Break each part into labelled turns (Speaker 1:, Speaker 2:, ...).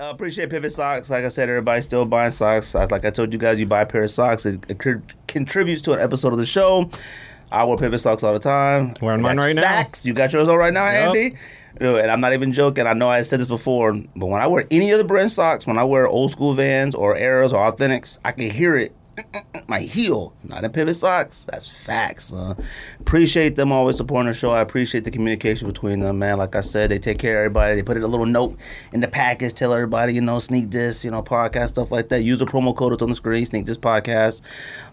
Speaker 1: Uh, appreciate Pivot Socks. Like I said, everybody's still buying socks. I- Like I told you guys, you buy a pair of socks, it, it cr- contributes to an episode of the show. I wear Pivot Socks all the time.
Speaker 2: Wearing mine
Speaker 1: That's
Speaker 2: right now.
Speaker 1: facts. You got yours on right now,
Speaker 2: Yep.
Speaker 1: Andy. Dude, and I'm not even joking. I know I said this before, but when I wear any other brand socks, when I wear old school Vans or Arrows or Authentics, I can hear it. My heel, not in pivot socks. That's facts. Uh, appreciate them always supporting the show. I appreciate the communication between them, man. Like I said, they take care of everybody. They put in a little note in the package, tell everybody, you know, sneak this, you know, podcast stuff like that. Use the promo code that's on the screen, sneak this podcast.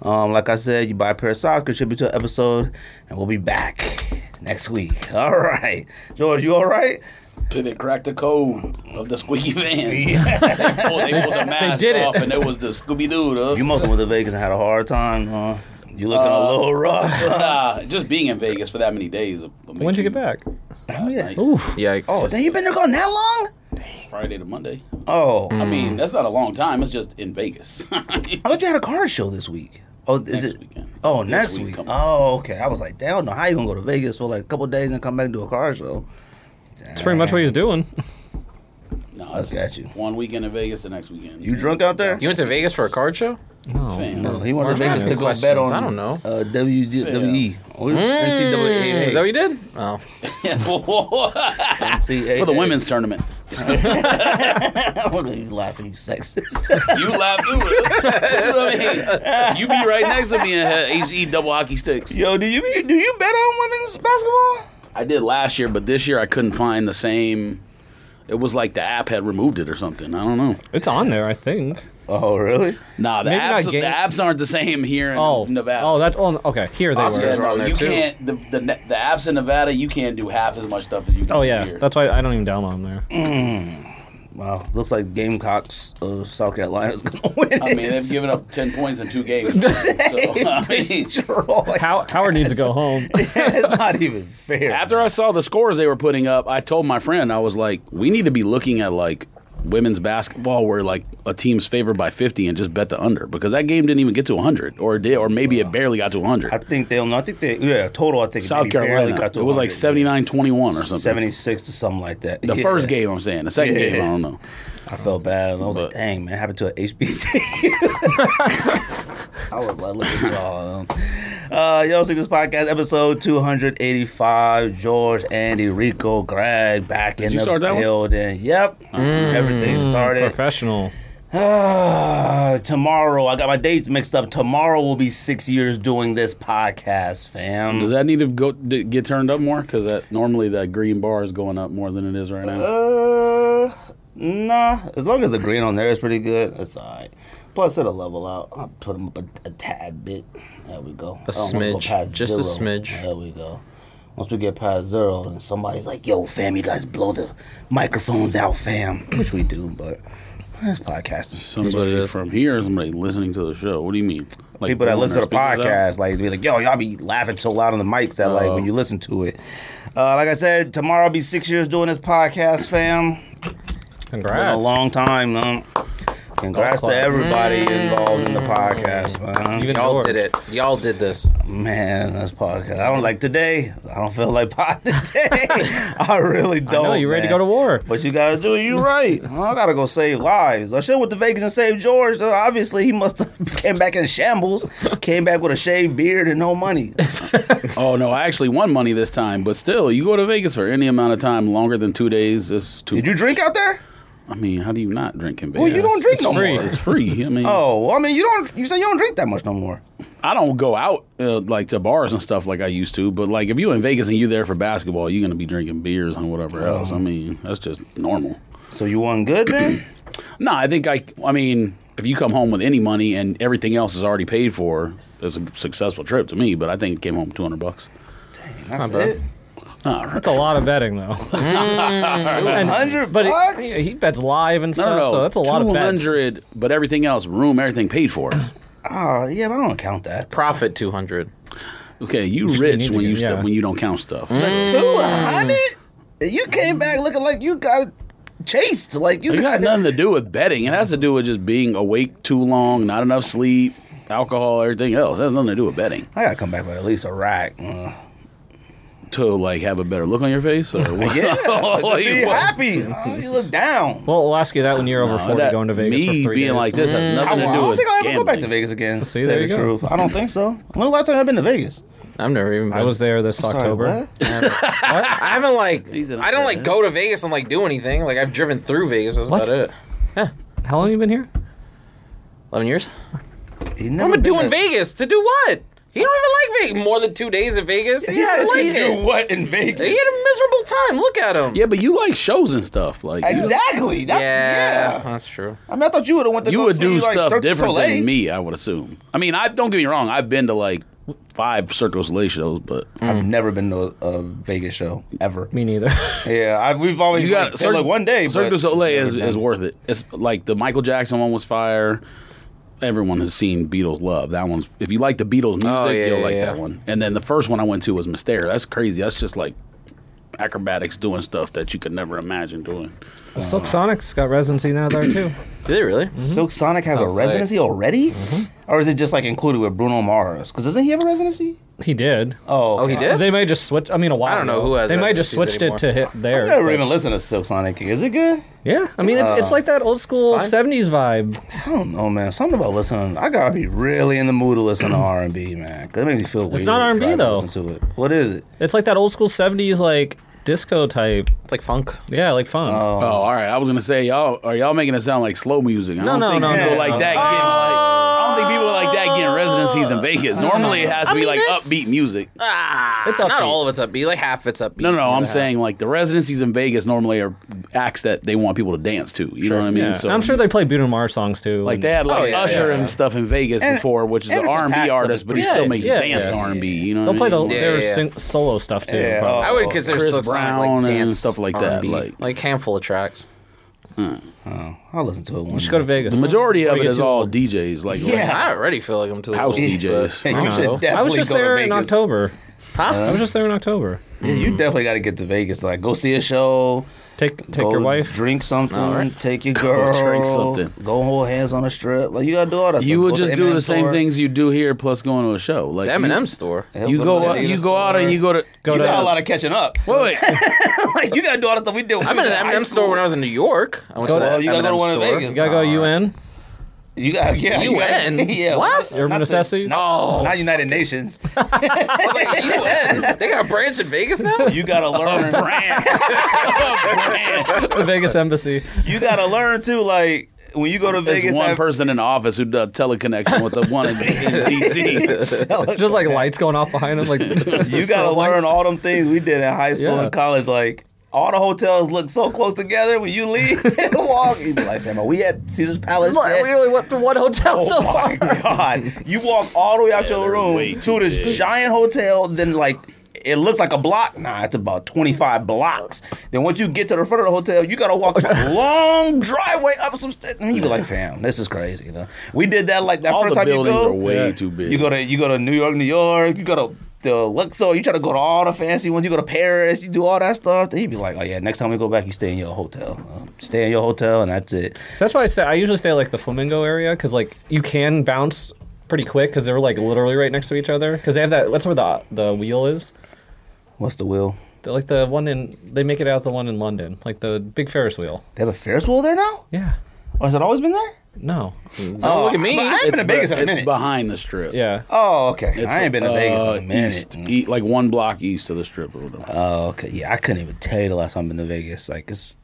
Speaker 1: Um, like I said, you buy a pair of socks, contribute to an episode, and we'll be back next week. All right, George, you all right?
Speaker 3: Pivot cracked the code of the squeaky vans. they, pulled, they pulled the mask
Speaker 2: did it.
Speaker 3: off, and it was the Scooby Doo. Huh?
Speaker 1: You must have went to Vegas and had a hard time, huh? You looking a
Speaker 3: Uh,
Speaker 1: little rough.
Speaker 3: nah, just being in Vegas for that many days.
Speaker 2: When'd you get back?
Speaker 3: Last
Speaker 1: Yeah.
Speaker 3: night,
Speaker 2: Oof.
Speaker 4: Yikes.
Speaker 1: Oh, damn, you been there gone that long?
Speaker 3: Friday to Monday.
Speaker 1: Oh,
Speaker 3: I mean, that's not a long time. It's just in Vegas.
Speaker 1: I thought you had a car show this week. Oh, is
Speaker 3: Next
Speaker 1: it?
Speaker 3: weekend.
Speaker 1: Oh,
Speaker 3: This
Speaker 1: next
Speaker 3: week
Speaker 1: week.
Speaker 3: coming.
Speaker 1: Oh, okay. I was like, damn, no, how you gonna go to Vegas for like a couple days and come back and do a car show?
Speaker 2: That's pretty much what he's doing.
Speaker 3: No,
Speaker 1: Let's
Speaker 3: it's
Speaker 1: get you.
Speaker 3: one weekend in Vegas, the next weekend.
Speaker 1: You drunk out there? Oh,
Speaker 4: You went to Vegas for a card show?
Speaker 2: No.
Speaker 3: Fam.
Speaker 1: No, he went to
Speaker 4: Why am I
Speaker 1: Vegas to go
Speaker 4: asking
Speaker 1: bet
Speaker 4: questions?
Speaker 1: on.
Speaker 4: I don't know.
Speaker 1: Uh, WWE. Or NCAA.
Speaker 4: Is that what you did? Oh.
Speaker 1: NCAA.
Speaker 3: for the women's tournament.
Speaker 1: Look at you laughing, you sexist.
Speaker 3: You laugh through it. What do I mean? You be right next to me and have H E double hockey sticks.
Speaker 1: Yo, do you do you bet on women's basketball?
Speaker 3: I did last year, but this year I couldn't find the same. It was like the app had removed it or something. I don't know.
Speaker 2: It's on there, I think.
Speaker 1: Oh, really?
Speaker 3: Nah, the
Speaker 2: Maybe not
Speaker 3: apps the
Speaker 2: game-
Speaker 3: apps aren't the same here in
Speaker 2: Oh,
Speaker 3: Nevada.
Speaker 2: oh, that's oh, okay. Here they
Speaker 4: Oscar.
Speaker 3: yeah,
Speaker 4: Those
Speaker 2: were.
Speaker 4: are
Speaker 3: no,
Speaker 4: on there
Speaker 3: you
Speaker 4: too.
Speaker 3: can't. The, the ne- the apps in Nevada, you can't do half as much stuff as you can
Speaker 2: Oh
Speaker 3: do
Speaker 2: yeah,
Speaker 3: here.
Speaker 2: that's why I don't even download them
Speaker 3: Mm.
Speaker 2: there.
Speaker 1: Wow, looks like Gamecocks of South Carolina is gonna win.
Speaker 3: I mean, they've given up ten points in two games. so, I mean,
Speaker 2: How, Howard needs to go home.
Speaker 1: it's not even fair.
Speaker 3: after I saw the scores they were putting up, I told my friend I was like, we need to be looking at like women's basketball where like a team's favored by 50 and just bet the under because that game didn't even get to 100 or it did or maybe it barely got to 100.
Speaker 1: I think they'll know. I think they, yeah, total. I think
Speaker 3: South
Speaker 1: maybe barely
Speaker 3: Carolina
Speaker 1: got to
Speaker 3: it was like
Speaker 1: 100.
Speaker 3: 79-21 or something.
Speaker 1: 76 to something like that.
Speaker 3: the
Speaker 1: Yeah.
Speaker 3: first game I'm saying, the second
Speaker 1: Yeah.
Speaker 3: game I don't know.
Speaker 1: I felt bad. And I was like,
Speaker 3: But-
Speaker 1: dang, man, happened to an HBC. I was like, look at y'all. um. Uh, Yo, Six Podcast, episode 285. George, Andy, Rico, Greg, back in
Speaker 3: you
Speaker 1: the
Speaker 3: start that one?
Speaker 1: building. Yep. Everything started.
Speaker 2: Mm, Professional.
Speaker 1: Ah, tomorrow, I got my dates mixed up. Tomorrow will be six years doing this podcast, fam.
Speaker 3: Does that need to go d- get turned up more cuz that normally that green bar is going up more than it is right now.
Speaker 1: Uh, nah. As long as the green on there is pretty good, it's alright. Plus, it'll level out. I'll put them up a, a tad bit. There we go. A
Speaker 4: smidge. Just a smidge.
Speaker 1: There we go. Once we get past zero, and somebody's like, "Yo, fam, you guys blow the microphones out, fam," which we do, but that's podcasting.
Speaker 4: it
Speaker 3: Somebody
Speaker 4: is.
Speaker 3: from here, somebody listening to the show. What do you mean? Like
Speaker 1: People that
Speaker 3: blowing
Speaker 1: listen to the
Speaker 3: their speakers out?
Speaker 1: podcast, like, be like, "Yo, y'all be laughing so loud on the mics that, like, when you listen to it." Uh, like I said, tomorrow will be six years doing this podcast, fam. been a
Speaker 2: Congrats.
Speaker 1: long time, man. Congrats to
Speaker 2: clap.
Speaker 1: everybody involved in the podcast, man.
Speaker 2: Mm. Even
Speaker 4: Y'all
Speaker 2: George.
Speaker 4: did it. Y'all did this.
Speaker 1: man, that's podcast. I don't like today. I don't feel like pod today. I really don't.
Speaker 2: No, you ready to
Speaker 1: man.
Speaker 2: go to war?
Speaker 1: What you gotta do? You right. I gotta go save lives. I should have went to Vegas and saved George. Though. Obviously, he must have came back in shambles. Came back with a shaved beard and no money.
Speaker 3: Oh no, I actually won money this time, but still, you go to Vegas for any amount of time longer than two days is too.
Speaker 1: Did you drink out there?
Speaker 3: I mean, how do you not drink in Vegas?
Speaker 1: Well, you don't drink
Speaker 3: it's
Speaker 1: no
Speaker 3: free.
Speaker 1: more.
Speaker 3: It's free. I mean,
Speaker 1: Oh, well, I mean, you don't. You say you don't drink that much no more.
Speaker 3: I don't go out uh, like to bars and stuff like I used to, but like if you in Vegas and you there for basketball, you're gonna be drinking beers and whatever else. I mean, that's just normal.
Speaker 1: So you won good then.
Speaker 3: No, I think I. I mean, if you come home with any money and everything else is already paid for, it's a successful trip to me. But I think it came home two hundred bucks.
Speaker 1: That's
Speaker 4: bad.
Speaker 1: it.
Speaker 3: All right.
Speaker 2: It's a lot of betting though.
Speaker 1: Hundred
Speaker 2: But
Speaker 1: bucks.
Speaker 2: he, he bets live and
Speaker 3: No,
Speaker 2: stuff,
Speaker 3: no, no.
Speaker 2: so that's a lot of bets.
Speaker 3: 200, but everything else, room, everything paid for.
Speaker 1: Oh, yeah, but I don't count that.
Speaker 4: Profit 200.
Speaker 3: Okay, you
Speaker 2: You
Speaker 3: rich
Speaker 2: need to
Speaker 3: when
Speaker 2: get-
Speaker 3: you st-
Speaker 2: yeah. Mm-hmm.
Speaker 3: when you don't count stuff.
Speaker 2: Mm.
Speaker 1: Two hundred? You came back looking like you got chased. Like you
Speaker 3: It
Speaker 1: got,
Speaker 3: got nothing to do with betting. It has to do with just being awake too long, not enough sleep, alcohol, everything else. It has nothing to do with betting.
Speaker 1: I gotta come back with at least a rack. Uh,
Speaker 3: to like have a better look on your face or what?
Speaker 1: Yeah,
Speaker 3: Like,
Speaker 1: be
Speaker 3: what?
Speaker 1: happy. Oh, you look down.
Speaker 2: Well, I'll ask you that when you're over
Speaker 3: No,
Speaker 2: 40
Speaker 3: that-
Speaker 2: going to Vegas
Speaker 3: me
Speaker 2: for three
Speaker 3: being
Speaker 2: days.
Speaker 3: like this has
Speaker 1: I,
Speaker 3: nothing
Speaker 1: won't- Mm-hmm. Oh, I
Speaker 3: to do
Speaker 1: don't
Speaker 3: with
Speaker 1: think I'll ever go
Speaker 3: gambling.
Speaker 1: back to Vegas again.
Speaker 2: See,
Speaker 1: to
Speaker 2: there
Speaker 1: tell
Speaker 2: you
Speaker 1: the
Speaker 2: go.
Speaker 1: Truth. I don't think so. When the last time I've been to Vegas?
Speaker 4: I've never even. Been.
Speaker 2: I was there this
Speaker 1: Sorry,
Speaker 2: October.
Speaker 1: what?
Speaker 4: I haven't like.
Speaker 3: He's an
Speaker 4: I don't like go to Vegas and like do anything. Like I've driven through Vegas. That's
Speaker 2: What?
Speaker 4: about it.
Speaker 2: How long have you been here?
Speaker 4: Eleven years.
Speaker 1: He
Speaker 4: What
Speaker 1: never
Speaker 4: am I
Speaker 1: been
Speaker 4: doing in
Speaker 1: to-
Speaker 4: Vegas to do what? He don't even like Vegas. More than two days in Vegas. He
Speaker 1: He said
Speaker 4: doesn't like
Speaker 1: to do
Speaker 4: it.
Speaker 1: what in Vegas?
Speaker 4: He had a miserable time. Look at him.
Speaker 3: Yeah, but you like shows and stuff. Like you-
Speaker 1: Exactly. That's,
Speaker 4: Yeah,
Speaker 1: yeah.
Speaker 4: that's true.
Speaker 1: I mean, I thought you would have went to
Speaker 3: you,
Speaker 1: go
Speaker 3: would
Speaker 1: see,
Speaker 3: do
Speaker 1: like,
Speaker 3: stuff
Speaker 1: Cirque du
Speaker 3: different
Speaker 1: Soleil.
Speaker 3: than me. I would assume. I mean, I don't get me wrong. I've been to like five Cirque du Soleil shows, but
Speaker 1: I've never been to a, a Vegas show ever.
Speaker 2: Me neither.
Speaker 1: Yeah, I, we've always
Speaker 3: you
Speaker 1: got like,
Speaker 3: got
Speaker 1: said, like one day.
Speaker 3: Cirque
Speaker 1: but
Speaker 3: du Soleil
Speaker 1: never
Speaker 3: is,
Speaker 1: done
Speaker 3: is
Speaker 1: it.
Speaker 3: worth it. It's like the Michael Jackson one was fire. Everyone has seen Beatles Love. That one's if you like the Beatles music,
Speaker 4: Oh, yeah,
Speaker 3: you'll
Speaker 4: yeah,
Speaker 3: like
Speaker 4: yeah.
Speaker 3: that one. And then the first one I went to was Mystere. That's crazy. That's just like acrobatics doing stuff that you could never imagine doing.
Speaker 2: Silk Sonic's got residency now there too.
Speaker 4: Did they really?
Speaker 1: Silk Sonic has
Speaker 4: Sounds
Speaker 1: a
Speaker 4: like-
Speaker 1: residency already, or is it just like included with Bruno Mars? Because doesn't he have a residency?
Speaker 2: He did.
Speaker 1: Oh,
Speaker 4: Oh, he
Speaker 1: okay.
Speaker 4: did.
Speaker 2: They may just switch. I mean, a while.
Speaker 4: I don't know
Speaker 2: ago.
Speaker 4: who has
Speaker 2: They might just
Speaker 4: residencies
Speaker 2: switched
Speaker 4: anymore.
Speaker 2: it to hit
Speaker 1: I
Speaker 2: there.
Speaker 1: never even listened to Silk Sonic. Is it good?
Speaker 2: Yeah, I mean, it's, Uh, it's like that old school
Speaker 4: fine.
Speaker 2: '70s vibe.
Speaker 1: I don't know, man. Something about listening. I gotta be really in the mood to listen to R and B, man. Cause it makes me feel weird.
Speaker 2: not R&B
Speaker 1: trying to
Speaker 2: though.
Speaker 1: Listen to it. What is it?
Speaker 2: It's like that old school '70s like disco type.
Speaker 4: It's like funk.
Speaker 2: Yeah, like funk.
Speaker 3: Oh, all right. I was gonna say y'all are y'all making it sound like slow music. I
Speaker 2: No,
Speaker 3: don't
Speaker 2: no,
Speaker 3: think
Speaker 2: no,
Speaker 3: people
Speaker 1: no.
Speaker 3: like that getting like I don't think people like that getting residencies in Vegas. Normally it has to be
Speaker 4: mean,
Speaker 3: like
Speaker 4: that's-
Speaker 3: upbeat music.
Speaker 4: Ah,
Speaker 2: It's
Speaker 4: not
Speaker 2: upbeat.
Speaker 4: all of it's upbeat. Like half it's upbeat.
Speaker 3: No, no,
Speaker 4: Other
Speaker 3: I'm
Speaker 4: half.
Speaker 3: saying like the residencies in Vegas normally are acts that they want people to dance to. You know what I mean?
Speaker 2: Yeah. I'm sure they play Bruno Mars songs too.
Speaker 3: like
Speaker 2: and-
Speaker 3: they had like
Speaker 4: Oh, yeah,
Speaker 3: Usher
Speaker 4: yeah, yeah.
Speaker 3: and stuff in Vegas
Speaker 1: And-
Speaker 3: before, which is an
Speaker 1: Anderson Paak
Speaker 3: R&B
Speaker 1: stuff
Speaker 3: artist,
Speaker 1: is
Speaker 3: but he
Speaker 2: pretty
Speaker 3: still
Speaker 2: good.
Speaker 3: makes
Speaker 2: Yeah,
Speaker 3: dance
Speaker 2: yeah.
Speaker 3: R&B. You know,
Speaker 2: They'll play
Speaker 3: what I
Speaker 2: the
Speaker 3: mean?
Speaker 4: Yeah,
Speaker 2: their
Speaker 4: yeah, Oh. yeah.
Speaker 2: sing- solo stuff too.
Speaker 1: Yeah,
Speaker 2: probably.
Speaker 4: I would consider
Speaker 3: Chris
Speaker 4: Silk Sonic,
Speaker 3: Brown
Speaker 4: like
Speaker 3: and
Speaker 4: dance
Speaker 3: stuff like that,
Speaker 4: R&B.
Speaker 3: like-
Speaker 4: like handful of tracks.
Speaker 1: I'll listen to it one.
Speaker 2: You should go to
Speaker 1: day.
Speaker 2: Vegas.
Speaker 3: The majority of
Speaker 2: Before
Speaker 3: it
Speaker 2: you get
Speaker 3: is
Speaker 2: too
Speaker 3: all
Speaker 2: old.
Speaker 3: DJs, like
Speaker 1: Yeah.
Speaker 4: I already feel like I'm too
Speaker 3: house
Speaker 4: old,
Speaker 3: DJs.
Speaker 4: but-
Speaker 1: Hey, you
Speaker 4: I
Speaker 1: should
Speaker 4: don't know.
Speaker 1: definitely
Speaker 2: I was just
Speaker 1: go to
Speaker 2: there in
Speaker 1: Vegas.
Speaker 2: October.
Speaker 4: Huh?
Speaker 2: I was just there in October.
Speaker 1: Yeah, you definitely got to get to Vegas. Like, go see a show.
Speaker 2: Take take
Speaker 1: go
Speaker 2: your wife.
Speaker 1: Drink something. Take your girl.
Speaker 3: drink something.
Speaker 1: Go hold hands on a strip. Like you gotta do all that.
Speaker 3: You
Speaker 1: stuff.
Speaker 3: would
Speaker 1: Go to
Speaker 3: just do
Speaker 1: M&M
Speaker 3: the same
Speaker 1: store.
Speaker 3: things you do here, plus going to a show. Like
Speaker 4: The
Speaker 3: you-
Speaker 4: M&M store.
Speaker 1: Yeah,
Speaker 3: You go
Speaker 1: to
Speaker 3: out,
Speaker 1: the
Speaker 3: you go
Speaker 1: store.
Speaker 3: out and you go to.
Speaker 2: Go
Speaker 1: You
Speaker 2: to
Speaker 1: got a lot of catching up.
Speaker 3: Wait, wait.
Speaker 1: like you gotta do all the stuff we did. when
Speaker 4: I've
Speaker 1: we
Speaker 4: been
Speaker 1: was
Speaker 4: to the
Speaker 1: in high
Speaker 4: M&M store
Speaker 1: school.
Speaker 4: when I was in New York. I went
Speaker 2: Go-
Speaker 4: to the
Speaker 1: Oh, you gotta go to
Speaker 4: M&M
Speaker 1: one in
Speaker 4: store.
Speaker 1: Vegas.
Speaker 2: you gotta go
Speaker 4: All right.
Speaker 2: UN.
Speaker 1: You got yeah. you gotta-
Speaker 4: UN?
Speaker 1: yeah.
Speaker 4: What?
Speaker 2: Urban
Speaker 1: Not the-
Speaker 2: necessities?
Speaker 1: No, not United Nations.
Speaker 4: UN? They got a branch in Vegas now?
Speaker 1: You gotta learn.
Speaker 3: Brand. Brand.
Speaker 2: The Vegas embassy.
Speaker 1: you gotta learn too. Like when you go to
Speaker 3: There's
Speaker 1: Vegas,
Speaker 3: one
Speaker 1: that-
Speaker 3: person in the office who does teleconnection with the one in, in DC.
Speaker 2: Just like lights going off behind him. Like
Speaker 1: you gotta learn all them things we did in high school
Speaker 2: Yeah.
Speaker 1: and college. Like all the hotels look so close together when you leave and walk. You be like, fam, are we at Caesar's Palace? yet?"
Speaker 2: Literally, what to one hotel
Speaker 1: Oh
Speaker 2: so far?
Speaker 1: my god! You walk all the way out your
Speaker 3: they're way
Speaker 1: room
Speaker 3: too
Speaker 1: to this
Speaker 3: big.
Speaker 1: giant hotel, then like it looks like a block. Nah, it's about twenty five blocks. Then once you get to the front of the hotel, you gotta walk a long driveway up some steps, and you be like, "Fam, this is crazy." You know, we did that like that
Speaker 3: All
Speaker 1: first
Speaker 3: the
Speaker 1: time you
Speaker 3: buildings
Speaker 1: go.
Speaker 3: are way
Speaker 2: Yeah.
Speaker 3: too big.
Speaker 1: you go to you go to New York, New York. You go to the Luxor. You try to go to all the fancy ones. You go to Paris. You do all that stuff. Then you be like, "Oh yeah, next time we go back, you stay in your hotel. Um, stay in your hotel, and that's it."
Speaker 2: So that's why I say I usually stay at, like the flamingo area because like you can bounce pretty quick because they're like literally right next to each other because they have that. That's where the the wheel is.
Speaker 1: What's the will?
Speaker 2: They're like the one in they make it out the one in London, like the big Ferris wheel.
Speaker 1: They have a Ferris wheel there now,
Speaker 2: Yeah.
Speaker 1: or has it always been there?
Speaker 2: No.
Speaker 1: Oh,
Speaker 4: look at me.
Speaker 1: but I ain't been to
Speaker 3: But
Speaker 1: Vegas in a
Speaker 3: it's
Speaker 1: minute.
Speaker 3: behind the strip.
Speaker 2: Yeah.
Speaker 1: oh, okay.
Speaker 3: It's,
Speaker 1: I ain't been to
Speaker 3: uh,
Speaker 1: Vegas in a minute.
Speaker 3: East, e- like one block east of the strip. Or whatever.
Speaker 1: Oh, okay. Yeah, I couldn't even tell you the last time I've been to Vegas. Like, it's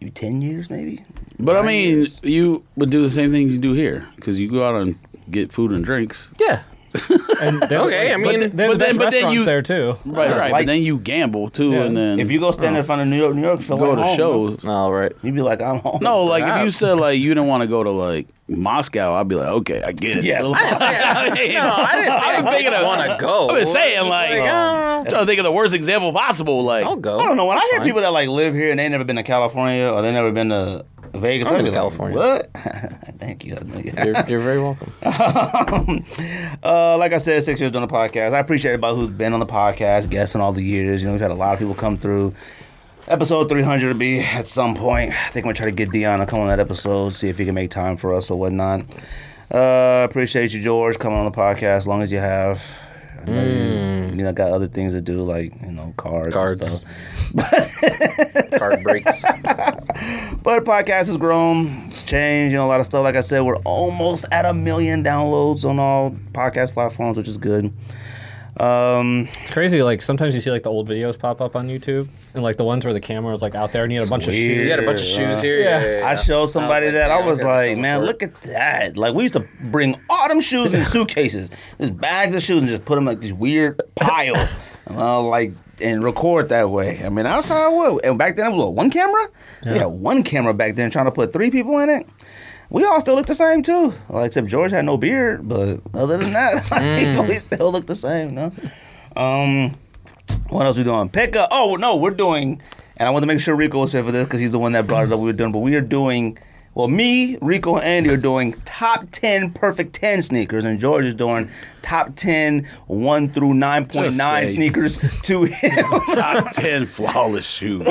Speaker 1: maybe 10 years, maybe?
Speaker 3: but I
Speaker 1: Nine
Speaker 3: mean,
Speaker 1: years.
Speaker 3: you would do the same things you do here because you go out and get food and drinks.
Speaker 2: Yeah. And they're-
Speaker 4: Okay, I mean-
Speaker 2: but, they're
Speaker 3: but
Speaker 2: the
Speaker 3: then-
Speaker 2: best
Speaker 3: but then
Speaker 2: restaurants
Speaker 3: you-
Speaker 2: there too.
Speaker 3: Right, right.
Speaker 1: lights.
Speaker 3: But then you gamble too,
Speaker 2: Yeah.
Speaker 3: and then
Speaker 1: if you go stand in front of New York, New York, feel
Speaker 3: Oh. go
Speaker 1: like
Speaker 3: to
Speaker 1: home,
Speaker 3: shows.
Speaker 4: All right.
Speaker 1: You'd be like, I'm home.
Speaker 3: No, like if you
Speaker 1: Perhaps.
Speaker 3: said like you didn't want to go to like Moscow, I'd be like, okay, I get it.
Speaker 1: Yes.
Speaker 3: I
Speaker 4: I didn't say I,
Speaker 3: mean,
Speaker 4: no, I didn't say
Speaker 3: I've been
Speaker 4: I
Speaker 3: thinking
Speaker 4: didn't
Speaker 3: of-
Speaker 4: want to go.
Speaker 3: I've been saying like,
Speaker 4: It's
Speaker 3: I'm trying to think of the worst example possible. Like,
Speaker 4: I'll go.
Speaker 1: I don't know. When I
Speaker 4: It's
Speaker 1: hear
Speaker 4: fine.
Speaker 1: people that like live here and they never been to California or they never been to Vegas, I'd
Speaker 4: been
Speaker 1: be
Speaker 4: to
Speaker 1: like,
Speaker 4: California.
Speaker 1: What? Thank you.
Speaker 4: You're, you're very welcome.
Speaker 1: Uh, like I said, six years doing the podcast. I appreciate everybody who's been on the podcast, guessing all the years. You know, we've had a lot of people come through. Episode 300 will be at some point. I think I'm going to try to get Dion to come on that episode, see if he can make time for us or whatnot. Uh, appreciate you, George, coming on the podcast as long as you have. You know, I got other things to do, like you know, cards.
Speaker 4: Cards.
Speaker 1: And stuff.
Speaker 4: Card breaks.
Speaker 1: But the podcast has grown, changed, you know, a lot of stuff. Like I said, we're almost at a million downloads on all podcast platforms, which is good. Um,
Speaker 2: It's crazy. Like sometimes you see like the old videos pop up on YouTube, and like the ones where the camera was like out there, and you had a bunch of
Speaker 1: weird.
Speaker 2: shoes.
Speaker 4: You had a bunch of shoes here.
Speaker 2: Yeah.
Speaker 4: Yeah, yeah, yeah.
Speaker 1: I showed somebody
Speaker 4: I was like,
Speaker 1: that. I
Speaker 4: "Man,
Speaker 1: was
Speaker 4: look at this
Speaker 1: like,
Speaker 4: on
Speaker 1: man,
Speaker 4: the
Speaker 1: look at that. Like, we used to bring autumn shoes in suitcases, just bags of shoes, and just put them like this weird pile, and i like and record that way. I mean, that's how I would. And back then, it was what, one camera. We had one camera back then, trying to put three people in it. We all still look the same too, like, except George had no beard. But other than that, like, we still look the same. No. Um, what else we doing? Pickup. Oh no, we're doing. And I want to make sure Rico was here for this because he's the one that brought it up. We were doing, but we are doing. Well, me, Rico, and Andy are doing top ten perfect ten sneakers, and George is doing top 10 1 through nine point nine
Speaker 3: Just say-
Speaker 1: sneakers to him.
Speaker 3: Top ten flawless shoes.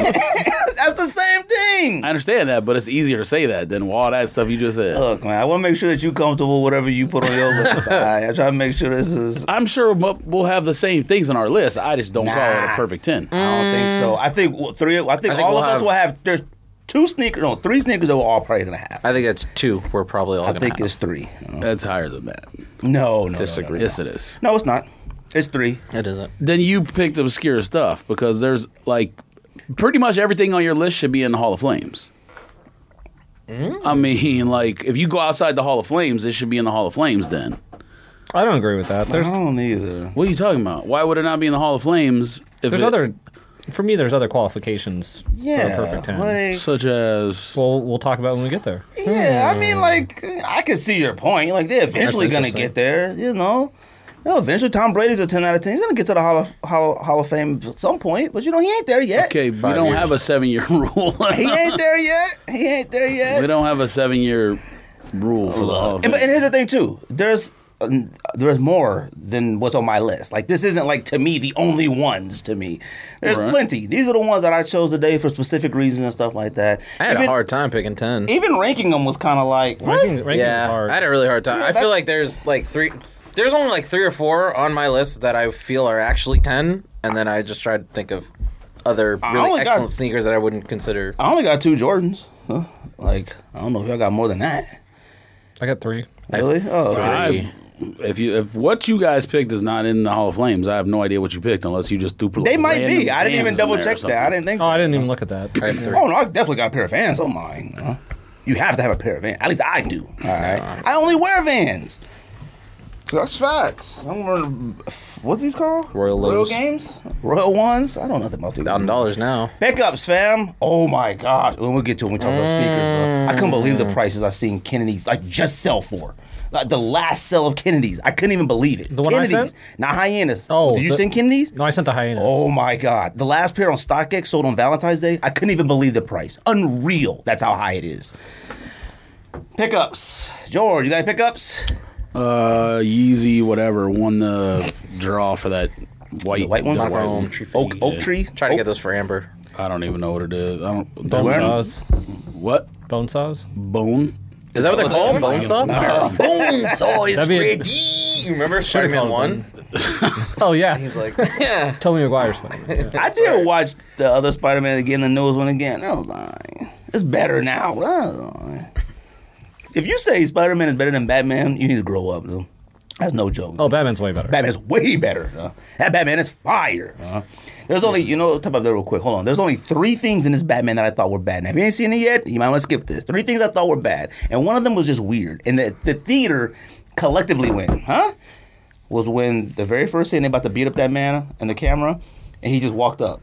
Speaker 1: That's the same thing.
Speaker 3: I understand that, but it's easier to say that than all that stuff you just said.
Speaker 1: Look, man, I want to make sure that you comfortable whatever you put on your list. all right? I try to make sure this is.
Speaker 3: I'm sure mo- we'll have the same things on our list. I just don't call it a
Speaker 1: Nah. Mm.
Speaker 3: perfect ten.
Speaker 4: Uh-huh.
Speaker 1: I don't think so. I think well, three. I think,
Speaker 4: I think
Speaker 1: all
Speaker 4: we'll
Speaker 1: of us
Speaker 4: have-
Speaker 1: will have. There's two sneakers. No, three sneakers that we're all probably gonna have.
Speaker 4: I think that's two. We're probably all
Speaker 1: I
Speaker 4: gonna
Speaker 1: think
Speaker 4: have.
Speaker 1: it's three. No,
Speaker 3: That's higher than that.
Speaker 1: no, no, no,
Speaker 4: Disagree.
Speaker 3: Yes, it is.
Speaker 1: No, it's not. It's three.
Speaker 4: It isn't.
Speaker 3: Then you picked obscure stuff because there's like pretty much everything on your list should be in the Hall of Flames.
Speaker 1: Mm.
Speaker 3: I mean, like if you go outside the Hall of Flames, it should be in the Hall of Flames. Then
Speaker 2: I don't agree with that. There's
Speaker 1: I don't either.
Speaker 3: what are you talking about? Why would it not be in the Hall of Flames? If
Speaker 2: there's
Speaker 3: it-
Speaker 2: other. For me, there's other qualifications
Speaker 1: Yeah,
Speaker 2: for a perfect ten.
Speaker 1: like-
Speaker 3: such as
Speaker 2: Well, we'll talk about when we get there.
Speaker 1: Yeah, I mean, like I can see your point. Like they're eventually gonna
Speaker 2: interesting.
Speaker 1: get there, you know. No, eventually Tom Brady's a ten out of ten. He's gonna get to the Hall of Hall, Hall of Fame at some point, but you know he ain't there yet.
Speaker 3: okay, we don't
Speaker 4: years.
Speaker 3: have a seven year rule.
Speaker 1: He ain't there yet. He ain't there
Speaker 3: we
Speaker 1: yet.
Speaker 3: don't have a seven year rule for the Hall of
Speaker 1: And, but- and
Speaker 3: Fame.
Speaker 1: here's the thing too. There's uh, there's more than what's on my list. Like this isn't like to me the only ones to me. There's
Speaker 3: Right.
Speaker 1: plenty. These are the ones that I chose today for specific reasons and stuff like that.
Speaker 4: I had
Speaker 1: Even-
Speaker 4: a hard time picking ten.
Speaker 1: even ranking them was kind of like what?
Speaker 2: Ranking, ranking is
Speaker 4: yeah,
Speaker 2: hard.
Speaker 4: I had a really hard time. I
Speaker 1: that-
Speaker 4: feel like there's like three. There's only like three or four on my list that I feel are actually ten, and then I just tried to think of other really
Speaker 1: only got-
Speaker 4: excellent sneakers that I wouldn't consider.
Speaker 1: I only got two Jordans. Huh? Like I don't know if y'all got more than that.
Speaker 2: I got three.
Speaker 1: Really? Oh, okay.
Speaker 3: I- if you if what you guys picked is not in the Hall of Flames, I have no idea what you picked unless you just threw.
Speaker 1: they might be. I didn't even double check that. I didn't think.
Speaker 2: Oh, I didn't even look at that.
Speaker 4: I have three.
Speaker 1: Oh no, I definitely got a pair of Vans on mine. huh? You have to have a pair of Vans. At least I do. All right. I only wear Vans. That's facts. I'm wearing what's these called?
Speaker 4: Royal
Speaker 1: Royal
Speaker 4: Lows.
Speaker 1: games. Royal ones. I don't know nothing about these.
Speaker 4: Thousand dollars now.
Speaker 1: Pickups, fam. Oh my gosh. When we get to it, when we talk about sneakers, though. I couldn't believe
Speaker 2: Mm.
Speaker 1: the prices I seen Kennedy's like just sell for. Like the last sell of Kennedy's. I couldn't even believe it.
Speaker 2: The one I
Speaker 1: Kennedy's,
Speaker 2: sent?
Speaker 1: not hyenas.
Speaker 2: Oh,
Speaker 1: Did you
Speaker 2: the-
Speaker 1: send Kennedy's?
Speaker 2: No, I sent the hyenas.
Speaker 1: Oh my god. The last pair on StockX sold on Valentine's Day. I couldn't even believe the price. Unreal. That's how high it is. Pickups. George, you got any pickups?
Speaker 3: Uh, Yeezy, whatever, won the draw for that white
Speaker 1: The white one?
Speaker 3: the
Speaker 4: Monochrome
Speaker 3: one.
Speaker 4: tree
Speaker 1: Oak,
Speaker 4: fade.
Speaker 1: oak tree.
Speaker 4: Try to
Speaker 1: Oak-
Speaker 4: get those for Amber.
Speaker 3: I don't even know what it is. I don't.
Speaker 2: Bone
Speaker 3: Bone
Speaker 2: saws.
Speaker 3: What
Speaker 2: Bone saws.
Speaker 3: bone?
Speaker 4: Is that
Speaker 2: Oh,
Speaker 4: what they're called? Bone saw. Bone saw is
Speaker 2: That'd be-
Speaker 4: ready. You remember Spider-Man
Speaker 2: called
Speaker 4: One?
Speaker 2: Oh yeah. He's
Speaker 4: He's like, yeah.
Speaker 2: Tobey Maguire's Spider-Man. yeah.
Speaker 1: I did watch the other Spider Man again, the newest one again. That was lying. It's better now. That was lying. If you say Spider Man is better than Batman, you need to grow up, though. That's no joke.
Speaker 2: Oh, Batman's way better.
Speaker 1: Batman's way better. huh? That Batman is fire. huh? There's only, you know, talk about that real quick. Hold on. There's only three things in this Batman that I thought were bad. Now, if you ain't seen it yet, you might want to skip this. Three things I thought were bad. And one of them was just weird. And the, the theater collectively went, huh? Was when the very first scene they about to beat up that man and the camera, and he just walked up.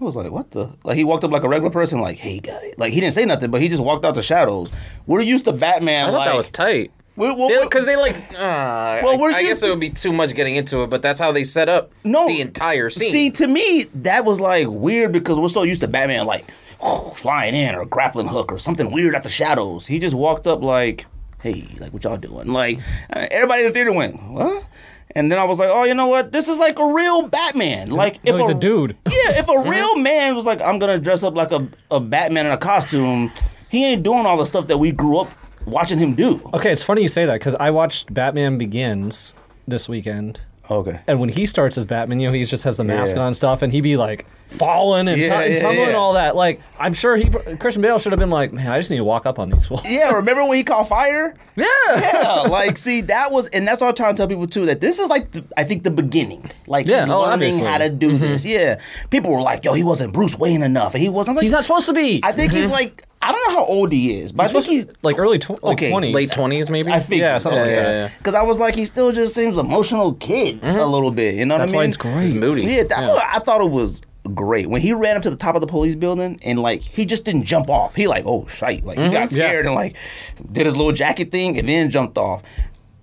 Speaker 1: I was like, what the? Like, he walked up like a regular person, like, hey, guy. Like, he didn't say nothing, but he just walked out the shadows. We're used to Batman.
Speaker 4: I thought
Speaker 1: like-
Speaker 4: that was tight.
Speaker 1: We're- we're- we're-
Speaker 4: Because they, like, uh,
Speaker 1: Well, we're
Speaker 4: I, I
Speaker 1: used
Speaker 4: guess
Speaker 1: to-
Speaker 4: it would be too much getting into it, but that's how they set up
Speaker 1: No,
Speaker 4: the entire scene.
Speaker 1: See, to me, that was like weird because we're so used to Batman like flying in or grappling hook or something weird out the shadows. He just walked up like, "Hey, like what y'all doing?" Like uh, everybody in the theater went, "What?" And then I was like, "Oh, you know what? This is like a real Batman. Like
Speaker 2: No, he's a dude.
Speaker 1: yeah, if a real man was like, I'm gonna dress up like a, a Batman in a costume, he ain't doing all the stuff that we grew up watching him do.
Speaker 2: Okay, it's funny you say that because I watched Batman Begins this weekend.
Speaker 1: Okay.
Speaker 2: And when he starts as Batman, you know, he just has the mask
Speaker 1: Yeah.
Speaker 2: on and stuff, and he be like falling and, tu-
Speaker 1: Yeah,
Speaker 2: and
Speaker 1: yeah,
Speaker 2: tumbling and
Speaker 1: yeah.
Speaker 2: all that. Like, I'm sure he Christian Bale should have been like, man, I just need to walk up on these fools.
Speaker 1: Yeah, remember when he caught fire?
Speaker 2: Yeah.
Speaker 1: Yeah, like see, that was, and that's what I'm trying to tell people too. That this is like, the, I think the beginning. Like,
Speaker 2: Yeah,
Speaker 1: he's
Speaker 2: oh,
Speaker 1: learning
Speaker 2: obviously.
Speaker 1: how to do this. Yeah, people were like, "Yo, he wasn't Bruce Wayne enough," and he wasn't. Like,
Speaker 2: He's not Mm-hmm. supposed to be.
Speaker 1: I think he's like, I don't know how old he is, but I think he's.
Speaker 2: like early tw- like
Speaker 1: Okay,
Speaker 2: 20s.
Speaker 4: Late twenties, maybe.
Speaker 1: I think,
Speaker 2: Yeah, something like that. Mm-hmm.
Speaker 4: yeah.
Speaker 1: Because I was like, he still just seems emotional kid a little bit. You know
Speaker 2: That's
Speaker 1: what I
Speaker 2: why
Speaker 1: mean?
Speaker 2: it's great.
Speaker 4: He's moody.
Speaker 1: Yeah, that, I thought it was great when he ran up to the top of the police building and like he just didn't jump off. He like oh shite, like he got
Speaker 2: Mm-hmm. Yeah.
Speaker 1: scared and like did his little jacket thing and then jumped off.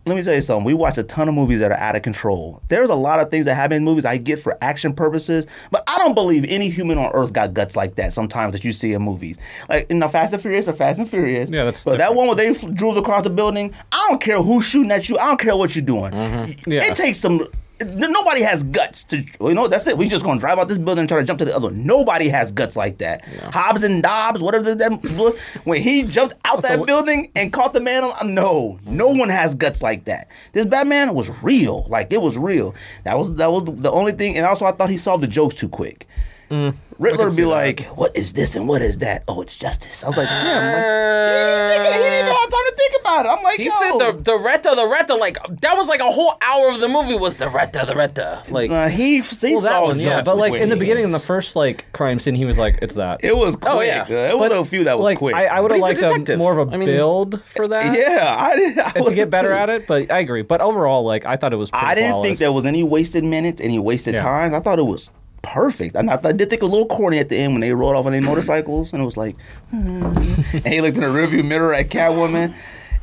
Speaker 1: Let me tell you something. We watch a ton of movies that are out of control. There's a lot of things that happen in movies I get for action purposes, but I don't believe any human on earth got guts like that. Sometimes that you see in movies, like in the Fast and Furious or Fast and Furious.
Speaker 2: Yeah, that's
Speaker 1: But
Speaker 2: different.
Speaker 1: that one where they f- drove across the building. I don't care who's shooting at you. I don't care what you're doing.
Speaker 2: Yeah.
Speaker 1: It takes some. n- Nobody has guts to. You know, that's it. We just gonna drive out this building and try to jump to the other. one. Nobody has guts like that. Hobbs and Dobbs, whatever that. when he jumped out that building and caught the man, on, uh, no, no one has guts like that. This Batman was real. Like it was real. That was that was the only thing. And also, I thought he solved the jokes too quick. Mm. Riddler would be like, "What is this and what is that? Oh, it's justice." I was like, "Damn." man." He didn't even have time to think about it. I'm like,
Speaker 4: He
Speaker 1: yo.
Speaker 4: said the the retta the retta like that was like a whole hour of the movie was the retta the retta like
Speaker 1: Uh, he he
Speaker 2: Well, that
Speaker 1: saw
Speaker 2: one, yeah.
Speaker 1: jokes
Speaker 2: But like
Speaker 1: quick.
Speaker 2: in the beginning, in the first like crime scene, he was like, "It's that."
Speaker 1: it was quick.
Speaker 4: Oh, yeah.
Speaker 1: uh, it was
Speaker 2: But,
Speaker 1: a few that was
Speaker 2: like,
Speaker 1: quick.
Speaker 2: I, I would
Speaker 4: But
Speaker 2: have
Speaker 4: he's a
Speaker 2: liked a,
Speaker 4: detective.
Speaker 2: more of a
Speaker 4: I mean-
Speaker 2: build for that.
Speaker 1: yeah, I didn't. I
Speaker 2: To get better
Speaker 1: at it.
Speaker 2: at it, but I agree. But overall, like I thought it was. Pretty
Speaker 1: I didn't
Speaker 2: flawless.
Speaker 1: think there was any wasted minutes, any wasted
Speaker 2: Yeah.
Speaker 1: times. I thought it was perfect. And I, thought, I did think it was a little corny at the end when they rolled off on their motorcycles, and it was like, and he looked in the rearview mirror at Catwoman.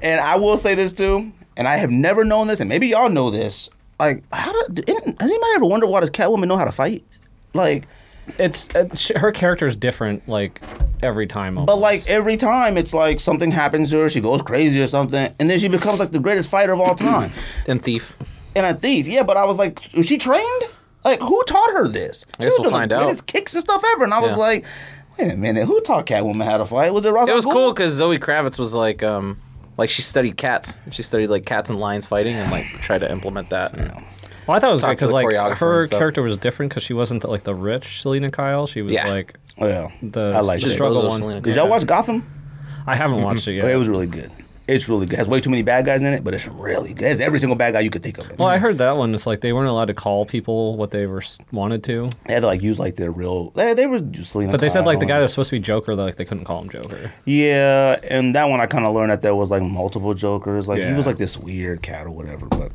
Speaker 1: And I will say this too, and I have never known this, and maybe y'all know this. Like, how do, did, has anybody ever wondered why does Catwoman know how to fight? Like,
Speaker 2: It's uh, sh- her character's different, like every time.
Speaker 1: But like every time, it's like something happens to her, she goes crazy or something, and then she becomes like the greatest fighter of all time
Speaker 4: and thief.
Speaker 1: and a thief. Yeah, but I was like, was she trained? Like, who taught her this? She
Speaker 4: guess
Speaker 1: was
Speaker 4: we'll
Speaker 1: doing
Speaker 4: find
Speaker 1: the
Speaker 4: out.
Speaker 1: greatest kicks and stuff ever, and I was
Speaker 4: Yeah.
Speaker 1: like, wait a minute, who taught Catwoman how to fight? Was it Ra's
Speaker 4: It was
Speaker 1: al Ghul?
Speaker 4: cool because Zoe Kravitz was like um like she studied cats. She studied like cats and lions fighting and like tried to implement that. And,
Speaker 2: well, I thought it was
Speaker 4: talk
Speaker 2: good
Speaker 4: to
Speaker 2: because
Speaker 4: the
Speaker 2: like
Speaker 4: choreographer
Speaker 2: her
Speaker 4: and stuff.
Speaker 2: character was different because she wasn't like the rich Selena Kyle. She was
Speaker 4: Yeah.
Speaker 2: like
Speaker 1: Yeah,
Speaker 2: the
Speaker 1: I like
Speaker 2: the
Speaker 1: it.
Speaker 2: struggle
Speaker 4: Bozo
Speaker 2: one.
Speaker 4: Selena
Speaker 1: Did y'all watch Gotham?
Speaker 2: I haven't watched it yet.
Speaker 1: It was really good. It's really good. It has way too many bad guys in it, but it's really good. It's every single bad guy you could think of.
Speaker 2: well, I heard that one. It's like they weren't allowed to call people what they were s- wanted to,
Speaker 1: They had to like use like their real. They, they were just Selena
Speaker 2: but they said like the
Speaker 1: Kyle.
Speaker 2: guy that's supposed to be Joker, like they couldn't call him Joker.
Speaker 1: Yeah, and that one I kind of learned that there was like multiple Jokers. Like he
Speaker 2: Yeah. Mm.
Speaker 1: was like this weird cat or whatever. But,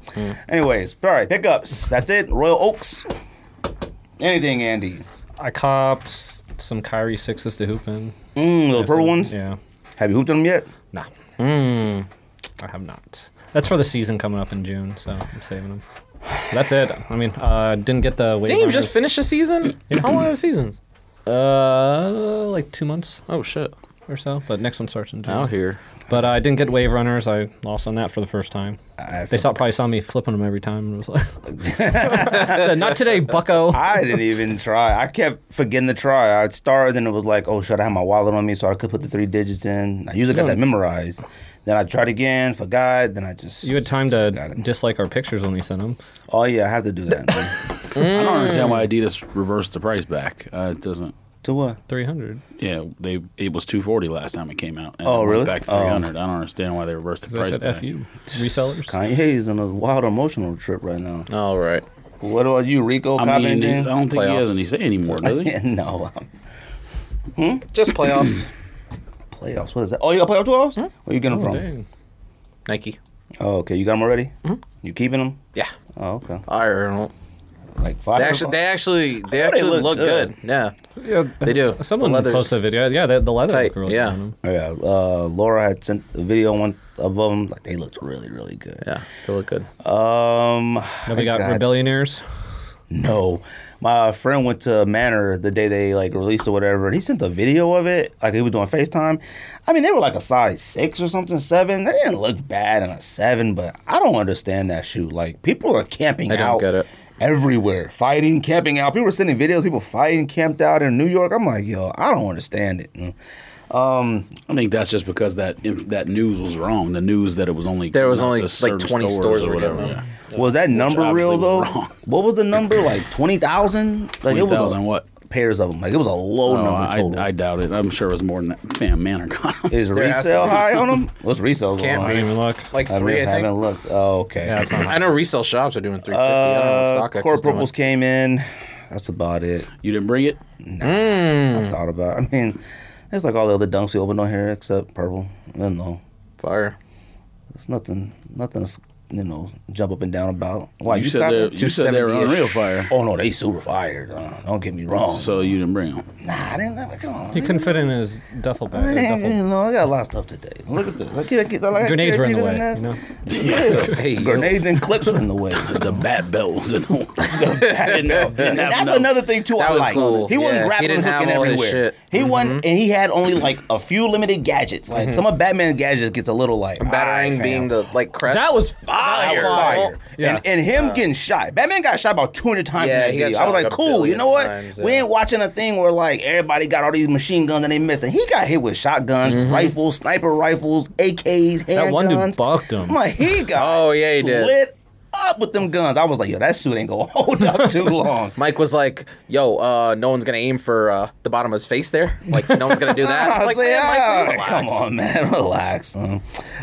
Speaker 1: anyways, all right, pickups. That's it. Royal Oaks. Anything, Andy?
Speaker 2: I cops some Kyrie sixes to hoop in.
Speaker 1: Mm, those purple ones.
Speaker 2: Yeah.
Speaker 1: Have you hooped them yet?
Speaker 2: Nah. I have not. That's for the season coming up in June, so I'm saving them. That's it. I mean, uh, didn't get the wave.
Speaker 4: Didn't you
Speaker 2: runners.
Speaker 4: just finish a season? How long are the seasons?
Speaker 2: uh, like two months
Speaker 4: Oh shit!
Speaker 2: or so, but next one starts in June.
Speaker 4: Out here.
Speaker 2: But I didn't get wave runners. I lost on that for the first time.
Speaker 1: I
Speaker 2: They
Speaker 1: feel-
Speaker 2: saw probably saw me flipping them every time. And was like, Said, not today, Bucko.
Speaker 1: I didn't even try. I kept forgetting to try. I started and it was like, oh, should I have my wallet on me so I could put the three digits in? I usually got that memorized. Then I tried again, forgot. Then I just,
Speaker 2: You had time to
Speaker 1: it.
Speaker 2: dislike our pictures when we sent them.
Speaker 1: oh yeah, I have to do that.
Speaker 3: I
Speaker 2: Hmm.
Speaker 3: don't understand why Adidas reversed the price back. Uh, it doesn't.
Speaker 1: to what?
Speaker 2: Three hundred.
Speaker 3: Yeah, they it was 240 last time it came out. And
Speaker 1: Oh,
Speaker 3: it went
Speaker 1: really?
Speaker 3: Back to
Speaker 1: Oh.
Speaker 3: 300. I don't understand why they reversed the
Speaker 2: They
Speaker 3: price
Speaker 2: said
Speaker 3: back.
Speaker 2: "F you, resellers."
Speaker 1: Kanye's on a wild emotional trip right now.
Speaker 4: All right.
Speaker 1: What about you, Rico?
Speaker 3: I
Speaker 1: Cop
Speaker 3: mean,
Speaker 1: anything?
Speaker 3: I don't think he
Speaker 4: Playoffs.
Speaker 3: has any say anymore, does he?
Speaker 1: Yeah, no. Um,
Speaker 4: Just playoffs.
Speaker 1: playoffs. What is that? Oh, you got playoff twelves? Where you getting them
Speaker 2: Oh,
Speaker 1: from?
Speaker 2: dang. Mm-hmm.
Speaker 4: Nike.
Speaker 1: Oh, okay. You got them already? You keeping them?
Speaker 4: Yeah.
Speaker 1: Oh, okay.
Speaker 4: I don't. know.
Speaker 1: Like five.
Speaker 4: They
Speaker 1: or
Speaker 4: actually,
Speaker 1: something?
Speaker 4: they actually, they
Speaker 1: thought they
Speaker 4: actually
Speaker 1: looked
Speaker 4: look good.
Speaker 1: good.
Speaker 4: Yeah.
Speaker 2: Yeah,
Speaker 4: They do.
Speaker 2: s- Someone
Speaker 4: The leather's
Speaker 2: posted a video. Yeah, the, the leather
Speaker 4: tight,
Speaker 2: looked really
Speaker 4: yeah.
Speaker 2: good on 'em.
Speaker 1: Oh, yeah. Uh, Laura had sent a video one of them. Like they looked really, really good.
Speaker 4: Yeah. They look good.
Speaker 1: Um.
Speaker 2: Nobody got
Speaker 1: God,
Speaker 2: rebellionaires.
Speaker 1: No, my friend went to Manor the day they like released or whatever, and he sent a video of it. Like he was doing Facetime. I mean, they were like a size six or something, seven. They didn't look bad in a seven, but I don't understand that shoe. Like people are camping
Speaker 4: I don't
Speaker 1: out.
Speaker 4: get it.
Speaker 1: Everywhere, fighting, camping out. People were sending videos, people fighting, camped out in New York. I'm like, yo, I don't understand it. Mm.
Speaker 3: I think that's just because that inf- that news was wrong. The news that it was only
Speaker 4: There was
Speaker 3: coming out
Speaker 4: only,
Speaker 3: to
Speaker 4: like,
Speaker 3: certain
Speaker 4: 20 stores were getting them.
Speaker 1: Was that number
Speaker 3: obviously
Speaker 1: real
Speaker 3: was
Speaker 1: though?
Speaker 3: wrong.
Speaker 1: What was the number? Like twenty thousand? Like it was a-
Speaker 3: 20,000 what?
Speaker 1: pairs of them. Like it was a low
Speaker 3: Oh,
Speaker 1: number
Speaker 3: I,
Speaker 1: total.
Speaker 3: I doubt it. I'm sure it was more than that. Man, man, or God.
Speaker 1: Is
Speaker 4: There has
Speaker 1: resale
Speaker 4: to be.
Speaker 1: high on them? What's resale?
Speaker 4: Can't
Speaker 2: I
Speaker 1: going
Speaker 2: didn't
Speaker 1: on?
Speaker 2: even look.
Speaker 4: Like
Speaker 1: I
Speaker 4: three, I think.
Speaker 1: haven't looked. Oh, okay.
Speaker 2: Yeah, it's not
Speaker 4: I know resale shops are doing 350. I
Speaker 1: uh,
Speaker 4: don't know what StockX
Speaker 1: core
Speaker 4: is doing.
Speaker 1: purples came in. That's about it.
Speaker 3: You didn't bring it.
Speaker 4: Hmm,
Speaker 1: I thought about. I mean, it's like all the other dunks we opened on here except purple. I don't know.
Speaker 4: Fire.
Speaker 1: It's nothing. Nothing. to, You know, jump up and down about. Why
Speaker 3: You, said
Speaker 1: copy-
Speaker 3: they, you said they were
Speaker 4: 270-ish.
Speaker 3: on real fire.
Speaker 1: Oh no, they super fired. Uh, don't get me wrong.
Speaker 3: So you didn't bring them.
Speaker 1: nah, I didn't. Come on.
Speaker 2: He couldn't fit in his duffel bag.
Speaker 1: I,
Speaker 2: his
Speaker 1: ain't-
Speaker 2: duffel-
Speaker 1: you know, I got a lot of stuff today. Look at this. Look at, look at,
Speaker 2: Grenades were in the
Speaker 1: look
Speaker 2: way.
Speaker 1: at this.
Speaker 2: You know?
Speaker 1: Yes.
Speaker 4: Hey, yo.
Speaker 1: Grenades and clips were in the way.
Speaker 3: The bat belt was in the didn't have, didn't have
Speaker 1: That's
Speaker 3: enough.
Speaker 1: another thing too. I
Speaker 4: was
Speaker 1: like.
Speaker 4: cool.
Speaker 1: He wasn't
Speaker 4: Yeah, he
Speaker 1: grappling
Speaker 4: didn't have
Speaker 1: hooking
Speaker 4: all his
Speaker 1: everywhere.
Speaker 4: shit. Mm-hmm.
Speaker 1: He won, and he had only like a few limited gadgets. Like some of Batman's gadgets gets a little like
Speaker 4: Batarang
Speaker 1: "Aight, fam."
Speaker 4: Mm-hmm. being the like crest.
Speaker 2: That was
Speaker 1: That
Speaker 2: fire.
Speaker 1: was fire.
Speaker 2: Yeah.
Speaker 1: And, and him getting shot. Batman got shot about 200 times. in
Speaker 4: Yeah,
Speaker 1: that
Speaker 4: he got
Speaker 1: video.
Speaker 4: shot
Speaker 1: I was
Speaker 4: like
Speaker 1: like,
Speaker 4: a
Speaker 1: cool, you
Speaker 4: billion
Speaker 1: know what?
Speaker 4: times,
Speaker 1: We
Speaker 4: yeah.
Speaker 1: ain't watching a thing where like everybody got all these machine guns and they missing. He got hit with shotguns,
Speaker 4: Mm-hmm.
Speaker 1: rifles, sniper rifles, AKs, handguns.
Speaker 2: That one dude bucked him.
Speaker 1: I'm like, he got
Speaker 4: Oh, yeah, he did.
Speaker 1: lit up with them guns. I was like, yo, that suit ain't gonna hold up too long.
Speaker 4: Mike was like, "Yo, uh, no one's gonna aim for uh, the bottom of his face there. Like, no one's gonna do that."
Speaker 1: I
Speaker 4: It's
Speaker 1: was
Speaker 4: like,
Speaker 1: like,
Speaker 4: "Man, Mike,
Speaker 1: "Ah, come on, man, relax. Um,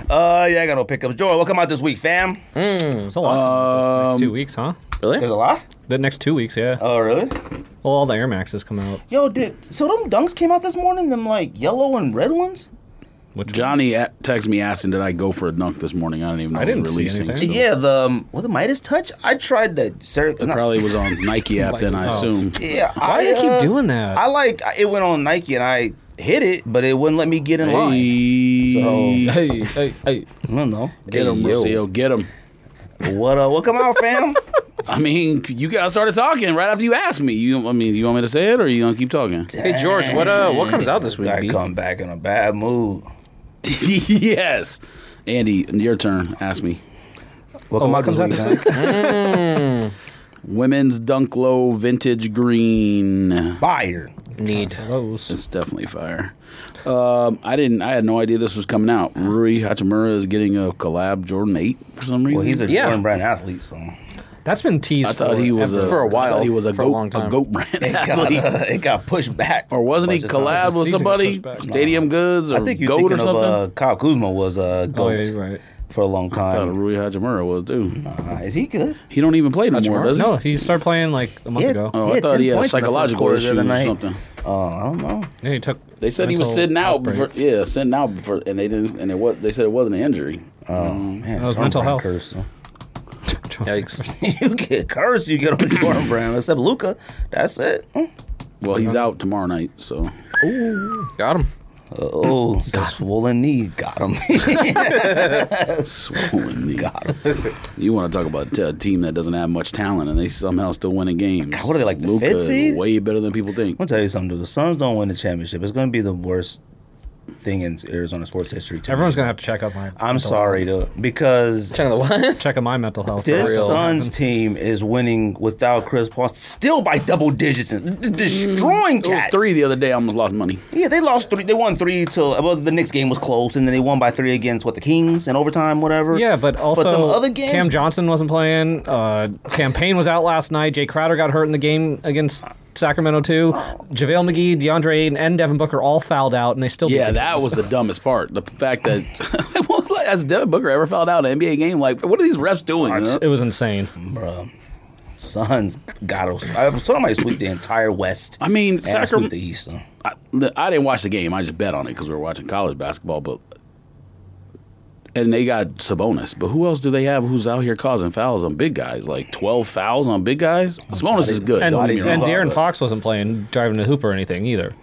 Speaker 1: Uh, yeah, I got no pickups. Joy, what come out this week, fam?
Speaker 2: It's a lot.
Speaker 3: Um,
Speaker 2: this next two weeks, huh?
Speaker 1: There's
Speaker 4: really?
Speaker 1: a lot.
Speaker 2: The next two weeks,
Speaker 3: uh,
Speaker 2: yeah.
Speaker 1: Oh, really?
Speaker 2: Well, all the Air Maxes come out.
Speaker 1: Yo, did so them dunks came out this morning? Them like yellow and red ones.
Speaker 2: Which
Speaker 3: Johnny a- texted me asking, "Did I go for a dunk this morning?" I didn't even know
Speaker 2: I
Speaker 3: it was
Speaker 2: didn't see
Speaker 3: releasing.
Speaker 2: anything.
Speaker 3: so-
Speaker 1: Yeah, the um, what the Midas touch. I tried the Sir.
Speaker 3: It probably was on Nike app then, I
Speaker 2: Oh.
Speaker 3: assume.
Speaker 1: Yeah. uh,
Speaker 2: Why do you
Speaker 3: uh,
Speaker 2: keep doing that?
Speaker 1: I like it went on Nike and I hit it, but it wouldn't let me get in
Speaker 4: oh.
Speaker 1: line. So-
Speaker 2: Hey, hey, hey.
Speaker 1: I don't know.
Speaker 3: get him,
Speaker 4: Hey, yo.
Speaker 3: Rocio, get him.
Speaker 1: What uh, what come out, fam?
Speaker 3: I mean, you guys started talking right after you asked me. You, I mean, you want me to say it or you gonna keep talking?
Speaker 4: Hey, George, what uh, what comes out this week?
Speaker 1: I
Speaker 4: B?
Speaker 1: come back in a bad mood.
Speaker 3: yes, Andy, your turn. Ask me.
Speaker 1: What
Speaker 2: what comes out this
Speaker 1: fam?
Speaker 3: Women's Dunk Low Vintage Green.
Speaker 1: Fire.
Speaker 4: Need.
Speaker 2: Those.
Speaker 3: It's definitely fire. Um, I didn't. I had no idea this was coming out. Rui Hachimura is getting a collab Jordan Eight for some reason.
Speaker 1: Well, he's a
Speaker 4: Yeah.
Speaker 1: Jordan Brand athlete, so
Speaker 2: That's been teased.
Speaker 3: I thought he was a,
Speaker 2: forever.
Speaker 4: For a
Speaker 3: I thought
Speaker 4: while.
Speaker 3: He was a
Speaker 4: For a
Speaker 3: goat.
Speaker 4: long time.
Speaker 3: goat brand
Speaker 1: it got,
Speaker 3: athlete.
Speaker 1: uh, it got pushed back.
Speaker 3: or wasn't he
Speaker 1: a bunch of times.
Speaker 3: collab with
Speaker 2: season got
Speaker 3: somebody?
Speaker 2: pushed back.
Speaker 3: Stadium Goods or
Speaker 1: I think you're
Speaker 3: Goat
Speaker 1: thinking
Speaker 3: or
Speaker 1: of
Speaker 3: something?
Speaker 1: uh, Kyle Kuzma was a uh,
Speaker 2: Oh,
Speaker 1: goat
Speaker 2: yeah, you're right.
Speaker 1: for a long
Speaker 3: I thought
Speaker 1: time.
Speaker 3: Rui Hachimura was too.
Speaker 1: Uh, is he good?
Speaker 3: He don't even play no more, does he?
Speaker 2: No, he started playing like a month
Speaker 1: Yeah.
Speaker 2: ago.
Speaker 3: Oh,
Speaker 1: He
Speaker 3: I
Speaker 1: had
Speaker 3: thought
Speaker 1: 10
Speaker 3: he had a
Speaker 1: points in the first
Speaker 3: psychological
Speaker 1: quarter the
Speaker 3: issue
Speaker 1: other
Speaker 3: or
Speaker 1: night.
Speaker 3: something.
Speaker 1: Uh, I don't know.
Speaker 2: And he took.
Speaker 3: They said he was
Speaker 2: mental
Speaker 3: sitting out.
Speaker 2: outbreak.
Speaker 3: For, yeah, sitting out for, and they didn't. And it was. They said it wasn't an injury.
Speaker 1: Oh, Man,
Speaker 2: Mm, That was
Speaker 1: Jordan
Speaker 2: mental
Speaker 1: Brand
Speaker 2: health.
Speaker 1: curse, huh?
Speaker 4: Yikes.
Speaker 1: you get cursed, you get on Jordan Brand, except Luca. That's it. Mm,
Speaker 3: Well, he's out tomorrow night. So
Speaker 4: Got him.
Speaker 1: Oh, says swollen knee. Got him.
Speaker 3: swollen knee. You want to talk about t- a team that doesn't have much talent and they somehow still win a game?
Speaker 1: God, what are they, like, the
Speaker 3: Luka
Speaker 1: fifth
Speaker 3: is
Speaker 1: seed?
Speaker 3: Way better than people think.
Speaker 1: I'm gonna tell you something, dude. The Suns don't win the championship. It's gonna be the worst thing in Arizona sports history. To me.
Speaker 2: Everyone's gonna have to check up my.
Speaker 1: I'm sorry, dude, because.
Speaker 4: Check on the what?
Speaker 2: Check out my mental health. for
Speaker 1: This
Speaker 2: real.
Speaker 1: Suns team is winning without Chris Paul, still by double digits, and d- destroying
Speaker 3: It was
Speaker 1: cats.
Speaker 3: three the other day. I almost lost money.
Speaker 1: Yeah, they lost three. They won three till well, the next game was close, and then they won by three against what the Kings in overtime, whatever.
Speaker 2: Yeah, but also
Speaker 1: them other games-
Speaker 2: Cam Johnson wasn't playing. Uh, Campaign was out last night. Jay Crowder got hurt in the game against Sacramento too. JaVale McGee, DeAndre Ayton, and Devin Booker all fouled out, and they still. beat
Speaker 3: Yeah,
Speaker 2: the
Speaker 3: that
Speaker 2: Kings.
Speaker 3: was the dumbest part. The fact that it was like, has Devin Booker ever fouled out in an NBA game? Like, what are these refs doing? you know?
Speaker 2: It was insane.
Speaker 1: Bruh. Suns got us. I was talking about sweep the entire West.
Speaker 3: I mean,
Speaker 1: and I sweep
Speaker 3: Sacramento.
Speaker 1: the East. huh?
Speaker 3: I, look, I didn't watch the game. I just bet on it because we were watching college basketball. But and they got Sabonis. But who else do they have who's out here causing fouls on big guys? Like twelve fouls on big guys. Sabonis is good.
Speaker 2: And,
Speaker 3: don't get me
Speaker 2: and
Speaker 3: wrong,
Speaker 2: Darren
Speaker 3: but-
Speaker 2: Fox wasn't playing, driving the hoop or anything either.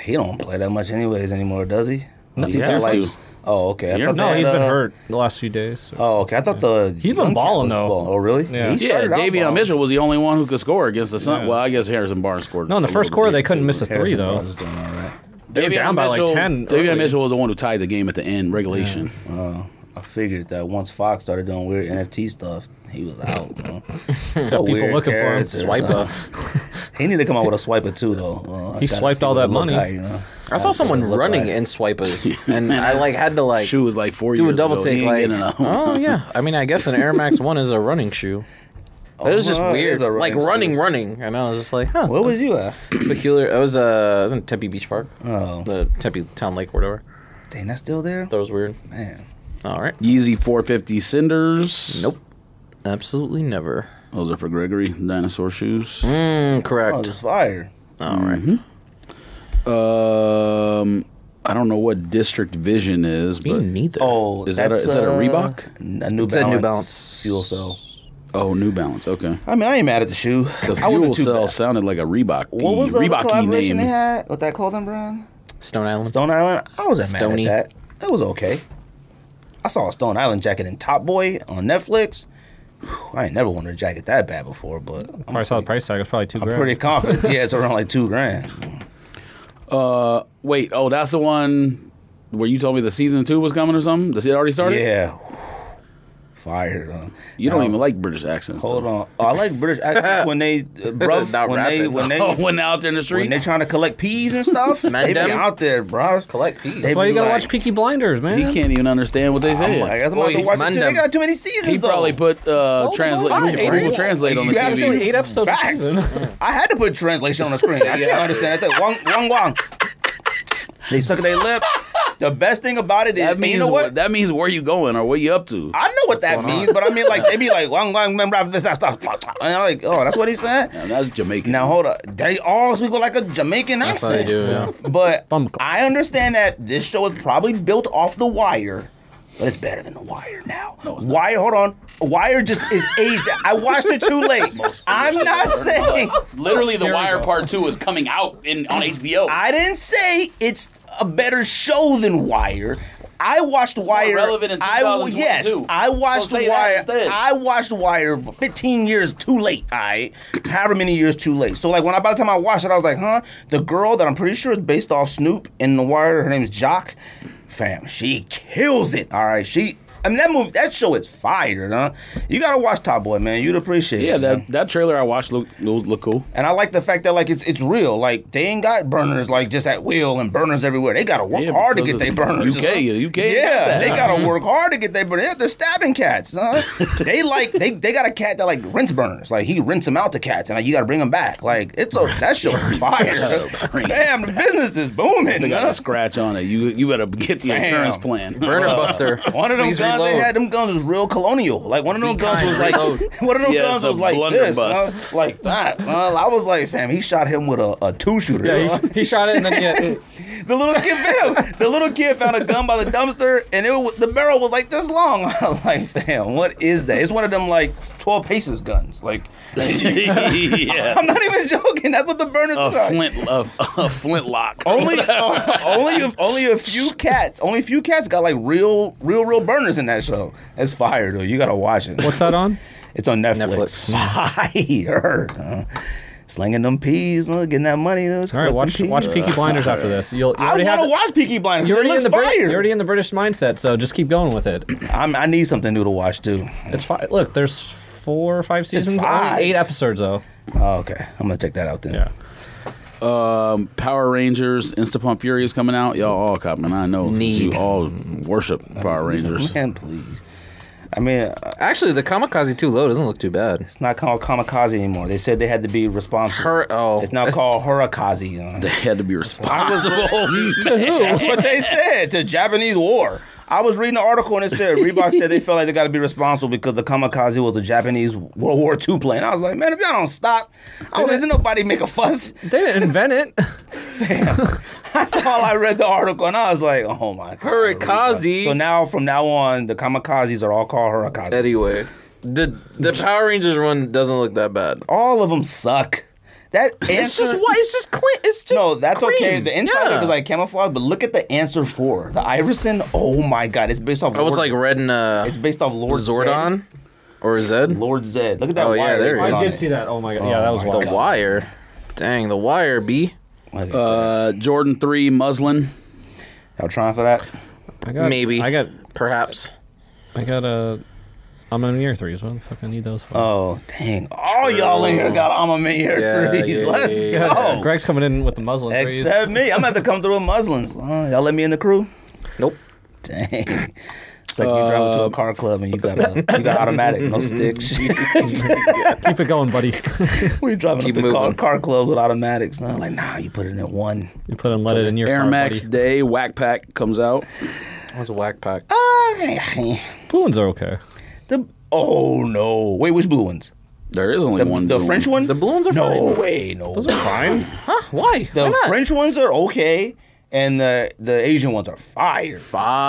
Speaker 1: He don't play that much anyways anymore, does he? Unless
Speaker 3: he
Speaker 1: got,
Speaker 3: has to.
Speaker 1: Oh, okay. I
Speaker 3: De'Aaron-
Speaker 1: thought
Speaker 2: No,
Speaker 1: that,
Speaker 2: he's
Speaker 1: uh,
Speaker 2: been hurt the last few days. so-
Speaker 1: Oh, okay. I thought the he's
Speaker 2: been balling, though.
Speaker 1: Oh, really?
Speaker 2: Yeah.
Speaker 1: He
Speaker 3: Yeah,
Speaker 1: started out
Speaker 3: Davion
Speaker 1: balling.
Speaker 3: Mitchell was the only one who could score against the Sun.
Speaker 2: Yeah.
Speaker 3: Well, I guess Harrison Barnes scored.
Speaker 2: No, in the
Speaker 3: a
Speaker 2: first
Speaker 3: little
Speaker 2: quarter
Speaker 3: bit,
Speaker 2: they couldn't
Speaker 3: too,
Speaker 2: miss a
Speaker 3: but-
Speaker 2: three
Speaker 1: Harrison
Speaker 2: though.
Speaker 1: Barnes is doing all right.
Speaker 2: They were
Speaker 3: Davion
Speaker 2: down by like
Speaker 3: Mitchell-
Speaker 2: ten.
Speaker 3: Davion
Speaker 2: early.
Speaker 3: Mitchell was the one who tied the game at the end, regulation.
Speaker 1: I figured that once Fox started doing weird NFT stuff, he was out. You know? What
Speaker 2: people
Speaker 1: weird
Speaker 2: looking for him.
Speaker 1: character,
Speaker 2: Swiper.
Speaker 1: huh? he need to come out with a swiper too, though. Uh, I
Speaker 2: He
Speaker 1: gotta
Speaker 2: swiped
Speaker 1: see
Speaker 2: all
Speaker 1: what
Speaker 2: that
Speaker 1: it look
Speaker 2: money.
Speaker 1: like, you know?
Speaker 4: I I saw someone running in swipers, and I like had to like
Speaker 3: Shoe was like four
Speaker 4: do a
Speaker 3: years
Speaker 4: double
Speaker 3: ago. He
Speaker 4: take.
Speaker 3: ain't
Speaker 4: Like,
Speaker 3: getting enough.
Speaker 4: oh yeah. I mean, I guess an Air Max One is a running shoe. It was just
Speaker 1: well, Oh, it
Speaker 4: weird,
Speaker 1: is a
Speaker 4: like
Speaker 1: running
Speaker 4: running,
Speaker 1: shoe.
Speaker 4: running, and I was just like, huh.
Speaker 1: Where was you at?
Speaker 4: peculiar. It was uh, it was in Tempe Beach Park,
Speaker 1: Oh,
Speaker 4: the Tempe Town Lake, or whatever.
Speaker 1: dang, that's still there.
Speaker 4: That was weird.
Speaker 1: Man,
Speaker 4: All right.
Speaker 3: Yeezy 450 Cinders.
Speaker 4: Nope. Absolutely never.
Speaker 3: Those are for Gregory. Dinosaur shoes.
Speaker 4: Mm,
Speaker 1: oh,
Speaker 4: correct.
Speaker 1: it's fire.
Speaker 4: All right.
Speaker 3: Um, I don't know what District Vision is,
Speaker 4: Me
Speaker 3: but
Speaker 2: Hmm.
Speaker 4: neither.
Speaker 1: Oh,
Speaker 3: Is that a-
Speaker 1: that's,
Speaker 3: is that a
Speaker 1: uh,
Speaker 3: Reebok?
Speaker 1: n- A New
Speaker 4: a
Speaker 1: Balance.
Speaker 4: New Balance.
Speaker 1: fuel cell.
Speaker 3: oh, New Balance. Okay.
Speaker 1: I mean, I ain't mad at the shoe.
Speaker 3: The
Speaker 1: I
Speaker 3: fuel
Speaker 1: wasn't too
Speaker 3: cell
Speaker 1: bad.
Speaker 3: sounded like a Reebok.
Speaker 1: What was the other
Speaker 3: Reebok
Speaker 1: collaboration
Speaker 3: name?
Speaker 1: they had? What that clothing brand?
Speaker 4: Stone Island.
Speaker 1: Stone Island. I wasn't
Speaker 4: Stony.
Speaker 1: mad at that. That was okay. I saw a Stone Island jacket in Top Boy on Netflix. Whew, I ain't never wanted a jacket that bad before, but I'm,
Speaker 2: I saw the price tag. It was probably two
Speaker 1: I'm
Speaker 2: grand.
Speaker 1: pretty confident. yeah, it's around like two grand.
Speaker 3: Wait, oh, that's the one where you told me the season two was coming or something. Does it already started?
Speaker 1: Yeah. Fire. Huh?
Speaker 3: You don't
Speaker 1: Now,
Speaker 3: even like British accents.
Speaker 1: Hold
Speaker 3: though.
Speaker 1: on. Oh, I like British accents when they, uh, bruv,
Speaker 4: Not
Speaker 1: when they,
Speaker 4: rapping.
Speaker 1: when they,
Speaker 3: Oh, when out there in the
Speaker 1: when they
Speaker 3: streets.
Speaker 1: trying to collect peas and stuff. they be
Speaker 4: Mandem?
Speaker 1: out there, bro.
Speaker 4: Collect peas.
Speaker 1: They
Speaker 2: That's why
Speaker 1: be
Speaker 2: you gotta
Speaker 1: like-
Speaker 2: watch Peaky Blinders, man.
Speaker 3: he can't even understand what they
Speaker 1: I'm
Speaker 3: say.
Speaker 1: like, I guess I'm about to
Speaker 4: Boy,
Speaker 1: watch it too. They
Speaker 4: Mandem.
Speaker 1: got too many seasons.
Speaker 3: he
Speaker 1: though.
Speaker 3: probably put
Speaker 2: So-
Speaker 3: uh,
Speaker 2: so
Speaker 3: translate
Speaker 2: fine,
Speaker 3: Google,
Speaker 2: ain't
Speaker 3: Google
Speaker 2: it?
Speaker 3: Translate on the
Speaker 1: You have
Speaker 3: TV.
Speaker 1: to-
Speaker 2: Eight episodes a
Speaker 1: Facts.
Speaker 2: season.
Speaker 1: I had to put translation on the screen. I can't understand that. Wong wong wong. They suck their lip. The best thing about it is,
Speaker 3: That
Speaker 1: and
Speaker 3: means
Speaker 1: you know what?
Speaker 3: That means where you going or what you up to.
Speaker 1: I know what that
Speaker 4: going on?
Speaker 1: means, but I mean, like they be like wong wong mem rap this that stuff, and I'm like, oh, that's what he said.
Speaker 3: Now, that's Jamaican.
Speaker 1: Now hold up, they all speak with like a Jamaican
Speaker 4: That's how
Speaker 1: accent.
Speaker 4: they do. Yeah.
Speaker 1: But
Speaker 2: Bum-
Speaker 1: I understand that this show is probably built off The Wire, but it's better than The Wire now. Wire, hold on. Wire just is aged. I watched it too late. I'm not saying.
Speaker 3: literally, The
Speaker 2: Oh, Here we
Speaker 3: Wire
Speaker 2: go.
Speaker 3: Part Two is coming out in on HBO.
Speaker 1: I didn't say it's a better show than Wire. I watched Wire.
Speaker 3: relevant in
Speaker 1: I w- yes,
Speaker 3: 2022.
Speaker 1: I watched
Speaker 3: So say that
Speaker 1: Wire.
Speaker 3: instead.
Speaker 1: I watched Wire 15 years too late. I however many years too late. So like when I by the time I watched it, I was like, huh? The girl that I'm pretty sure is based off Snoop in The Wire. Her name's Jock. Fam, she kills it. All right, she. I mean that movie, that show is fired, huh? You gotta watch Top Boy, man. You'd appreciate it.
Speaker 3: yeah,
Speaker 1: man.
Speaker 3: that, that trailer I watched looked look, look cool.
Speaker 1: And I like the fact that like it's it's real. Like they ain't got burners like just at will and burners everywhere. They gotta work
Speaker 3: Yeah,
Speaker 1: hard to
Speaker 3: because
Speaker 1: get their
Speaker 3: it's
Speaker 1: burners.
Speaker 3: UK, yeah, UK ain't got
Speaker 1: Yeah,
Speaker 3: that.
Speaker 1: they gotta work hard to get their burners. They're stabbing cats. Huh? they like they they got a cat that like rents burners. Like he rents them out to cats, and like you gotta bring them back. Like it's a that shit is fire. Damn, the business is booming.
Speaker 3: They got
Speaker 1: huh?
Speaker 3: a scratch on it. You you better get the insurance plan.
Speaker 4: Burner Buster.
Speaker 1: One of them
Speaker 4: Please
Speaker 1: guns they
Speaker 4: reload.
Speaker 1: had, them guns was real colonial. Like one of them
Speaker 4: Be
Speaker 1: guns
Speaker 4: kind,
Speaker 1: was like,
Speaker 4: reload.
Speaker 1: one of them
Speaker 3: Yeah,
Speaker 1: guns
Speaker 3: it's a
Speaker 1: was like this,
Speaker 3: blunderbuss.
Speaker 1: huh? like that. Well, I was like, fam, he shot him with a, a two shooter.
Speaker 2: Yeah, he, he shot it and then yeah,
Speaker 1: The little kid found the little kid found a gun by the dumpster, and it was, the barrel was like this long. I was like, fam, what is that? It's one of them like twelve paces guns. Like
Speaker 3: yeah.
Speaker 1: I'm not even joking. That's what the burners
Speaker 3: A
Speaker 1: look like.
Speaker 3: flint a, a flintlock.
Speaker 1: Only, only, a, only a few cats. Only a few cats got like real, real, real burners in that show. It's fire, though. You gotta watch it.
Speaker 2: What's that on?
Speaker 1: It's on Netflix.
Speaker 4: Netflix. Mm-hmm.
Speaker 1: Fire. Huh? Slinging them peas, huh? getting that money. All
Speaker 2: All right, watch watch Peaky Blinders after this. You'll you
Speaker 1: I
Speaker 2: already have
Speaker 1: want to
Speaker 2: the-
Speaker 1: watch Peaky Blinders.
Speaker 2: You're
Speaker 1: It
Speaker 2: already, in
Speaker 1: looks
Speaker 2: the
Speaker 1: fire.
Speaker 2: Brit- you're already in the British mindset, so just keep going with it.
Speaker 1: I'm, I need something new to watch too.
Speaker 2: It's fine. Look, there's four or five seasons,
Speaker 1: five.
Speaker 2: only eight episodes though.
Speaker 1: Oh, okay, I'm gonna check that out then.
Speaker 2: Yeah,
Speaker 3: Um, Power Rangers, Instapump Fury is coming out. Y'all all cop, man. I know 'cause you
Speaker 4: Need.
Speaker 3: all worship Power Rangers.
Speaker 1: Man, please. I mean, uh,
Speaker 4: Actually, the Kamikaze 2 Low doesn't look too bad.
Speaker 1: it's not called kamikaze anymore. They said they had to be responsible.
Speaker 4: Her- oh.
Speaker 1: it's now
Speaker 4: It's-
Speaker 1: called hurakaze.
Speaker 3: They
Speaker 1: huh?
Speaker 3: had to be responsible.
Speaker 1: That's what they said to Japanese war. I was reading the article and it said Reebok said they felt like they got to be responsible because the kamikaze was a Japanese World War II plane. I was like, man, if y'all don't stop, I was like, did nobody make a fuss.
Speaker 2: they didn't invent it.
Speaker 1: That's all I read the article and I was like, oh my god,
Speaker 4: Hurrikaze.
Speaker 1: So now, from now on, the kamikazes are all called hurrikazes.
Speaker 4: Anyway, the the Power Rangers one doesn't look that bad.
Speaker 1: All of them suck. That answer,
Speaker 4: It's just why it's just clean. It's just
Speaker 1: No, that's
Speaker 4: cream.
Speaker 1: okay. The inside
Speaker 4: Yeah.
Speaker 1: is like camouflage, but look at the answer for the Iverson. Oh my god, it's based off.
Speaker 4: oh, it's
Speaker 1: Lord-
Speaker 4: like red and uh,
Speaker 1: it's based off Lord Zed.
Speaker 4: Zordon or Zed.
Speaker 1: Lord Zed. Look at that
Speaker 4: Oh,
Speaker 1: wire.
Speaker 4: yeah, there
Speaker 1: they
Speaker 4: you
Speaker 1: put
Speaker 4: go.
Speaker 2: I
Speaker 1: on
Speaker 2: did
Speaker 1: it.
Speaker 2: see that. Oh my god. Yeah, that was
Speaker 1: my
Speaker 2: wild.
Speaker 4: The Wire. Dang, the Wire B.
Speaker 1: Like,
Speaker 3: uh, Jordan Three Muslin.
Speaker 1: y'all trying for that?
Speaker 2: I got,
Speaker 4: Maybe
Speaker 2: I got
Speaker 4: perhaps.
Speaker 2: I got a. I'm in year threes. What the fuck I need those for?
Speaker 1: Oh, dang. All y'all in here got Alma Mater
Speaker 4: Yeah,
Speaker 1: threes.
Speaker 4: yeah,
Speaker 1: Let's
Speaker 4: yeah, yeah.
Speaker 1: go.
Speaker 2: Greg's coming in with the muslin threes.
Speaker 1: Except me. I'm going to have to come through with Muslims. Uh, y'all let me in the crew?
Speaker 4: Nope.
Speaker 1: Dang. It's like you drive into a car club and you got a, you got automatic, no sticks.
Speaker 2: Keep it going, buddy.
Speaker 1: we driving
Speaker 4: Keep
Speaker 1: up to car,
Speaker 4: moving.
Speaker 1: car clubs with automatics. And I'm like, nah, you put it in at one.
Speaker 2: you put and let it in your
Speaker 3: Air
Speaker 2: car,
Speaker 3: Max
Speaker 2: buddy.
Speaker 3: Day Whack Pack comes out.
Speaker 4: That was a whack pack.
Speaker 1: Ah,
Speaker 2: Blue ones are okay.
Speaker 1: the, oh, no. Wait, which blue ones?
Speaker 3: There is only
Speaker 1: The,
Speaker 3: one.
Speaker 1: the
Speaker 3: blue
Speaker 1: French one?
Speaker 4: The balloons are
Speaker 1: No
Speaker 4: fine.
Speaker 1: way, no.
Speaker 2: Those are fine. huh? Why?
Speaker 1: The
Speaker 2: Why not?
Speaker 1: French ones are okay, and the the Asian ones are fire.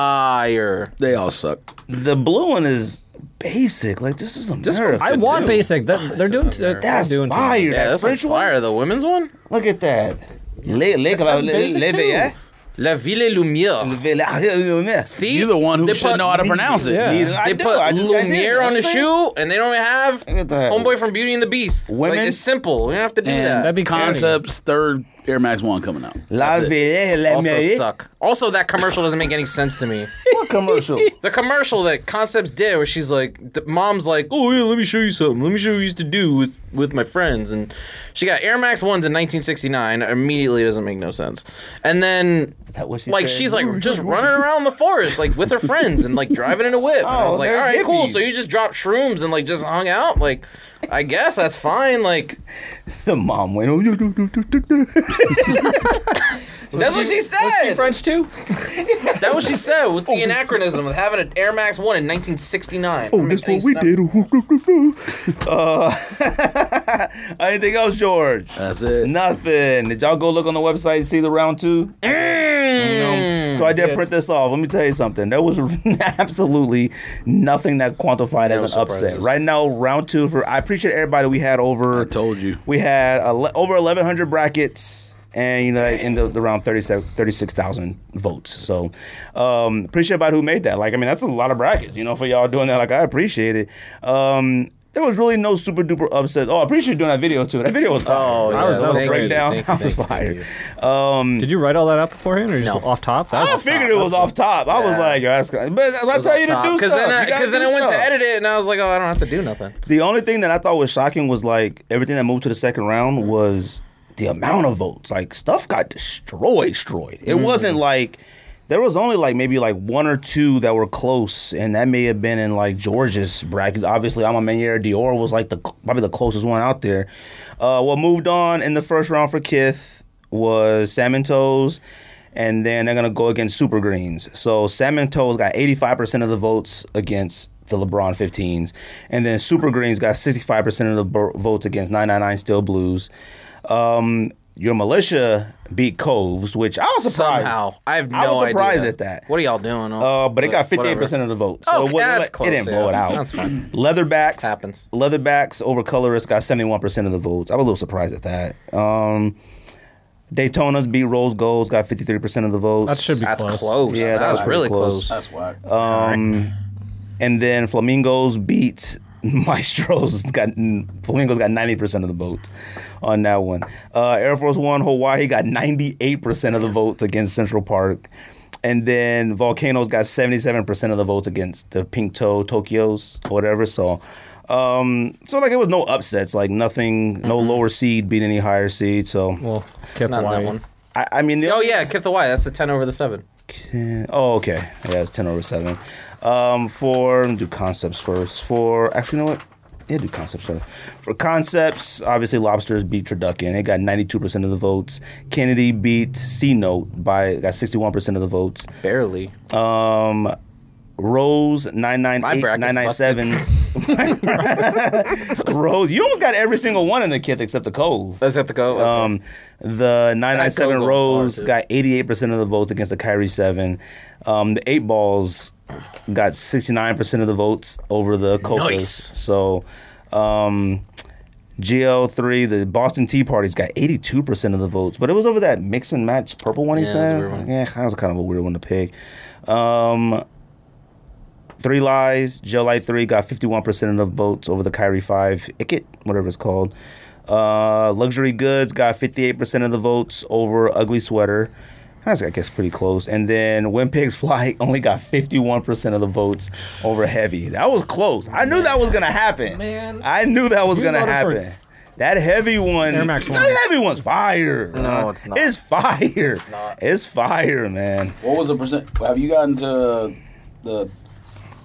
Speaker 4: Fire.
Speaker 3: They all suck.
Speaker 1: The blue one is basic. Like this is America.
Speaker 2: I
Speaker 3: good
Speaker 2: want
Speaker 3: too.
Speaker 2: basic. That, they're doing.
Speaker 4: Oh, is unfair.
Speaker 2: they're
Speaker 1: That's
Speaker 2: doing too
Speaker 1: fire.
Speaker 2: much.
Speaker 4: Yeah,
Speaker 1: That
Speaker 4: this
Speaker 1: French
Speaker 4: one's fire. The women's one?
Speaker 1: Look at that. Le, le, le,
Speaker 2: basic
Speaker 1: le,
Speaker 2: too.
Speaker 1: yeah?
Speaker 4: La Ville Lumiere.
Speaker 1: See,
Speaker 4: See?
Speaker 3: You're the one who
Speaker 4: They
Speaker 3: should
Speaker 4: put-
Speaker 3: know how to pronounce it.
Speaker 2: Yeah.
Speaker 1: I
Speaker 4: They
Speaker 1: do.
Speaker 4: put
Speaker 1: I just got
Speaker 4: Lumiere
Speaker 1: it.
Speaker 4: on the
Speaker 1: Honestly,
Speaker 4: shoe, and they don't even have
Speaker 1: Look at that.
Speaker 4: Homeboy from Beauty and the Beast.
Speaker 1: Women?
Speaker 4: Like, it's simple. You don't have to do
Speaker 3: And
Speaker 4: that.
Speaker 2: That'd be
Speaker 3: Concepts third Air Max One coming out.
Speaker 1: La
Speaker 3: That's it.
Speaker 1: Ville, la
Speaker 4: also
Speaker 1: Mairie.
Speaker 4: suck. Also, that commercial doesn't make any sense to me.
Speaker 1: What commercial?
Speaker 4: The commercial that Concepts did, where she's like, the mom's like, "Oh yeah, let me show you something. Let me show you what I used to do with with my friends." And she got Air Max ones in 1969. Immediately doesn't make no sense. And then,
Speaker 1: Is that what she
Speaker 4: like,
Speaker 1: said?
Speaker 4: she's like just running around the forest, like with her friends, and like driving in a whip. and I
Speaker 1: Oh,
Speaker 4: was like, "All
Speaker 1: they're
Speaker 4: right, cool.
Speaker 1: hippies.
Speaker 4: So you just dropped shrooms and like just hung out. Like, I guess that's fine. Like,
Speaker 1: the mom went. Oh, do, do, do, do, do, do.
Speaker 4: that's what she said.
Speaker 2: Hey, French too.
Speaker 4: That's what she said with
Speaker 1: Oh,
Speaker 4: the anachronism of having an Air Max 1 in 1969. Oh,
Speaker 1: That's what we did. Oh, do, do, do. Uh, anything else, George?
Speaker 4: Uh,
Speaker 3: That's it.
Speaker 1: Nothing. Did y'all go look on the website and see the round two?
Speaker 3: Mm.
Speaker 1: So I did
Speaker 2: Yeah.
Speaker 1: print this off. Let me tell you something. There was absolutely nothing that quantified as an upset.
Speaker 4: surprises.
Speaker 1: Right now, round two for I appreciate everybody we had over.
Speaker 3: I told you.
Speaker 1: we had ele- over eleven hundred brackets. And you know, in the around 36 36,000 votes. So, um, appreciate everybody who made that. Like, I mean, that's a lot of brackets, you know, for y'all doing that. Like, I appreciate it. Um, there was really no super duper upset. Oh, I appreciate you doing that video too. That video was fire.
Speaker 4: Oh, yeah.
Speaker 1: I was, that was
Speaker 4: Thank you,
Speaker 1: breakdown.
Speaker 4: thank you,
Speaker 1: I was
Speaker 4: thank you, thank
Speaker 1: fired.
Speaker 2: Did you write all that up beforehand or just
Speaker 4: No. Oh,
Speaker 2: off top? That
Speaker 1: I
Speaker 2: was off
Speaker 1: figured
Speaker 2: top.
Speaker 1: it was off top. I was
Speaker 4: Yeah.
Speaker 1: like, yo, that's good. But that's what I tell you to do
Speaker 4: Because
Speaker 1: stuff.
Speaker 4: then,
Speaker 1: You
Speaker 4: I,
Speaker 1: gotta
Speaker 4: 'cause then
Speaker 1: do
Speaker 4: I went to
Speaker 1: stuff.
Speaker 4: edit it and I was like, oh, I don't have to do nothing.
Speaker 1: The only thing that I thought was shocking was like everything that moved to the second
Speaker 4: Mm-hmm.
Speaker 1: round was the amount of votes. Like stuff got destroyed, destroyed. It
Speaker 4: Mm-hmm.
Speaker 1: wasn't like there was only like maybe like one or two that were close, and that may have been in like George's bracket. Obviously, I'm a Meniere. Dior was like the probably the closest one out there. Uh, what moved on in the first round for Kith was Salmon Toes, and then they're gonna go against Super Greens. So Salmon Toes got 85% of the votes against the LeBron 15s, and then Super Greens got 65% of the bo- votes against 999 Steel Blues. Um, your militia beat Coves, which I was surprised.
Speaker 4: Somehow. I have no
Speaker 1: I was surprised
Speaker 4: idea.
Speaker 1: at that.
Speaker 4: What are y'all doing?
Speaker 1: Uh, but it got 58%
Speaker 4: Whatever.
Speaker 1: of the vote. So
Speaker 4: Oh,
Speaker 1: it, wasn't
Speaker 4: that's
Speaker 1: like-
Speaker 4: close,
Speaker 1: it didn't
Speaker 4: yeah.
Speaker 1: blow it out.
Speaker 4: That's fine.
Speaker 1: Leatherbacks.
Speaker 4: Happens.
Speaker 1: Leatherbacks over colorists got 71% of the votes. I'm a little surprised at that. Um, Daytona's beat Rose Golds got 53% of the votes.
Speaker 2: That should be
Speaker 4: That's
Speaker 2: close.
Speaker 4: close.
Speaker 1: Yeah, that
Speaker 4: that,
Speaker 1: was
Speaker 4: was really
Speaker 1: pretty close. Um,
Speaker 4: close.
Speaker 3: That's Uh, whack.
Speaker 1: And then Flamingos beat Maestros. Got Flamingos got ninety percent of the votes on that one. Uh, Air Force One Hawaii got ninety eight percent of the votes against Central Park, and then Volcanoes got seventy seven percent of the votes against the Pink Toe Tokyos or whatever. So. Um, so like it was no upsets, like nothing, no lower seed beat any higher seed. So
Speaker 2: Well, kept
Speaker 4: Not that
Speaker 2: Hawaii.
Speaker 4: one.
Speaker 1: I, I mean, the
Speaker 4: Oh, yeah, Kith the Y. That's the 10 over the 7.
Speaker 1: yeah. Oh, okay. Yeah, it's ten over seven. Um, for do concepts first. For actually, you know what? Yeah, do concepts first. For concepts, obviously, lobsters beat Turducken. It got ninety-two percent of the votes. Kennedy beat C Note by got sixty-one percent of the votes.
Speaker 4: Barely.
Speaker 1: Um, Rose nine nine
Speaker 4: My
Speaker 1: eight
Speaker 4: bracket's
Speaker 1: nine nine sevens. Rose, you almost got every single one in the kit except the Cove.
Speaker 4: Let's have to go.
Speaker 1: Um, the 997
Speaker 4: That Kogo
Speaker 1: Rose
Speaker 4: far, too.
Speaker 1: got 88% of the votes against the Kyrie 7. Um, the 8 Balls got 69% of the votes over the Kokas.
Speaker 4: Nice.
Speaker 1: So, um, GL3, the Boston Tea Party's got 82% of the votes, but it was over that mix and match purple one he
Speaker 4: Yeah, it was a
Speaker 1: said.
Speaker 4: weird one.
Speaker 1: Yeah, that was kind of a weird one to pick. Um, Three Lies, Joe Light 3 got 51% of the votes over the Kyrie 5 Icket, whatever it's called. Uh, Luxury Goods got 58% of the votes over Ugly Sweater. That's, I guess, pretty close. And then When Pigs Fly only got 51% of the votes over Heavy. That was close. I knew that was going to happen.
Speaker 2: Man.
Speaker 1: I knew that was
Speaker 2: You
Speaker 1: going to
Speaker 2: voted for-
Speaker 1: happen. That heavy one,
Speaker 2: Air Max
Speaker 1: that
Speaker 2: one.
Speaker 1: heavy one's fire.
Speaker 4: No, it's not.
Speaker 1: It's fire. It's, fire, man.
Speaker 3: What was the percent? Have you gotten to the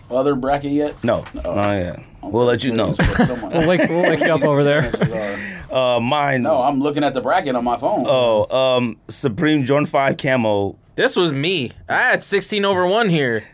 Speaker 3: other bracket yet?
Speaker 1: No, not yet. We'll let you know.
Speaker 2: We'll wake, we'll wake you up over there.
Speaker 1: Uh, mine.
Speaker 3: No, I'm looking at the bracket on my phone.
Speaker 1: Oh, um, Supreme Jordan Five Camo.
Speaker 4: This was me. I had 16 over one here.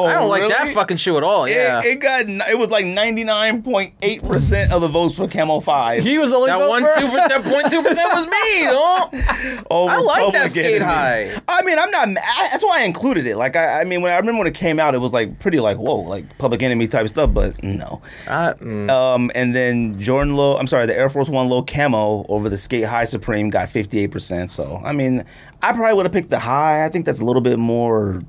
Speaker 1: Oh,
Speaker 4: I don't like that
Speaker 1: really?
Speaker 4: fucking shoe at all.
Speaker 1: It,
Speaker 4: Yeah.
Speaker 1: it got n- it was like ninety nine point eight percent of the votes for Camo Five.
Speaker 2: He was the only
Speaker 4: that
Speaker 2: vote
Speaker 4: one
Speaker 2: for-
Speaker 4: two per- that point two percent was me. No?
Speaker 1: over
Speaker 4: I like
Speaker 1: Public
Speaker 4: that skate
Speaker 1: Enemy.
Speaker 4: high.
Speaker 1: I mean, I'm not. I, that's why I included it. Like, I, I mean, when I remember when it came out, it was like pretty like whoa, like Public Enemy type stuff. But no.
Speaker 4: I, mm,
Speaker 1: Um, and then Jordan Low. I'm sorry, the Air Force One Low Camo over the Skate High Supreme got fifty eight percent. So I mean, I probably would have picked the high. I think that's a little bit more.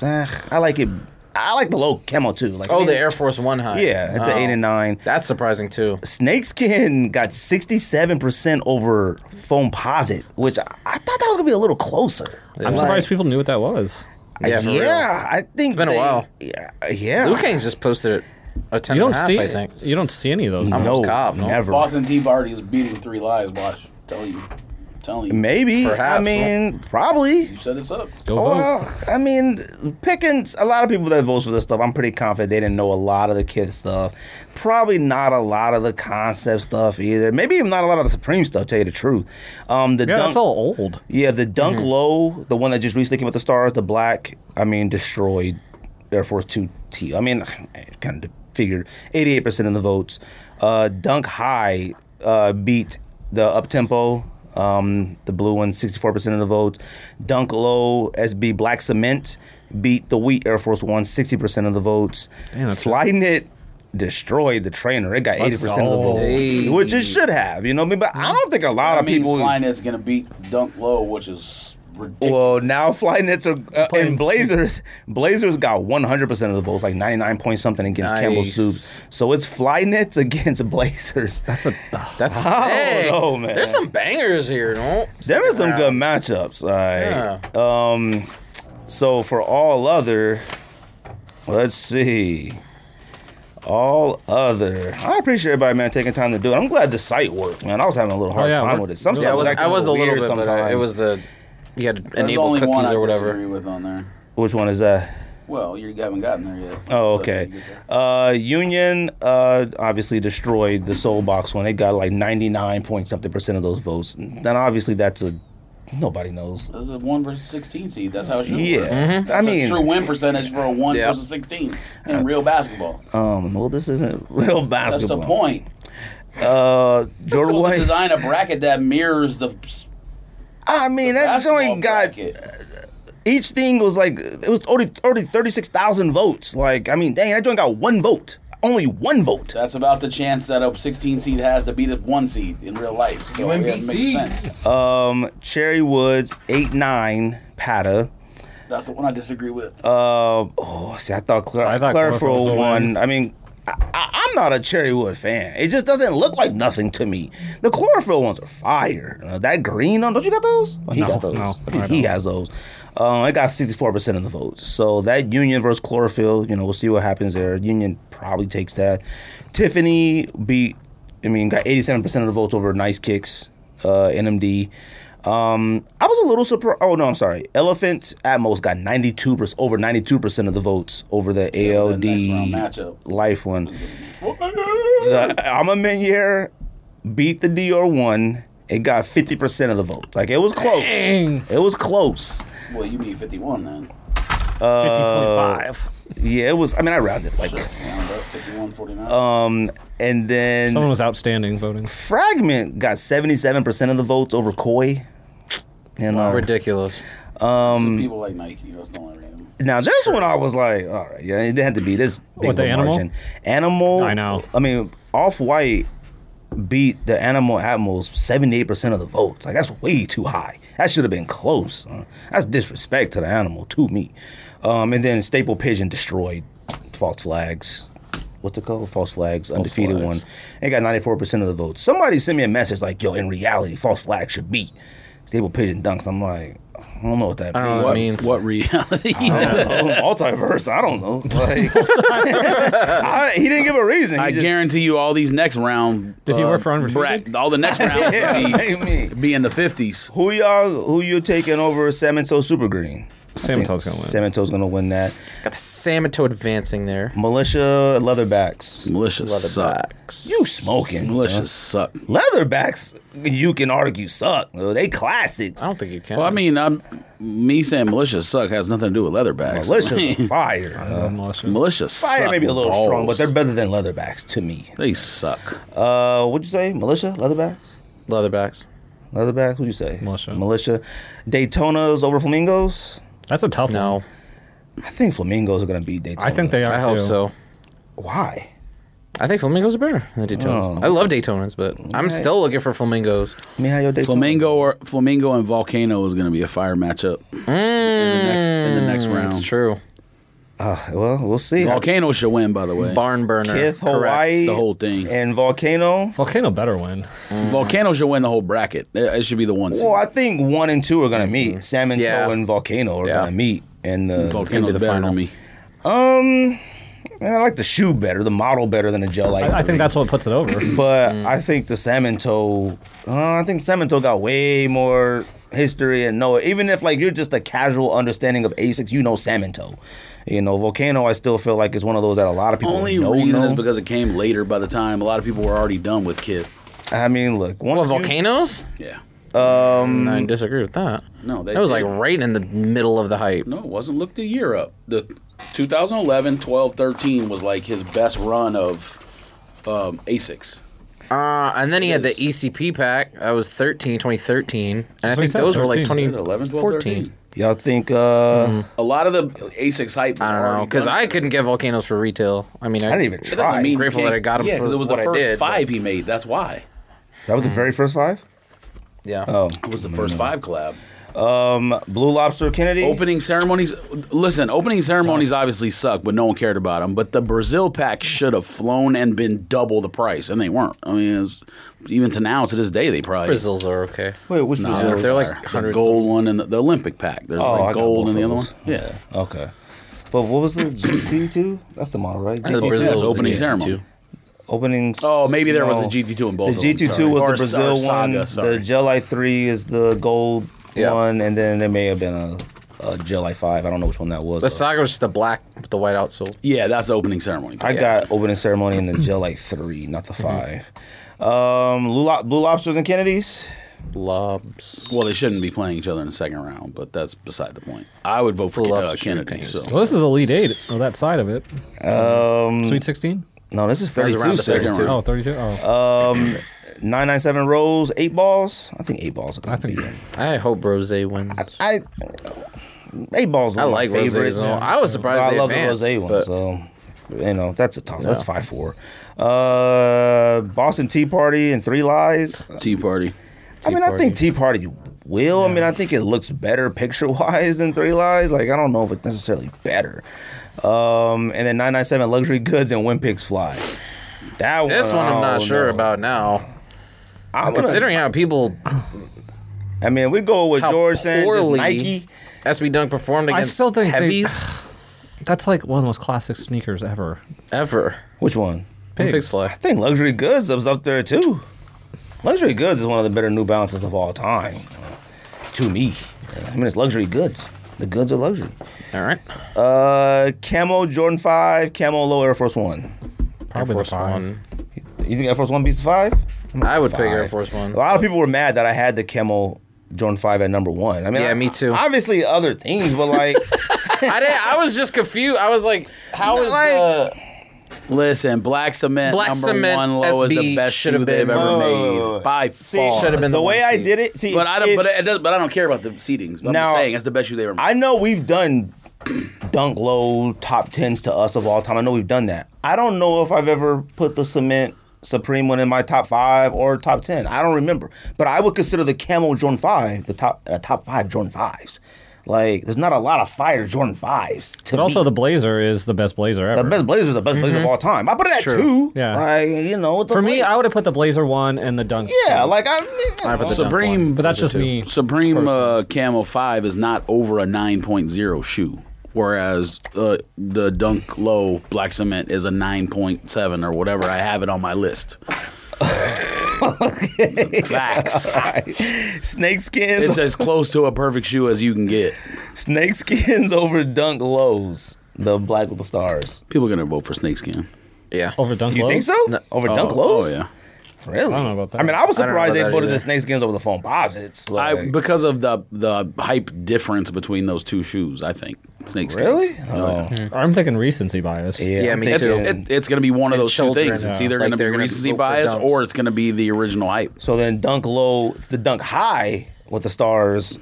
Speaker 1: Eh, I like it. I like the low camo too. Like I
Speaker 4: oh,
Speaker 1: mean-
Speaker 4: the Air Force One high.
Speaker 1: Yeah, it's
Speaker 4: Oh.
Speaker 1: an eight and nine.
Speaker 4: That's surprising too.
Speaker 1: Snakeskin got 67% over foam posit, which I, I thought that was gonna be a little closer.
Speaker 2: I'm
Speaker 4: Like,
Speaker 2: surprised people knew what that was.
Speaker 4: Yeah, for real.
Speaker 1: yeah, I think it's
Speaker 4: been a while.
Speaker 1: Yeah, yeah.
Speaker 4: Liu Kang's just posted a ten
Speaker 2: You
Speaker 4: and
Speaker 2: don't
Speaker 4: a half,
Speaker 2: see.
Speaker 4: I think.
Speaker 2: You don't see any of those.
Speaker 4: I'm-
Speaker 1: no,
Speaker 4: almost cop, no?
Speaker 1: never.
Speaker 3: Boston T Barty is beating three lives. Watch, tell you, telling you.
Speaker 1: Maybe. I
Speaker 4: Perhaps.
Speaker 1: mean, probably.
Speaker 3: You set us up.
Speaker 2: Go
Speaker 4: Oh,
Speaker 2: vote.
Speaker 1: Well, I mean, picking a lot of people that votes for this stuff, I'm pretty confident they didn't know a lot of the kid stuff. Probably not a lot of the concept stuff either. Maybe even not a lot of the Supreme stuff. Tell you the truth, um, the
Speaker 2: yeah,
Speaker 1: dunk,
Speaker 2: that's all old.
Speaker 1: Yeah, the Dunk
Speaker 2: Mm-hmm.
Speaker 1: Low, the one that just recently came with the stars, the black, I mean, destroyed Air Force 2 T. I mean, I kind of figured 88% of the votes. Uh, Dunk High uh, beat the Up Tempo, um, the blue one, 64% of the votes. Dunk Low, SB Black Cement, beat the wheat Air Force One, 60% of the votes.
Speaker 2: Damn, that's-
Speaker 1: Flyknit destroyed the trainer. It got 80% of the
Speaker 2: go.
Speaker 1: votes,
Speaker 4: Hey.
Speaker 1: which it should have, you know what I mean? But I don't think a lot
Speaker 3: That
Speaker 1: of
Speaker 3: means
Speaker 1: people.
Speaker 3: Flynet's gonna beat Dunk Low, which is ridiculous.
Speaker 1: Well, now fly nets are uh, and
Speaker 2: Planes.
Speaker 1: Blazers. Blazers got 100 percent of the votes, like 99 point something against Campbell
Speaker 4: Nice.
Speaker 1: Soup. So it's fly nets against Blazers.
Speaker 2: That's a.
Speaker 4: That's
Speaker 1: I don't
Speaker 4: sick.
Speaker 1: know, Oh, man.
Speaker 4: There's some bangers here. No?
Speaker 1: There were some
Speaker 4: Wow.
Speaker 1: good matchups. All right. Um, so for all other, let's see. All other. I appreciate everybody, man, taking time to do it. I'm glad the site worked, man. I was having a
Speaker 4: Oh,
Speaker 1: little hard
Speaker 2: yeah, it
Speaker 1: time
Speaker 2: worked.
Speaker 1: with it. Some
Speaker 2: Yeah,
Speaker 1: stuff
Speaker 4: I was,
Speaker 1: acting
Speaker 4: I was a little
Speaker 1: weird
Speaker 4: bit, but I,
Speaker 1: sometimes.
Speaker 4: it was the you had to
Speaker 3: There's
Speaker 1: E
Speaker 4: enable
Speaker 3: only one
Speaker 4: cookies
Speaker 3: I
Speaker 4: or
Speaker 3: disagree
Speaker 4: whatever.
Speaker 3: with on there.
Speaker 1: Which one is that?
Speaker 3: Well, you haven't gotten there yet.
Speaker 1: Oh,
Speaker 3: So
Speaker 1: okay.
Speaker 3: you get there.
Speaker 1: Uh, Union uh, obviously destroyed the Soul Box one. It got like 99 point something percent of those votes. Then obviously that's a nobody knows.
Speaker 3: This is a one versus sixteen seed. That's how it should. work.
Speaker 1: Yeah, I
Speaker 3: That's a
Speaker 1: mean, Uh,
Speaker 3: true win percentage for a one
Speaker 4: Yeah.
Speaker 3: versus sixteen in real basketball.
Speaker 1: um, well, this isn't real
Speaker 3: That's
Speaker 1: basketball.
Speaker 3: the point.
Speaker 1: Uh, Jordan
Speaker 3: You're supposed to
Speaker 1: White.
Speaker 3: design a bracket that mirrors the
Speaker 1: I mean, that
Speaker 3: basketball
Speaker 1: joint got
Speaker 3: bracket.
Speaker 1: each thing was like it was already, already 36,000 votes. Like, I mean, dang, that joint got one vote, only one vote.
Speaker 3: That's about the chance that a 16 seed has to beat a one seed in real life. So it makes
Speaker 4: UMBC.
Speaker 3: sense.
Speaker 1: Um, Cherry Woods eight nine Pata.
Speaker 3: That's the one I disagree with.
Speaker 1: Uh, oh, see, I thought Claire,
Speaker 2: I thought Clairvaux was the
Speaker 1: Clairvaux won.
Speaker 2: one.
Speaker 1: I mean, I, I, I'm not a Cherrywood fan. It just doesn't look like nothing to me. The chlorophyll ones are fire. Uh, that green one, don't you got those? Oh, he
Speaker 2: No,
Speaker 1: got those.
Speaker 2: no,
Speaker 1: I think
Speaker 2: I
Speaker 1: he
Speaker 2: don't.
Speaker 1: has those. Uh, it got 64% of the votes. So that Union versus chlorophyll, you know, we'll see what happens there. Union probably takes that. Tiffany beat, I mean, got 87% of the votes over Nice Kicks, uh, NMD. Um, I was a little surprised. Oh no, I'm sorry. Elephant Atmos got 92 percent over 92 percent of the votes over the ALD
Speaker 3: that next round matchup.
Speaker 1: Life one. The Alma Meniere beat the Dior one. It got 50 percent of the votes. Like it was close.
Speaker 2: Dang.
Speaker 1: It was close.
Speaker 3: Well, you mean 51 then.
Speaker 4: Uh,
Speaker 2: Fifty point five.
Speaker 1: Yeah, it was. I mean, I rounded like.
Speaker 3: Round up, 51, 49.
Speaker 1: Um, and then
Speaker 2: Someone was outstanding
Speaker 4: uh,
Speaker 2: voting.
Speaker 1: Fragment got 77 percent of the votes over Koi. And uh,
Speaker 4: Ridiculous.
Speaker 1: Um,
Speaker 3: people like Nike. That's the only reason.
Speaker 1: Now this one I was like, all right, yeah, it had to be this big
Speaker 2: What, the
Speaker 1: of a
Speaker 2: animal?
Speaker 1: margin. Animal.
Speaker 2: I know.
Speaker 1: I mean, Off White beat the Animal Atmos seventy eight percent of the votes. Like that's way too high. That should have been close. huh? That's disrespect to the animal to me. Um, and then Staple Pigeon destroyed False Flags. What's it called? False Flags, undefeated one.
Speaker 3: Flags.
Speaker 1: It got ninety four percent of the votes. Somebody sent me a message like, "Yo, in reality, False Flags should beat." Stable pigeon dunks. I'm like, I don't know what that
Speaker 4: I don't know
Speaker 1: means.
Speaker 4: what that means.
Speaker 3: What reality?
Speaker 1: Oh, multiverse. I don't know. Like, I, he didn't give a reason. He
Speaker 3: I
Speaker 1: just-
Speaker 3: guarantee you, all these next round. uh,
Speaker 2: Did he work for Unrefuted?
Speaker 3: Brad- All the next rounds
Speaker 1: Yeah,
Speaker 3: will be,
Speaker 1: I mean,
Speaker 3: be in the fifties.
Speaker 1: who y'all? Who you taking over? Samento Super Green.
Speaker 2: Samato's gonna win.
Speaker 1: Samanto's gonna win that.
Speaker 4: Got the Samato advancing there.
Speaker 1: Militia Leatherbacks.
Speaker 3: Militia suck.
Speaker 4: Leatherbacks.
Speaker 1: You smoking?
Speaker 3: Militia
Speaker 1: huh?
Speaker 3: suck.
Speaker 1: Leatherbacks. You can argue suck. though. They classics.
Speaker 4: I don't think you can.
Speaker 3: Well, I mean, I'm, me saying militia suck has nothing to do with leatherbacks.
Speaker 1: Militia's fire.
Speaker 2: Uh,
Speaker 1: huh?
Speaker 2: Militias.
Speaker 3: militia suck.
Speaker 1: Fire maybe a little
Speaker 3: balls.
Speaker 1: strong, but they're better than Leatherbacks to me.
Speaker 3: they suck.
Speaker 1: Uh, what'd you say? Militia Leatherbacks.
Speaker 4: Leatherbacks.
Speaker 1: Leatherbacks. Who'd you say?
Speaker 2: Militia.
Speaker 1: Militia. Daytona's over Flamingos.
Speaker 2: That's a tough
Speaker 4: No,
Speaker 2: one.
Speaker 1: I think flamingos are gonna beat Daytona.
Speaker 2: I think they are.
Speaker 4: I hope
Speaker 2: too.
Speaker 4: so.
Speaker 1: Why?
Speaker 4: I think flamingos are better than Daytonas.
Speaker 1: Oh.
Speaker 4: I love Daytonas, but I'm still looking for flamingos.
Speaker 1: I mean, how your Daytona?
Speaker 3: Flamingo or flamingo and volcano is going to be a fire matchup in the next in the next round.
Speaker 4: It's true.
Speaker 1: Uh, well, we'll see.
Speaker 3: Volcano should win, by the way.
Speaker 4: Barn burner.
Speaker 1: Kith,
Speaker 4: Correct.
Speaker 1: Hawaii,
Speaker 3: the whole thing.
Speaker 1: and volcano.
Speaker 2: Volcano better win.
Speaker 3: Volcano should win the whole bracket. It it should be the one seed.
Speaker 1: Well, I think one and two are gonna
Speaker 2: Mm-hmm.
Speaker 1: meet. Salmon Toe
Speaker 4: Yeah.
Speaker 1: and volcano are
Speaker 4: Yeah.
Speaker 1: gonna meet. And the
Speaker 3: Volcano's
Speaker 4: be the
Speaker 3: better
Speaker 4: final.
Speaker 3: than me.
Speaker 1: man, I like the shoe better, the model better than the gel light.
Speaker 2: I, I think that's what puts it over.
Speaker 1: But I think the salmon toe. Uh, I think salmon toe got way more history and know. it. Even if like you're just a casual understanding of Asics, you know salmon toe. You know, volcano. I still feel like it's one of those that a lot of people
Speaker 3: Only
Speaker 1: know.
Speaker 3: reason is
Speaker 1: know.
Speaker 3: because it came later. By the time a lot of people were already done with Kid.
Speaker 1: I mean, look, one
Speaker 4: What volcanoes?
Speaker 3: Yeah.
Speaker 4: I disagree with that.
Speaker 3: Mm-hmm. No, they- Mm-hmm.
Speaker 4: that was
Speaker 3: they-
Speaker 4: like right in the middle of the hype.
Speaker 3: No, it wasn't. Look the year up. The 2011, 12, 13 was like his best run of um, Asics.
Speaker 4: Uh, and then he had the
Speaker 3: is.
Speaker 4: ECP pack. That was 13, 2013. And I
Speaker 2: what he
Speaker 4: think
Speaker 2: said,
Speaker 4: those were like
Speaker 2: 13.
Speaker 3: 11, 12,
Speaker 4: 2014.
Speaker 3: 13.
Speaker 1: Y'all think? Uh,
Speaker 3: A lot of the Asics hype. was
Speaker 4: I don't know
Speaker 3: already
Speaker 4: because
Speaker 3: done.
Speaker 4: I couldn't get volcanoes for retail. I mean, I,
Speaker 1: I didn't even
Speaker 3: It doesn't
Speaker 1: try.
Speaker 3: mean
Speaker 4: grateful
Speaker 3: he can't-
Speaker 4: that I got 'em
Speaker 3: Yeah,
Speaker 4: for
Speaker 3: it was the
Speaker 4: what I
Speaker 3: first
Speaker 4: did, but-
Speaker 3: five he made. That's why
Speaker 1: that was the very first five.
Speaker 4: Yeah.
Speaker 1: Oh,
Speaker 3: it was the first five collab.
Speaker 1: Blue Lobster Kennedy.
Speaker 3: Opening ceremonies. Listen, opening ceremonies obviously suck, but no one cared about them. But the Brazil pack should have flown and been double the price, and they weren't. I mean, it was, even to now, to this day, they probably
Speaker 4: Brazils are okay.
Speaker 1: Wait, which
Speaker 3: Nah,
Speaker 1: Brazil?
Speaker 4: they're like
Speaker 3: fire. the
Speaker 4: hundreds
Speaker 3: gold one and the, the Olympic pack. There's
Speaker 1: Oh, I got
Speaker 3: like gold
Speaker 1: both
Speaker 3: and the
Speaker 1: of
Speaker 3: other one.
Speaker 1: those.
Speaker 3: Yeah,
Speaker 1: okay. But what was the GT two? That's the model, right?
Speaker 4: The
Speaker 1: GT2.
Speaker 4: Brazil
Speaker 3: Brazil's
Speaker 4: was
Speaker 3: opening
Speaker 4: the
Speaker 3: ceremony.
Speaker 1: Opening.
Speaker 3: Oh, maybe there was
Speaker 1: no.
Speaker 3: a GT2 in both
Speaker 1: The
Speaker 3: of them,
Speaker 1: GT
Speaker 3: sorry.
Speaker 1: two was
Speaker 3: Or
Speaker 1: the
Speaker 3: s- or
Speaker 1: Brazil
Speaker 3: Saga,
Speaker 1: one.
Speaker 3: sorry.
Speaker 1: The Gelite three is the gold
Speaker 4: Yeah.
Speaker 1: one, and then there may have been a, a Gelite five. I don't know which one that was.
Speaker 4: The
Speaker 1: though.
Speaker 4: saga was just the black with the white outsole.
Speaker 3: Yeah, that's the opening ceremony.
Speaker 1: I got opening ceremony in the Gelite three, not
Speaker 3: Mhm.
Speaker 1: the 5 Um, Blue, Lo- Blue Lobsters and Kennedys.
Speaker 4: Lobs.
Speaker 3: Well, they shouldn't be playing each other in the second round, but that's beside the point. I would vote for
Speaker 4: Love
Speaker 3: uh,
Speaker 4: to shoot
Speaker 3: Kennedy.
Speaker 4: things.
Speaker 3: So.
Speaker 2: Well, this is Elite Eight, or that side of it. Um, Sweet 16?
Speaker 1: No, this is
Speaker 4: was
Speaker 1: thirty two.
Speaker 4: around the
Speaker 1: Second
Speaker 3: second
Speaker 1: round.
Speaker 3: round.
Speaker 2: Oh, 32? Oh.
Speaker 1: Nine nine seven rolls, eight balls. I think eight balls. Are gonna
Speaker 2: I think-
Speaker 1: beat him.
Speaker 4: I hope Rose wins. I,
Speaker 1: I eight balls. One of my
Speaker 4: like
Speaker 1: favorites.
Speaker 4: Rose's. and all. I was surprised
Speaker 1: I
Speaker 4: they
Speaker 1: love
Speaker 4: advanced.
Speaker 1: the rosé one.
Speaker 4: but
Speaker 1: so you know that's a toss. That's five four. Uh, Boston Tea Party and Three Lies.
Speaker 3: Tea Party.
Speaker 1: I mean, I
Speaker 4: Party.
Speaker 1: think Tea Party will. I mean, I think it looks better picture wise than Three Lies. Like I don't know if it's necessarily better. Um, and then nine nine seven luxury goods and when pigs fly. That one,
Speaker 4: this one I'm
Speaker 1: I
Speaker 4: not
Speaker 1: don't
Speaker 4: sure
Speaker 1: know.
Speaker 4: about now.
Speaker 1: I'm gonna-
Speaker 4: Considering how people,
Speaker 1: I mean, we go with
Speaker 4: how
Speaker 1: George saying just
Speaker 4: poorly
Speaker 1: Nike.
Speaker 4: SB Dunk performed
Speaker 2: I
Speaker 4: against
Speaker 2: still think they-
Speaker 4: heavies
Speaker 2: That's like one of the most classic sneakers ever.
Speaker 4: ever.
Speaker 1: Which one?
Speaker 2: Pigs.
Speaker 4: Pigs fly.
Speaker 1: I think luxury goods is up there too. Luxury goods is one of the better New Balances of all time, to me. I mean, it's luxury goods. The goods are luxury.
Speaker 4: All right.
Speaker 1: Uh, camo Jordan Five, camo low Air Force One.
Speaker 2: Probably
Speaker 4: Air
Speaker 2: the
Speaker 4: Force
Speaker 2: five.
Speaker 4: One.
Speaker 1: You think Air Force One beats the five?
Speaker 4: I would pick Air
Speaker 1: Five.
Speaker 4: Force One.
Speaker 1: A lot of people were mad that I had the camo Jordan Five at number one. I mean,
Speaker 4: Yeah,
Speaker 1: I-
Speaker 4: me too.
Speaker 1: Obviously, other things, but like,
Speaker 4: I didn't, I was just confused. I was like, how is
Speaker 1: Like-
Speaker 4: the
Speaker 3: Listen, Black Cement
Speaker 4: Black
Speaker 3: number
Speaker 4: Cement
Speaker 3: one low is the
Speaker 4: SB
Speaker 3: best
Speaker 4: should have
Speaker 3: shoe they've
Speaker 4: been-
Speaker 3: ever
Speaker 1: Whoa,
Speaker 3: made
Speaker 1: whoa, whoa.
Speaker 3: by far.
Speaker 4: should have been
Speaker 1: the
Speaker 4: the
Speaker 1: way
Speaker 4: one
Speaker 1: I
Speaker 4: seed.
Speaker 1: did it. See,
Speaker 3: But I don't.
Speaker 1: if-
Speaker 3: But, it does, but I don't care about the seedings. But I'm
Speaker 1: Now-
Speaker 3: just saying that's the best shoe they ever made.
Speaker 1: I know we've done dunk low top tens to us of all time. I know we've done that. I don't know if I've ever put the cement supreme one in my top five or top ten. I don't remember, but I would consider the camel Jordan five the top uh, top five Jordan fives. Like, there's not a lot of fire Jordan fives. To
Speaker 2: But also,
Speaker 1: me.
Speaker 2: the blazer is the best blazer ever.
Speaker 1: the best Blazer's the best Blazer of all time. I put it at
Speaker 4: True.
Speaker 1: two.
Speaker 2: Yeah.
Speaker 1: like, you know, with the
Speaker 2: For me,
Speaker 1: Blazers.
Speaker 2: I would have put the blazer one and the dunk.
Speaker 1: yeah,
Speaker 2: two.
Speaker 1: like I,
Speaker 4: put the dunk
Speaker 3: Supreme,
Speaker 2: but that's just me.
Speaker 3: Supreme uh, Camo 5 is not over a 9.0 shoe, whereas uh, the Dunk Low Black Cement is a 9.7 or whatever. I have it on my list. Facts.
Speaker 1: snake skins,
Speaker 3: It's as close to a perfect shoe as you can get.
Speaker 1: snake skins over dunk lows. The black with the stars.
Speaker 3: People are going to vote for Snakeskin.
Speaker 4: Yeah.
Speaker 2: over dunk.
Speaker 1: You
Speaker 2: lows?
Speaker 1: think so? Over
Speaker 3: Oh,
Speaker 1: dunk lows?
Speaker 3: Oh, yeah.
Speaker 1: Really? I
Speaker 2: don't know about that.
Speaker 1: I mean, I was
Speaker 4: I don't know
Speaker 1: surprised they
Speaker 4: about that
Speaker 1: voted the
Speaker 4: either.
Speaker 1: snake skins over the foam posits. Like,
Speaker 3: I, because of the the hype difference between those two shoes, I think snakeskin.
Speaker 1: really? Oh.
Speaker 2: I'm thinking recency bias.
Speaker 4: Yeah, me
Speaker 3: It's,
Speaker 4: too.
Speaker 3: it, it's going to be one of
Speaker 4: And
Speaker 3: those
Speaker 4: children,
Speaker 3: two things. It's
Speaker 4: yeah.
Speaker 3: either
Speaker 4: Like
Speaker 3: going to
Speaker 4: they're
Speaker 3: be
Speaker 4: gonna
Speaker 3: recency
Speaker 4: go for
Speaker 3: bias
Speaker 4: dunks.
Speaker 3: or it's going to be the original hype.
Speaker 1: So then dunk low, the dunk high with the stars,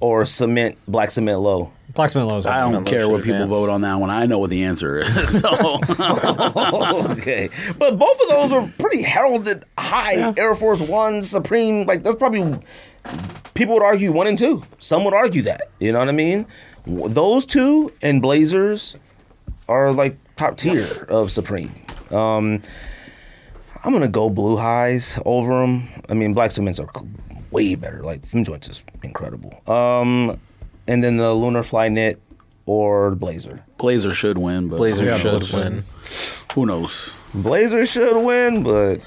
Speaker 1: or cement black cement low.
Speaker 2: Black cement lows.
Speaker 3: I
Speaker 2: awesome.
Speaker 3: don't care what
Speaker 4: should
Speaker 3: people
Speaker 4: advance.
Speaker 3: vote on that one. I know what the answer is. So
Speaker 1: okay, but both of those are pretty heralded high Air Force One Supreme. Like that's probably people would argue one and two. Some would argue that. You know what I mean? W- Those two and Blazers are like top tier of Supreme. Um, I'm gonna go blue highs over them. I mean, black cements are c- way better. Like them joints is incredible. Um, and then the Lunar Fly Knit or Blazer.
Speaker 3: Blazer should win, but
Speaker 4: Blazer
Speaker 3: who
Speaker 4: should
Speaker 3: knows?
Speaker 4: win.
Speaker 3: Who knows?
Speaker 1: Blazer should win, but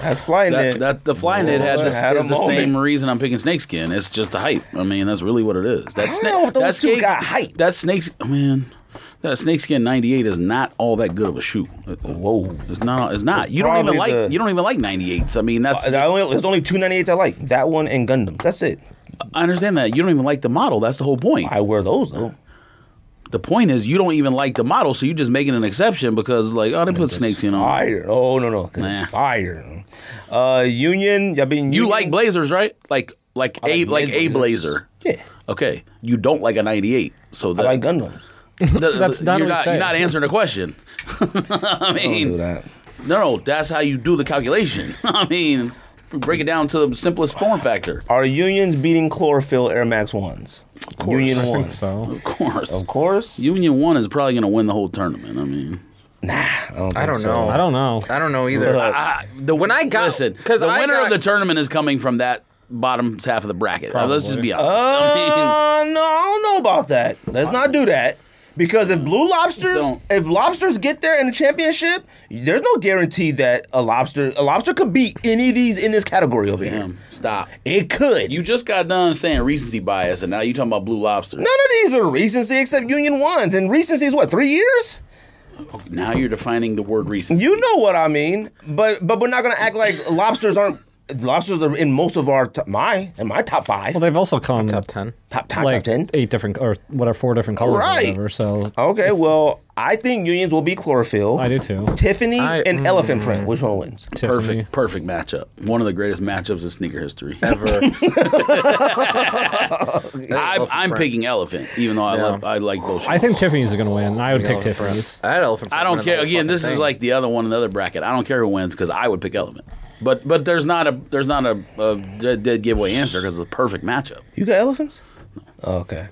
Speaker 1: that Fly Knit.
Speaker 3: That, that the fly knit had,
Speaker 1: Boy,
Speaker 3: this,
Speaker 1: had
Speaker 3: is
Speaker 1: a
Speaker 3: the same
Speaker 1: moment.
Speaker 3: reason I'm picking snakeskin. It's just the hype. I mean, that's really what it is. That
Speaker 1: don't
Speaker 3: snake.
Speaker 1: know if those
Speaker 3: that
Speaker 1: two
Speaker 3: snake-
Speaker 1: got hype.
Speaker 3: That snakes. Man, that snakeskin '98 is not all that good of a shoe.
Speaker 1: Whoa.
Speaker 3: It's not. It's not. you don't
Speaker 1: probably
Speaker 3: even like.
Speaker 1: the-
Speaker 3: you don't even like '98s. I mean, that's.
Speaker 1: I
Speaker 3: just-
Speaker 1: only, there's only two ninety eight I like. That one and Gundams. That's it.
Speaker 3: I understand that. You don't even like the model. That's the whole point.
Speaker 1: I wear those though.
Speaker 3: The point is, you don't even like the model, so you're just making an exception because, like, oh, they put snakeskin on.
Speaker 1: Fire. Oh no no, 'cause
Speaker 3: Nah.
Speaker 1: it's fire. Uh, Union. I mean,
Speaker 3: You
Speaker 1: Union-
Speaker 3: like blazers, right? Like, like a
Speaker 1: like
Speaker 3: like a
Speaker 1: mid-blazers.
Speaker 3: blazer.
Speaker 1: Yeah,
Speaker 3: Okay, you don't like a '98. So
Speaker 1: I
Speaker 3: that,
Speaker 1: like Gundams.
Speaker 3: Th-
Speaker 2: That's
Speaker 3: th-
Speaker 2: not what
Speaker 3: you're not
Speaker 2: he's
Speaker 3: you're not
Speaker 2: saying.
Speaker 3: answering the question. I
Speaker 1: Don't
Speaker 3: mean,
Speaker 1: do that.
Speaker 3: no, no, that's how you do the calculation. I mean, break it down to the simplest form factor.
Speaker 1: Are Unions beating chlorophyll Air Max ones? Union
Speaker 2: I
Speaker 1: one.
Speaker 2: think so.
Speaker 3: Of course,
Speaker 1: Of course.
Speaker 3: Union One is probably going to win the whole tournament. I mean,
Speaker 1: I don't,
Speaker 4: I
Speaker 1: think
Speaker 4: don't
Speaker 1: so.
Speaker 4: know.
Speaker 2: I don't know.
Speaker 4: I don't know either.
Speaker 1: Look.
Speaker 3: I,
Speaker 4: the when I got
Speaker 3: listen,
Speaker 4: because
Speaker 3: the
Speaker 4: I
Speaker 3: winner
Speaker 4: got,
Speaker 3: of the tournament is coming from that bottom half of the bracket. Now, Let's just
Speaker 2: Probably.
Speaker 3: be honest. I mean,
Speaker 1: Uh, no, I don't know about that. Let's not do that. Because if blue lobsters,
Speaker 3: Don't.
Speaker 1: if lobsters get there in the championship, there's no guarantee that a lobster, a lobster could beat any of these in this category over here.
Speaker 3: damn, stop.
Speaker 1: It could.
Speaker 3: Um, You just got done saying recency bias, and now you talking about Blue Lobster.
Speaker 1: None of these are recency except Union ones, and recency is what three years.
Speaker 3: Now you're defining the word recency.
Speaker 1: You know what I mean. But but we're not gonna act like lobsters aren't. Lobsters are in most of our t- my in my top five,
Speaker 2: Well, they've also come
Speaker 4: top ten.
Speaker 1: top top top
Speaker 2: like
Speaker 1: ten.
Speaker 2: eight different or whatever, four different colors
Speaker 1: Right.
Speaker 2: or whatever. So
Speaker 1: Okay, well I think unions will be chlorophyll.
Speaker 2: I do too.
Speaker 1: Tiffany
Speaker 4: I- mm,
Speaker 1: and elephant print. Which one wins?
Speaker 2: Tiffany.
Speaker 3: Perfect, perfect matchup. One of the greatest matchups in sneaker history.
Speaker 4: Ever.
Speaker 3: I'm,
Speaker 4: Elephant
Speaker 3: I'm
Speaker 4: print.
Speaker 3: picking elephant, even though I
Speaker 4: Yeah.
Speaker 3: love I like both.
Speaker 2: I
Speaker 3: shoes.
Speaker 2: think Tiffany's is going to win. and I would pick
Speaker 4: Elephant print.
Speaker 2: Tiffany's.
Speaker 4: I had elephant.
Speaker 3: I
Speaker 4: print
Speaker 3: don't
Speaker 4: in the
Speaker 3: care.
Speaker 4: whole
Speaker 3: Again,
Speaker 4: fucking
Speaker 3: this is
Speaker 4: thing.
Speaker 3: like the other one in the other bracket. I don't care who wins because I would pick elephant. But but there's not a there's not a, a dead, dead giveaway answer because it's a perfect matchup.
Speaker 1: You got elephants? Oh, Okay.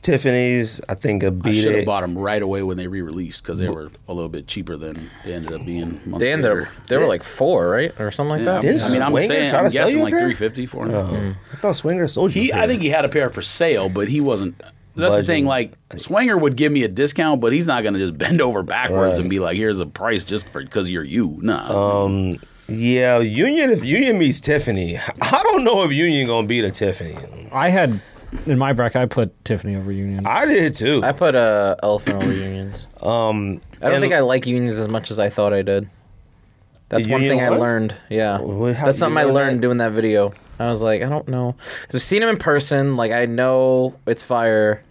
Speaker 1: Tiffany's, I think, a
Speaker 3: I
Speaker 1: beat
Speaker 3: should have
Speaker 1: it.
Speaker 3: bought them right away when they re-released because they were a little bit cheaper than they ended up being. months
Speaker 4: They ended up.
Speaker 3: later.
Speaker 4: They were like four, right, or something like
Speaker 3: Yeah,
Speaker 4: that.
Speaker 1: Didn't
Speaker 3: I mean, I'm
Speaker 1: Swinger
Speaker 3: saying
Speaker 1: try
Speaker 3: I'm
Speaker 1: to sell you
Speaker 3: guessing
Speaker 1: a
Speaker 3: like
Speaker 1: pair?
Speaker 3: 350 for him.
Speaker 4: Mm.
Speaker 1: I thought Swinger sold you.
Speaker 3: He, I think he had a pair for sale, but he wasn't. That's the
Speaker 1: Budging.
Speaker 3: thing. Like Swanger would give me a discount, but he's not going to just bend over backwards
Speaker 1: Right.
Speaker 3: and be like, "Here's a price just for because you're you." Nah.
Speaker 2: Oh.
Speaker 1: yeah, Union. If Union meets Tiffany, I don't know if Union gonna beat a Tiffany.
Speaker 2: I had in my bracket. I put Tiffany over Union.
Speaker 1: I did too.
Speaker 4: I put uh, elephant over unions.
Speaker 1: um,
Speaker 4: I don't
Speaker 1: and-
Speaker 4: think I like unions as much as I thought I did. That's
Speaker 1: The
Speaker 4: one
Speaker 1: union
Speaker 4: thing I
Speaker 1: was?
Speaker 4: learned. Yeah,
Speaker 1: Well, how
Speaker 4: that's
Speaker 1: you
Speaker 4: something I
Speaker 1: learned
Speaker 4: learned
Speaker 1: that?
Speaker 4: doing that video. I was like, I don't know, because I've seen him in person. Like, I know it's fire.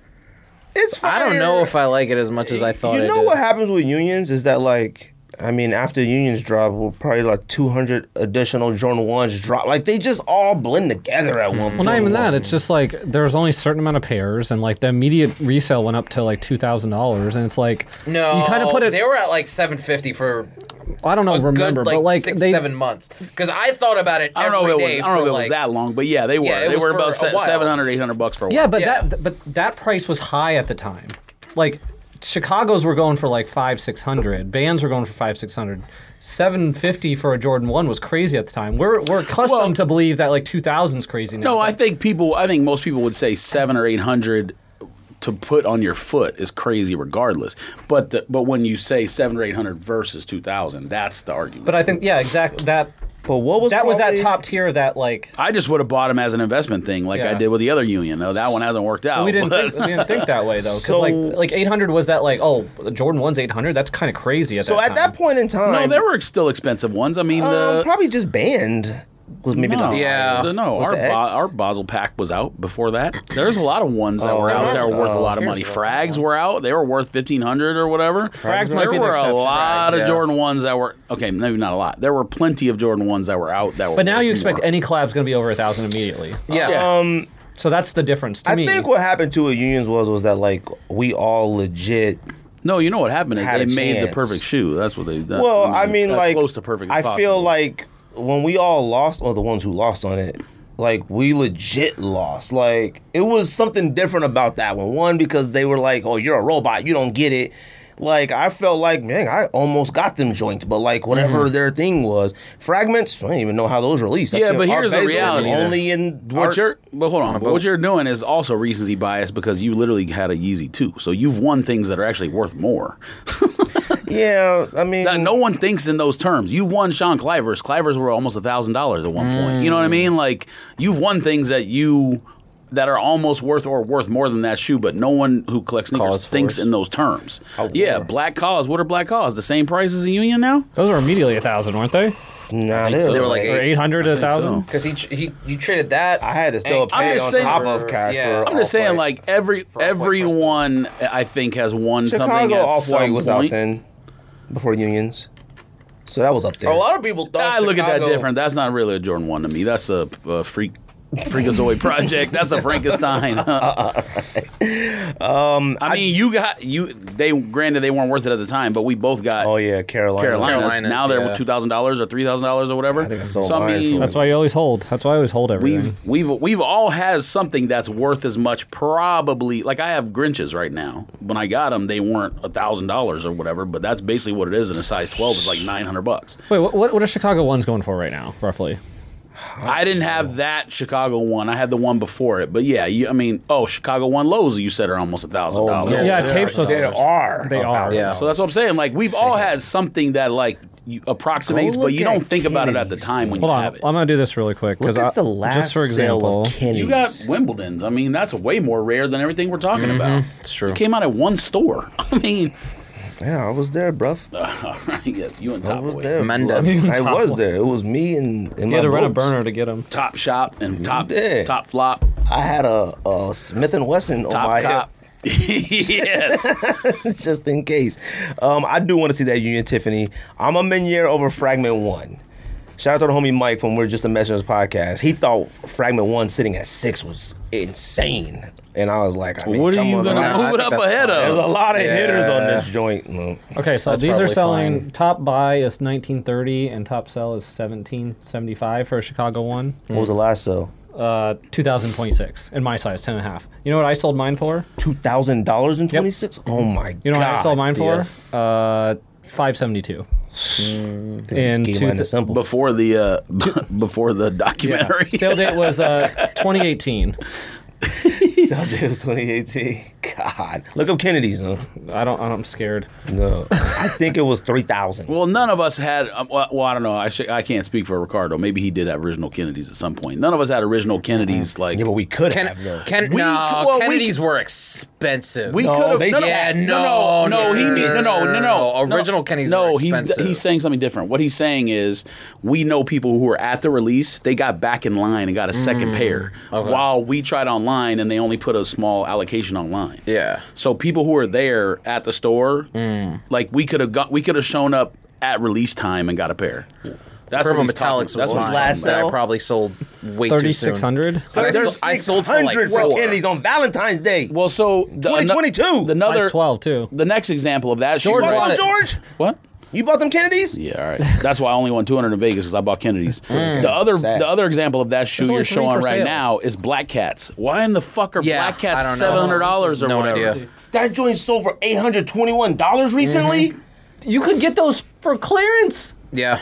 Speaker 1: it's. Fire.
Speaker 4: I don't know if I like it as much as I thought.
Speaker 1: You
Speaker 4: I
Speaker 1: know
Speaker 4: did.
Speaker 1: what happens with unions is that like. I mean, after unions drop, we'll probably like 200 additional Jordan 1s drop. Like, they just all blend together at one point.
Speaker 2: well, not even that. It's just like there's only a certain amount of pairs, and like the immediate resale went up to like two thousand dollars, and it's like
Speaker 4: No,
Speaker 2: you kind of put it.
Speaker 4: They were at like seven fifty for
Speaker 2: I don't know,
Speaker 4: a
Speaker 2: remember,
Speaker 4: good like,
Speaker 2: but like
Speaker 4: six,
Speaker 2: they
Speaker 4: seven months. Because I thought about it
Speaker 3: I don't know
Speaker 4: every
Speaker 3: if it was.
Speaker 4: day
Speaker 3: I don't know if
Speaker 4: for,
Speaker 3: it was
Speaker 4: like,
Speaker 3: that long, but yeah, they were.
Speaker 4: Yeah, it
Speaker 3: they
Speaker 4: was
Speaker 3: were
Speaker 4: for
Speaker 3: about
Speaker 4: a
Speaker 3: se-
Speaker 4: while.
Speaker 3: 700, 800 bucks for a while.
Speaker 2: Yeah, but
Speaker 4: Yeah.
Speaker 2: that but that price was high at the time. Like Chicago's were going for like five six hundred. Bands were going for five six hundred. Seven fifty for a Jordan One was crazy at the time. We're we're accustomed
Speaker 3: Well-
Speaker 2: to believe that like two thousand's crazy now.
Speaker 3: No, I
Speaker 2: but
Speaker 3: think people. I think most people would say seven or eight hundred to put on your foot is crazy, regardless. But the, but when you say seven or eight hundred versus two thousand, that's the argument.
Speaker 2: but I think yeah, exactly that.
Speaker 1: But what was
Speaker 2: That was that
Speaker 1: probably-
Speaker 2: top tier of that like
Speaker 3: I just would have bought them as an investment thing, like I
Speaker 2: Yeah.
Speaker 3: did with the other union. Though that one hasn't worked out.
Speaker 2: we didn't
Speaker 3: but-
Speaker 2: think, we didn't think that way though because
Speaker 1: Oh, So-
Speaker 2: like like 800 was that like oh Jordan one's 800 that's kind of crazy at
Speaker 1: So
Speaker 2: that
Speaker 1: at that point in time,
Speaker 3: no, there were still expensive ones. I mean,
Speaker 1: um,
Speaker 3: the
Speaker 1: probably just banned was maybe
Speaker 3: no,
Speaker 1: the
Speaker 4: Yeah.
Speaker 3: the- no,
Speaker 1: With
Speaker 3: our
Speaker 1: the X?
Speaker 3: Bo- our Basel pack was out before that. There's a lot of ones that
Speaker 1: Oh,
Speaker 3: were out that were worth a
Speaker 1: oh,
Speaker 3: lot of
Speaker 4: here's
Speaker 3: money.
Speaker 4: one.
Speaker 3: Frags were out; they were worth fifteen hundred or whatever.
Speaker 2: Frags might
Speaker 3: there
Speaker 2: be the
Speaker 3: were a
Speaker 2: exception.
Speaker 3: lot
Speaker 4: Frags,
Speaker 3: of
Speaker 4: yeah.
Speaker 3: Jordan ones that were okay, maybe not a lot. There were plenty of Jordan ones that were out that were.
Speaker 2: But now
Speaker 3: worth
Speaker 2: you expect
Speaker 3: more.
Speaker 2: any collab's going to be over a thousand immediately.
Speaker 4: Yeah.
Speaker 3: Yeah.
Speaker 2: So that's the difference to
Speaker 1: Um, I
Speaker 2: me.
Speaker 1: think what happened to it unions was was that like we all legit.
Speaker 3: no, you know what happened? is
Speaker 1: Had
Speaker 3: They
Speaker 1: a
Speaker 3: made the
Speaker 1: chance.
Speaker 3: perfect shoe. That's what they. That, mm,
Speaker 1: Well, I mean,
Speaker 3: that's
Speaker 1: like
Speaker 3: close to perfect. Uh, as
Speaker 1: I feel
Speaker 3: possible.
Speaker 1: like when we all lost, or the ones who lost on it, like we legit lost. Like it was something different about that one. One because they were like, "Oh, you're a robot. You don't get it." Like I felt like, man, I almost got them joints, but like whatever their thing was, fragments. I don't even know how those released. I
Speaker 3: Mm-hmm. Yeah,
Speaker 1: can't-
Speaker 3: but
Speaker 1: Art
Speaker 3: here's the
Speaker 1: Basel is
Speaker 3: reality there.
Speaker 1: Only in
Speaker 3: What
Speaker 1: Art-
Speaker 3: you're but hold on, but what you're doing is also recency bias because you literally had a Yeezy too, so you've won things that are actually worth more.
Speaker 1: yeah. I mean,
Speaker 3: Now, no one thinks in those terms. You won Sean Clivers. Clivers were almost a thousand dollars at one point. You know what I
Speaker 1: Mm.
Speaker 3: mean? Like you've won things that you that are almost worth or worth more than that shoe, but no one who collects sneakers
Speaker 4: Cause for
Speaker 3: thinks
Speaker 4: it.
Speaker 3: in those terms. yeah, black cause. What are black cause? The same price as a union now?
Speaker 2: Those were immediately a thousand, weren't they?
Speaker 1: nah,
Speaker 3: think so.
Speaker 1: they
Speaker 4: They were like
Speaker 2: Or eight hundred to a thousand.
Speaker 4: Because he, tr- he you traded that.
Speaker 1: I had to still
Speaker 4: And
Speaker 1: pay
Speaker 3: just
Speaker 1: on
Speaker 3: saying-
Speaker 1: top of cash.
Speaker 4: Yeah.
Speaker 1: for
Speaker 3: I'm just saying,
Speaker 1: Off-White.
Speaker 3: like every everyone, I think has won something
Speaker 1: Chicago
Speaker 3: at
Speaker 1: Off White
Speaker 3: some
Speaker 1: was out
Speaker 3: point.
Speaker 1: then before unions, so that was up there.
Speaker 4: a lot of people thought
Speaker 3: I Ah, look at that
Speaker 4: Chicago-
Speaker 3: different. That's not really a Jordan one to me. That's a, a freak, freakazoid project. That's a Frankenstein. um, I mean, you got you. They granted they weren't worth it at the time, but we both got
Speaker 1: oh yeah, Carolina.
Speaker 3: Carolinas.
Speaker 4: Carolinas,
Speaker 3: Now they're
Speaker 4: yeah.
Speaker 3: two thousand dollars or three thousand dollars or whatever. I
Speaker 1: think I sold
Speaker 3: so I
Speaker 1: mine
Speaker 3: mean,
Speaker 1: for-
Speaker 2: That's why you always hold. That's why I always hold everything.
Speaker 3: We've we've we've all had something that's worth as much, probably. Like I have Grinches right now. When I got them, they weren't a thousand dollars or whatever, but that's basically what it is. And a size twelve is like nine hundred bucks.
Speaker 2: Wait, what, what what are Chicago ones going for right now, roughly?
Speaker 3: I didn't have that Chicago one. I had the one before it. But yeah, you, I mean, oh, Chicago one lows. You said are almost a
Speaker 1: Oh,
Speaker 3: thousand dollars.
Speaker 2: yeah, tapes was-
Speaker 1: They are.
Speaker 2: They are.
Speaker 4: Yeah.
Speaker 3: So that's what I'm saying. Like we've all had something that like you approximates,
Speaker 1: Go
Speaker 3: but you
Speaker 1: look
Speaker 3: don't
Speaker 1: at
Speaker 3: think about it at the
Speaker 1: Kennedy's.
Speaker 3: time when
Speaker 2: Hold
Speaker 3: you
Speaker 2: on,
Speaker 3: have it.
Speaker 2: I'm gonna do this really quick
Speaker 1: Look
Speaker 2: because
Speaker 1: at the last
Speaker 2: just for example,
Speaker 1: sale of Kennedy's.
Speaker 3: you got Wimbledon's. I mean, that's way more rare than everything we're talking
Speaker 1: Mm-hmm.
Speaker 3: about.
Speaker 4: It's true.
Speaker 3: It came out at one store. I mean,
Speaker 1: yeah, I was there, bruv.
Speaker 3: all right, yes, you and
Speaker 1: I
Speaker 3: Top
Speaker 1: was
Speaker 3: Boy.
Speaker 1: there.
Speaker 4: Menda.
Speaker 1: bruv. I
Speaker 2: Top
Speaker 1: was
Speaker 2: one.
Speaker 1: there. It was me and, and
Speaker 2: you
Speaker 1: my
Speaker 2: had to rent a
Speaker 1: bros.
Speaker 2: burner to get them.
Speaker 3: Top Shop and Top
Speaker 1: did.
Speaker 3: Top Flop,
Speaker 1: I had a, a Smith and Wesson on my
Speaker 3: Top Cop. yes.
Speaker 1: hip, just in case. Um, I do want to see that Union Tiffany. I'm a Meniere over Fragment One. Shout out to the homie Mike from We're Just the Messengers podcast. He thought Fragment One sitting at six was insane, and I was like, I mean,
Speaker 3: What are
Speaker 1: come
Speaker 3: you
Speaker 1: on,
Speaker 3: gonna
Speaker 1: man.
Speaker 3: move it up ahead
Speaker 1: There's a
Speaker 3: of?
Speaker 1: lot of
Speaker 4: Yeah.
Speaker 1: hitters on this joint. Mm.
Speaker 2: Okay, so these are
Speaker 4: probably
Speaker 2: selling
Speaker 4: fine.
Speaker 2: top buy is 1930 and top sell is 1775 for a Chicago one.
Speaker 4: Hmm.
Speaker 3: Mm.
Speaker 1: What was the last sale?
Speaker 2: Uh, 2026 and my size 10 and a half. You know what I sold mine for?
Speaker 1: Two thousand dollars and twenty six. Oh my god!
Speaker 2: You know what I sold mine for?
Speaker 4: yes. Hmm.
Speaker 2: Uh, 572. In
Speaker 1: Gave
Speaker 2: two
Speaker 1: mine a simple.
Speaker 3: Before the uh, b- before the documentary,
Speaker 2: Sale date was uh, 2018.
Speaker 1: Sell date was 2018. God, look up Kennedy's. No,
Speaker 2: I don't. I'm scared.
Speaker 1: no. I think it was three thousand.
Speaker 3: Well, none of us had. um, Well, well, I don't know. I sh- I can't speak for Ricardo. Maybe he did have original Kennedys at some point. None of us had original Kennedys. Like
Speaker 1: yeah, but we could
Speaker 4: Ken,
Speaker 1: have though.
Speaker 4: Ken,
Speaker 3: We-
Speaker 4: no,
Speaker 3: well, we-
Speaker 4: Kennedy's were expensive.
Speaker 3: we
Speaker 1: No,
Speaker 3: could have.
Speaker 1: they-
Speaker 4: Yeah,
Speaker 3: no, no.
Speaker 4: no, no,
Speaker 3: He
Speaker 4: no,
Speaker 3: need- no, no, no, no.
Speaker 4: no. Original Kennedys
Speaker 3: No,
Speaker 4: were
Speaker 3: he's
Speaker 4: expensive.
Speaker 3: he's saying something different. What he's saying is, we know people who were at the release. They got back in line and got a
Speaker 4: Mm,
Speaker 3: second pair, while we tried online and they only put a small allocation online.
Speaker 4: yeah. Mm.
Speaker 3: So people who are there at the store, like we could have got, we could have shown up at release time and got a pair. That's
Speaker 4: Purple
Speaker 3: what he's talking-
Speaker 4: Metallics
Speaker 3: that's
Speaker 4: was
Speaker 3: what he's
Speaker 4: mine.
Speaker 3: talking
Speaker 1: last
Speaker 4: that
Speaker 1: sale.
Speaker 4: I probably sold way too soon.
Speaker 2: 3600.
Speaker 4: I sold- I sold for like
Speaker 1: 600
Speaker 4: four.
Speaker 1: Kennedy's on Valentine's Day.
Speaker 3: Well, so the, ano-
Speaker 1: 2022.
Speaker 3: The another
Speaker 2: Size 12 too.
Speaker 3: the next example of that. shoe
Speaker 1: Come
Speaker 3: right-
Speaker 1: on, George.
Speaker 3: What?
Speaker 1: You bought them Kennedys?
Speaker 3: Yeah, all right. That's why I only won 200 in Vegas because I bought Kennedy's. The other
Speaker 1: Sad.
Speaker 3: the other example of that shoe
Speaker 2: only
Speaker 3: you're
Speaker 2: three
Speaker 3: showing
Speaker 2: for
Speaker 3: right
Speaker 2: sale.
Speaker 3: now is Black Cats. Why in the fuck are
Speaker 4: Yeah,
Speaker 3: Black
Speaker 4: I don't
Speaker 3: Cats
Speaker 4: know.
Speaker 3: $700 or
Speaker 4: No
Speaker 3: whatever?
Speaker 4: idea.
Speaker 1: That joint sold for eight hundred twenty-one dollars recently.
Speaker 2: You could get those for clearance.
Speaker 4: Yeah.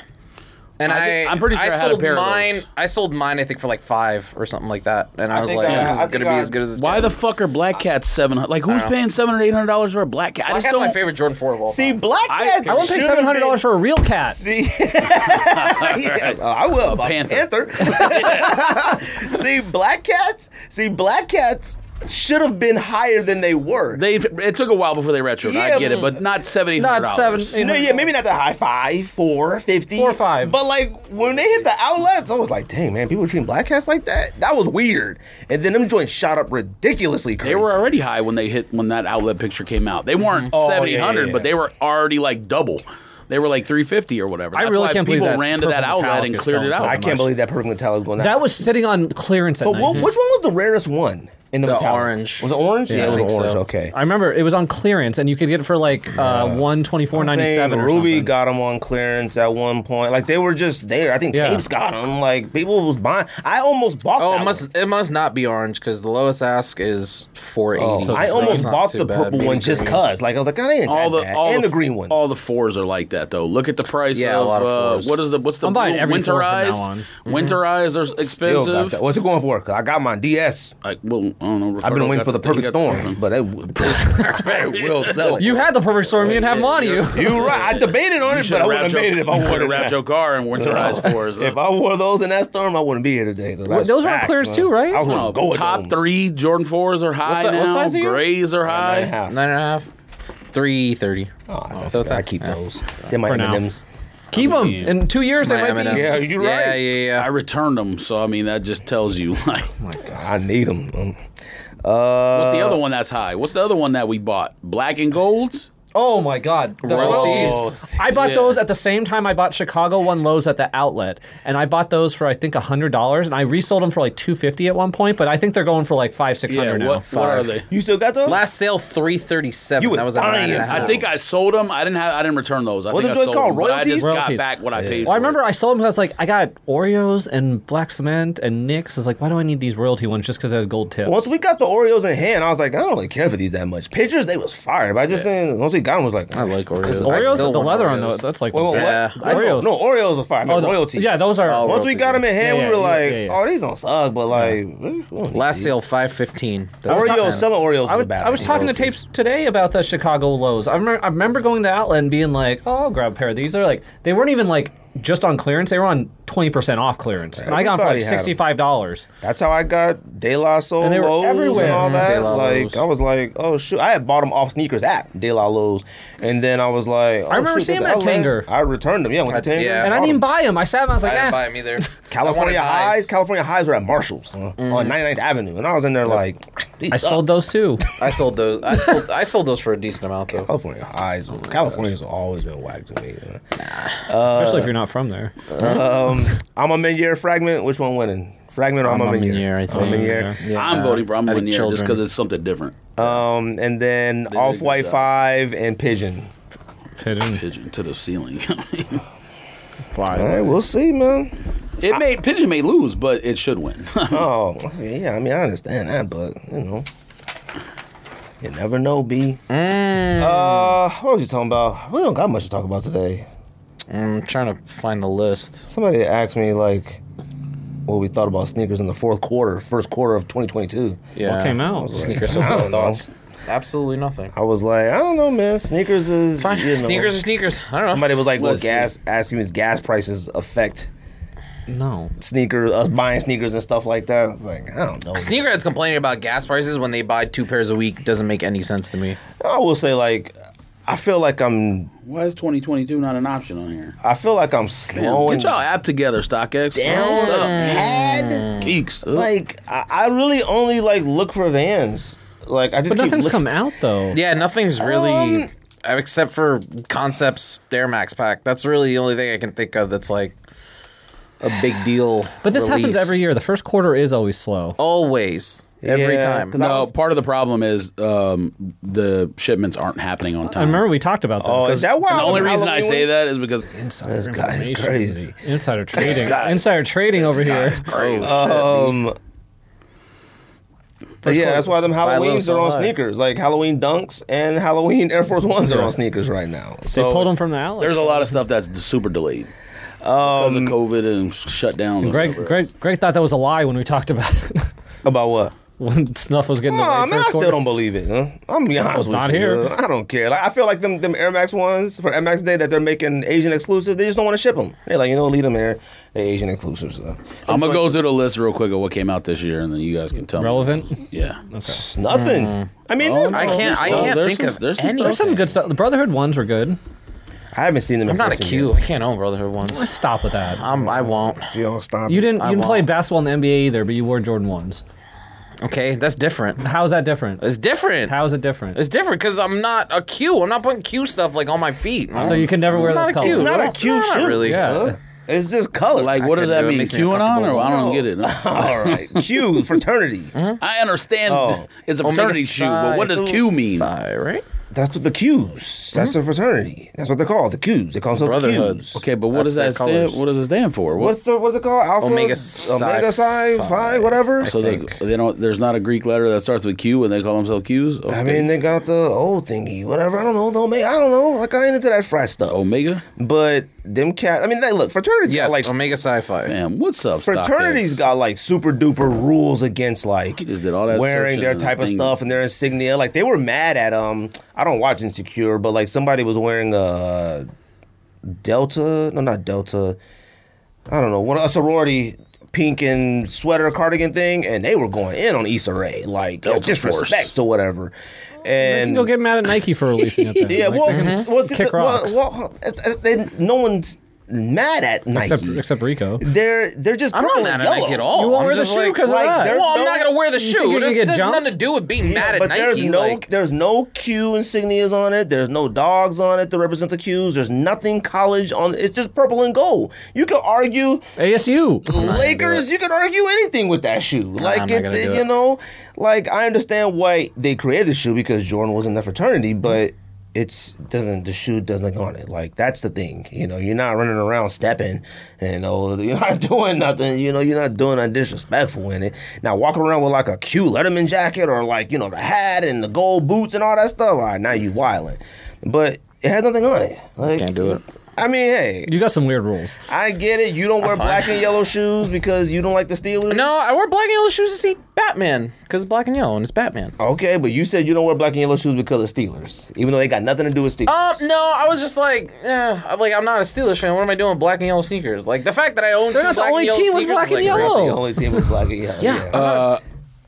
Speaker 4: And
Speaker 3: I
Speaker 4: I,
Speaker 3: think- I'm pretty sure I had a
Speaker 4: sold
Speaker 3: pair of
Speaker 4: mine.
Speaker 3: those.
Speaker 4: I sold mine. I think for like five or something like that. And I, was
Speaker 1: think
Speaker 4: like,
Speaker 1: I-
Speaker 4: this
Speaker 1: I
Speaker 4: is
Speaker 1: think
Speaker 4: gonna be
Speaker 1: I-
Speaker 4: as good as it's
Speaker 3: Why
Speaker 4: gonna
Speaker 3: the fuck are Black Cats 700 Like, who's paying 700 $800 for a Black Cat? I
Speaker 4: be.
Speaker 3: just
Speaker 4: Black Cat's
Speaker 3: don't.
Speaker 4: my favorite Jordan Four of all
Speaker 1: See,
Speaker 4: time.
Speaker 1: black
Speaker 3: I-
Speaker 1: cats.
Speaker 3: I
Speaker 2: I wouldn't pay
Speaker 1: should've
Speaker 2: seven hundred dollars
Speaker 1: been-
Speaker 2: for a real cat.
Speaker 1: See, Yeah, I will. but
Speaker 3: panther.
Speaker 1: panther. see, black cats. See, black cats should have been higher than they were.
Speaker 3: They, it took a while before they retroed.
Speaker 1: Yeah,
Speaker 3: I get it, but not $700.
Speaker 2: Not seven. you
Speaker 1: no,
Speaker 2: know,
Speaker 1: yeah, maybe not the high five, four, 50.
Speaker 2: Four, five.
Speaker 1: But like when they hit the outlets, I was like, dang, man, people treating black cats like that? That was weird. And then them joints shot up ridiculously crazy.
Speaker 3: They were already high when they hit when that outlet picture came out. They weren't
Speaker 1: Oh,
Speaker 3: seven eight
Speaker 1: yeah,
Speaker 3: hundred,
Speaker 1: yeah,
Speaker 3: but
Speaker 1: yeah.
Speaker 3: they were already like double. They were like three fifty or whatever.
Speaker 2: I
Speaker 3: That's
Speaker 2: really
Speaker 3: why
Speaker 2: can't believe
Speaker 3: people
Speaker 2: that
Speaker 3: ran to that
Speaker 2: Purple
Speaker 3: outlet
Speaker 2: Metallic
Speaker 3: and
Speaker 2: is
Speaker 3: cleared it
Speaker 2: selling
Speaker 3: out.
Speaker 2: for
Speaker 1: I can't believe that Perfect Metallica is going out.
Speaker 2: That was sitting on clearance at
Speaker 1: But
Speaker 2: night.
Speaker 1: what, which one was the rarest one in the,
Speaker 4: The
Speaker 1: Metallics?
Speaker 4: orange.
Speaker 1: Was it orange? Yeah,
Speaker 4: I
Speaker 1: it
Speaker 4: think
Speaker 1: was orange.
Speaker 4: so.
Speaker 1: Okay.
Speaker 2: I remember it was on clearance, and you could get it for like uh, one twenty four
Speaker 1: I
Speaker 2: ninety
Speaker 1: think
Speaker 2: seven or
Speaker 1: Ruby
Speaker 2: something.
Speaker 1: got them on clearance at one point. Like they were just there. I think
Speaker 2: Yeah.
Speaker 1: tapes got them. Like people was buying. I almost bought.
Speaker 4: Oh,
Speaker 1: that
Speaker 4: it must it must not be orange because the lowest ask is four eighty.
Speaker 3: Oh,
Speaker 1: one. I almost bought the purple one just cause. Like I was like, I ain't
Speaker 3: all
Speaker 1: that
Speaker 3: the
Speaker 1: bad.
Speaker 3: all
Speaker 1: and the, green one.
Speaker 3: all the fours are like that though. Look at the price
Speaker 4: Yeah, a
Speaker 3: of,
Speaker 4: lot of
Speaker 3: uh,
Speaker 4: fours.
Speaker 3: what is the what's the
Speaker 2: I'm buying
Speaker 3: blue-
Speaker 2: every four from now
Speaker 3: winterized
Speaker 2: on. Mm-hmm.
Speaker 3: winterized are
Speaker 1: Still got
Speaker 3: expensive.
Speaker 1: that. What's it going for? 'Cause I got mine DS.
Speaker 3: I, well, I don't know.
Speaker 1: I've been
Speaker 3: Ricardo
Speaker 1: waiting
Speaker 3: got
Speaker 1: for the
Speaker 3: thing,
Speaker 1: perfect
Speaker 3: got the
Speaker 1: storm,
Speaker 3: thing.
Speaker 1: but it, it will sell. It.
Speaker 2: You had the perfect storm. You didn't have them on you.
Speaker 1: You're right. I debated on it, but
Speaker 3: Should've
Speaker 1: I wouldn't have
Speaker 3: wrapped your-
Speaker 1: made it if I wore
Speaker 3: should've
Speaker 1: it.
Speaker 3: wrapped your car and winterized fours. Uh,
Speaker 1: If I wore those in that storm, I wouldn't be here today. That's
Speaker 2: those were on
Speaker 1: facts,
Speaker 2: clearance
Speaker 1: man.
Speaker 2: too, right?
Speaker 1: I was
Speaker 3: No,
Speaker 1: going to go
Speaker 3: top three Jordan fours are high
Speaker 2: that- what
Speaker 3: now.
Speaker 2: size are you?
Speaker 3: Grays are high.
Speaker 4: nine and a half, three thirty.
Speaker 1: Oh, that's
Speaker 4: So
Speaker 1: so
Speaker 4: it's
Speaker 1: I
Speaker 4: like-
Speaker 1: keep
Speaker 4: yeah.
Speaker 1: those. They might
Speaker 2: For now.
Speaker 1: M&Ms.
Speaker 2: Keep them in two years. They might be.
Speaker 1: Yeah, you're
Speaker 4: Yeah,
Speaker 1: right.
Speaker 4: yeah,
Speaker 3: I
Speaker 4: yeah.
Speaker 3: returned them, so I mean that just tells you like
Speaker 1: I need them. Um,
Speaker 3: what's
Speaker 1: Uh,
Speaker 3: the other one that's high? What's the other one that we bought? Black and golds?
Speaker 2: Oh my God! The
Speaker 4: Royalties.
Speaker 2: royalties. I bought
Speaker 3: Yeah.
Speaker 2: those at the same time I bought Chicago One lows at the outlet, and I bought those for I think hundred dollars, and I resold them for like two fifty at one point, but I think they're going for like five six
Speaker 3: Yeah,
Speaker 2: hundred now.
Speaker 3: what, what are
Speaker 4: Five.
Speaker 3: they?
Speaker 1: you still got those?
Speaker 4: Last sale three thirty seven.
Speaker 1: You was
Speaker 4: that was a nine
Speaker 1: dying.
Speaker 4: and
Speaker 1: I
Speaker 4: a half.
Speaker 3: I think I sold them. I didn't have. I didn't return those. I
Speaker 1: What
Speaker 3: think
Speaker 1: are those
Speaker 3: I sold
Speaker 1: called?
Speaker 3: them, but I just got
Speaker 2: Royalties?
Speaker 3: back what I paid.
Speaker 2: Well, I
Speaker 3: for
Speaker 2: remember
Speaker 3: it.
Speaker 2: I sold them because like I got Oreos and black cement and Nix. I was like, why do I need these royalty ones just because it has gold tips?
Speaker 1: Once we got the Oreos in hand, I was like, I don't really care for these that much. Pictures, they was fire, but I just didn't. Once we got them, I was like,
Speaker 4: I like Oreos.
Speaker 1: this is-
Speaker 4: I
Speaker 2: Oreos,
Speaker 4: still
Speaker 2: the
Speaker 4: want
Speaker 2: leather on
Speaker 4: Oreos.
Speaker 2: those. That's like
Speaker 1: Wait, wait, what?
Speaker 4: Yeah.
Speaker 1: That's-
Speaker 2: Oreos. Oh,
Speaker 1: No, Oreos are fire. I mean,
Speaker 2: the-
Speaker 1: royalties.
Speaker 2: Yeah, those are.
Speaker 4: Oh,
Speaker 1: Once we got them in hand, we
Speaker 2: Yeah,
Speaker 1: were
Speaker 2: yeah, yeah,
Speaker 1: like,
Speaker 2: yeah, yeah.
Speaker 1: oh, these don't suck, but like, we don't need
Speaker 4: Last
Speaker 1: these.
Speaker 4: sale five fifteen.
Speaker 1: Oreos, selling Oreos
Speaker 2: I
Speaker 1: is
Speaker 2: was,
Speaker 1: bad.
Speaker 2: I was talking to tapes today about the Chicago lows. I remember, I remember going to the outlet and being like, "Oh, I'll grab a pair of these." They're like, they weren't even like just on clearance; they were on twenty percent off clearance, and I got them for like
Speaker 1: Everybody had 'em.
Speaker 2: sixty-five dollars.
Speaker 1: That's how I got De La Soul
Speaker 2: And they were
Speaker 1: Lowe's
Speaker 2: everywhere.
Speaker 1: and all
Speaker 2: Mhm.
Speaker 1: that.
Speaker 4: De La
Speaker 1: like
Speaker 4: Lowe's.
Speaker 1: I was like, oh shoot, I had bought them off sneakers app De La Lowe's, and then I was like, oh,
Speaker 2: I remember
Speaker 1: shoot,
Speaker 2: seeing
Speaker 1: that's
Speaker 2: them at
Speaker 1: outlet.
Speaker 2: Tanger.
Speaker 1: I returned them. Yeah, I went to
Speaker 4: I-
Speaker 1: Tanger.
Speaker 4: yeah.
Speaker 2: And I
Speaker 1: bought
Speaker 2: didn't
Speaker 1: them.
Speaker 2: buy them. I sat. and I was like,
Speaker 4: I didn't
Speaker 2: "Eh."
Speaker 4: buy them either.
Speaker 1: California
Speaker 4: I wanted
Speaker 1: highs. California highs were at Marshalls uh, on 99th Avenue, and I was in there like, these
Speaker 2: Mm. I
Speaker 1: suck.
Speaker 2: sold those too.
Speaker 4: I sold those. I sold. I sold those for a decent amount though.
Speaker 1: California highs.
Speaker 2: Oh
Speaker 1: California's always been whack to me. uh.
Speaker 2: Especially if you're not from there.
Speaker 1: Um, I'm a Minier fragment. Which one winning? Fragment or I'm,
Speaker 4: I'm
Speaker 1: a
Speaker 4: a
Speaker 1: Meniere?
Speaker 4: Meniere,
Speaker 1: I'm
Speaker 4: I
Speaker 1: a
Speaker 4: think.
Speaker 1: Meniere.
Speaker 2: Okay.
Speaker 4: Yeah,
Speaker 3: I'm voting for I'm
Speaker 4: I
Speaker 3: one year
Speaker 4: think
Speaker 3: just
Speaker 4: children.
Speaker 3: because it's something different.
Speaker 1: Um, and then
Speaker 3: a good
Speaker 1: Off White
Speaker 3: job.
Speaker 1: Five and Pigeon.
Speaker 2: Pigeon.
Speaker 3: Pigeon to the ceiling.
Speaker 1: All right, we'll see, man.
Speaker 3: it may pigeon may lose, but it should win.
Speaker 1: Oh, yeah, I mean, I understand that, but, you know. You never know, B.
Speaker 4: Mm.
Speaker 1: Uh, what was you talking about? We don't got much to talk about today.
Speaker 4: I'm trying to find the list.
Speaker 1: Somebody asked me, like, what we thought about sneakers in the fourth quarter, first quarter of 2022.
Speaker 4: Yeah.
Speaker 2: What came out?
Speaker 4: Sneakers.
Speaker 1: I don't know.
Speaker 4: thoughts. Absolutely nothing.
Speaker 1: I was like, I don't know, man. Sneakers is.
Speaker 4: Fine.
Speaker 1: you know.
Speaker 4: Sneakers are sneakers. I don't know.
Speaker 1: Somebody was like, well,
Speaker 3: Let's see.
Speaker 1: gas, asking me, does gas prices affect
Speaker 2: No.
Speaker 1: sneakers, us buying sneakers and stuff like that? I was like, I don't know. man.
Speaker 4: Sneakerheads complaining about gas prices when they buy two pairs a week doesn't make any sense to me.
Speaker 1: I will say, like, I feel like I'm.
Speaker 3: Why is 2022 not an option on here?
Speaker 1: I feel like I'm slowing
Speaker 3: Get y'all app together, StockX.
Speaker 1: down
Speaker 3: What's
Speaker 1: a
Speaker 3: up?
Speaker 1: tad.
Speaker 3: Geeks. Up.
Speaker 1: Like I, I really only like look for vans. Like I just
Speaker 2: But
Speaker 1: keep
Speaker 2: nothing's
Speaker 1: looking-
Speaker 2: come out though.
Speaker 4: Yeah, nothing's really
Speaker 1: Um,
Speaker 4: uh, except for concepts Air Max pack. That's really the only thing I can think of that's like a big deal.
Speaker 2: But this
Speaker 4: release.
Speaker 1: Oh.
Speaker 2: happens every year. The first quarter is always slow.
Speaker 4: Always. every
Speaker 1: Yeah,
Speaker 4: time.
Speaker 1: 'cause I
Speaker 3: No,
Speaker 1: was-
Speaker 3: part of the problem is um, the shipments aren't happening on
Speaker 2: I
Speaker 3: time.
Speaker 2: remember we talked about this.
Speaker 1: Oh, is that why?
Speaker 3: And the
Speaker 1: all
Speaker 3: only
Speaker 1: them
Speaker 3: reason I
Speaker 1: Halloween
Speaker 3: say
Speaker 1: ones-
Speaker 3: that is because
Speaker 2: Insider
Speaker 1: This guy is
Speaker 2: information.
Speaker 1: crazy.
Speaker 2: Insider trading.
Speaker 3: guy-
Speaker 2: Insider trading over here.
Speaker 3: Crazy.
Speaker 1: Um, but yeah, that's why them
Speaker 4: Buy low,
Speaker 1: Halloweens are
Speaker 4: sell
Speaker 1: on
Speaker 4: high.
Speaker 1: sneakers. Like Halloween Dunks and Halloween Air Force Ones are on sneakers right now.
Speaker 2: They
Speaker 1: So
Speaker 2: pulled him from the alley.
Speaker 3: There's a lot of stuff that's d- super delayed because of COVID and shutdowns. and
Speaker 2: Greg,
Speaker 3: whatever.
Speaker 2: Greg, Greg thought that was a lie when we talked about it.
Speaker 1: about what?
Speaker 2: when stuff was getting
Speaker 1: Oh man,
Speaker 2: delayed
Speaker 1: I
Speaker 2: first
Speaker 1: still
Speaker 2: quarter.
Speaker 1: don't believe it. Huh? I'm gonna be honest with
Speaker 2: not
Speaker 1: you.
Speaker 2: here.
Speaker 1: uh, I don't care. Like I feel like them them Air Max ones for Air Max Day that they're making Asian exclusive. They just don't want to ship them. They're like, you know, leave them here. They Asian exclusives. So.
Speaker 3: I'm gonna go through the list real quick of what came out this year, and then you guys can tell
Speaker 2: relevant.
Speaker 3: me. Yeah,
Speaker 1: It's nothing. I mean,
Speaker 3: Oh,
Speaker 1: there's-
Speaker 4: I can't. I
Speaker 3: Well,
Speaker 4: can't
Speaker 3: there's
Speaker 4: think
Speaker 3: some-
Speaker 4: of
Speaker 3: there's some
Speaker 4: any.
Speaker 2: There's some good stuff. The Brotherhood ones were good.
Speaker 1: I haven't seen them.
Speaker 4: I'm
Speaker 1: in
Speaker 4: not a
Speaker 1: person
Speaker 4: Q.
Speaker 1: yet.
Speaker 4: I can't own Brotherhood
Speaker 2: Let's
Speaker 4: ones.
Speaker 2: stop with that.
Speaker 4: Um, I won't.
Speaker 1: If you don't stop,
Speaker 2: You didn't. You
Speaker 4: I
Speaker 2: didn't play
Speaker 4: won't.
Speaker 2: basketball in the NBA either, but you wore Jordan ones.
Speaker 4: Okay, that's different.
Speaker 2: How is that different?
Speaker 4: It's different.
Speaker 2: How is it different?
Speaker 4: It's different because I'm not a Q. I'm not putting Q stuff like on my feet.
Speaker 2: So you can never wear
Speaker 4: not
Speaker 2: those
Speaker 4: a Q.
Speaker 2: colors.
Speaker 1: It's not
Speaker 4: No,
Speaker 1: a Q
Speaker 4: no, not
Speaker 1: shoe.
Speaker 4: really.
Speaker 2: Yeah.
Speaker 1: Huh? It's just color.
Speaker 3: like
Speaker 4: I
Speaker 3: what does that
Speaker 4: couldn't do it. It
Speaker 3: mean?
Speaker 4: makes me
Speaker 3: QAnon or I don't
Speaker 1: No.
Speaker 3: get it.
Speaker 1: all right, Q fraternity.
Speaker 3: I understand
Speaker 1: Oh.
Speaker 3: it's a
Speaker 4: Omega
Speaker 3: fraternity shoe, but what does
Speaker 4: Psi
Speaker 3: Q mean?
Speaker 4: Phi, right?
Speaker 1: That's what the Qs. That's the fraternity. That's what they're called. The Qs. They call themselves
Speaker 4: Brotherhood.
Speaker 1: Qs.
Speaker 3: Okay, but what
Speaker 4: That's
Speaker 3: does that
Speaker 4: their
Speaker 3: stand?
Speaker 4: colors.
Speaker 3: What does it stand for? What-
Speaker 1: What's the what's it called? Alpha
Speaker 4: Omega Psi
Speaker 1: Omega Psi Phi,
Speaker 4: Phi,
Speaker 1: whatever.
Speaker 3: so they,
Speaker 4: think.
Speaker 3: they don't. There's not a Greek letter that starts with Q, and they call themselves Qs. Okay.
Speaker 1: I mean, they got the old thingy, whatever. I don't know the Omega. I don't know. Like I ain't into that frat stuff.
Speaker 3: Omega.
Speaker 1: But them cat. I mean, they, look, fraternities
Speaker 4: Yes,
Speaker 1: got like
Speaker 4: Omega Sci-Fi.
Speaker 3: Damn, what's up?
Speaker 1: fraternities
Speaker 3: StockX?
Speaker 1: got like super duper rules against like
Speaker 3: just did all that
Speaker 1: wearing
Speaker 3: searching
Speaker 1: their
Speaker 3: and
Speaker 1: type of
Speaker 3: thing.
Speaker 1: stuff and their insignia. Like they were mad at um. I don't watch Insecure, but like somebody was wearing a Delta. No, not Delta. I don't know what a sorority pink and sweater cardigan thing, and they were going in on Issa Rae like
Speaker 3: Delta
Speaker 1: disrespect
Speaker 3: Force.
Speaker 1: or whatever.
Speaker 2: You
Speaker 1: And
Speaker 2: can go get mad at Nike for releasing it. Then.
Speaker 1: yeah,
Speaker 2: Like, uh-huh.
Speaker 1: well,
Speaker 2: they-
Speaker 1: well, the-
Speaker 2: kick
Speaker 1: well,
Speaker 2: rocks.
Speaker 1: well, uh, uh, they- no one's mad at Nike.
Speaker 2: except except Rico.
Speaker 1: they're they're just
Speaker 4: I'm not
Speaker 1: purple and
Speaker 4: mad at Nike
Speaker 1: yellow.
Speaker 4: at all.
Speaker 2: You won't
Speaker 4: I'm
Speaker 2: wear the
Speaker 4: just
Speaker 2: shoe
Speaker 4: like,
Speaker 2: 'cause of
Speaker 1: like,
Speaker 2: that.
Speaker 1: they're-
Speaker 4: well, I'm
Speaker 1: no-
Speaker 4: not gonna wear the
Speaker 2: You
Speaker 4: shoe.
Speaker 2: think you're
Speaker 4: It
Speaker 2: gonna get
Speaker 4: has nothing
Speaker 2: jumped?
Speaker 4: to do with being mad at
Speaker 1: but
Speaker 4: Nike.
Speaker 1: there's no
Speaker 4: like,
Speaker 1: there's no Q insignias on it. There's no dogs on it to represent the Qs. There's nothing college on. It's just purple and gold. You can argue
Speaker 2: ASU.
Speaker 1: Lakers. You can argue anything with that shoe. Like
Speaker 4: I'm not
Speaker 1: it's
Speaker 4: gonna do
Speaker 1: you
Speaker 4: it.
Speaker 1: know, like I understand why they created the shoe because Jordan was in the fraternity, but. It's doesn't the shoe doesn't look on it like that's the thing you know you're not running around stepping you know you're not doing nothing you know you're not doing nothing disrespectful in it now walking around with like a cute Letterman jacket or like you know the hat and the gold boots and all that stuff all right now you wilding but it has nothing on it like,
Speaker 4: Can't do it.
Speaker 1: I mean hey
Speaker 2: You got some weird rules.
Speaker 1: I get it. You don't wear
Speaker 4: fine.
Speaker 1: black and yellow shoes because you don't like the Steelers.
Speaker 4: No, I wore black and yellow shoes to see Batman because it's black and yellow and it's Batman.
Speaker 1: Okay, but you said you don't wear black and yellow shoes because of Steelers, even though they got nothing to do with Steelers.
Speaker 4: Um, no, I was just like, eh, I'm like I'm not a Steelers fan. What am I doing with black and yellow sneakers? Like the fact that I own
Speaker 2: They're
Speaker 4: two
Speaker 2: not the
Speaker 4: black and
Speaker 2: only
Speaker 4: yellow
Speaker 2: team with
Speaker 4: sneakers
Speaker 2: black
Speaker 4: is,
Speaker 2: and
Speaker 4: like,
Speaker 2: yellow.
Speaker 1: the only team with black and yellow.
Speaker 4: Yeah.
Speaker 3: Uh,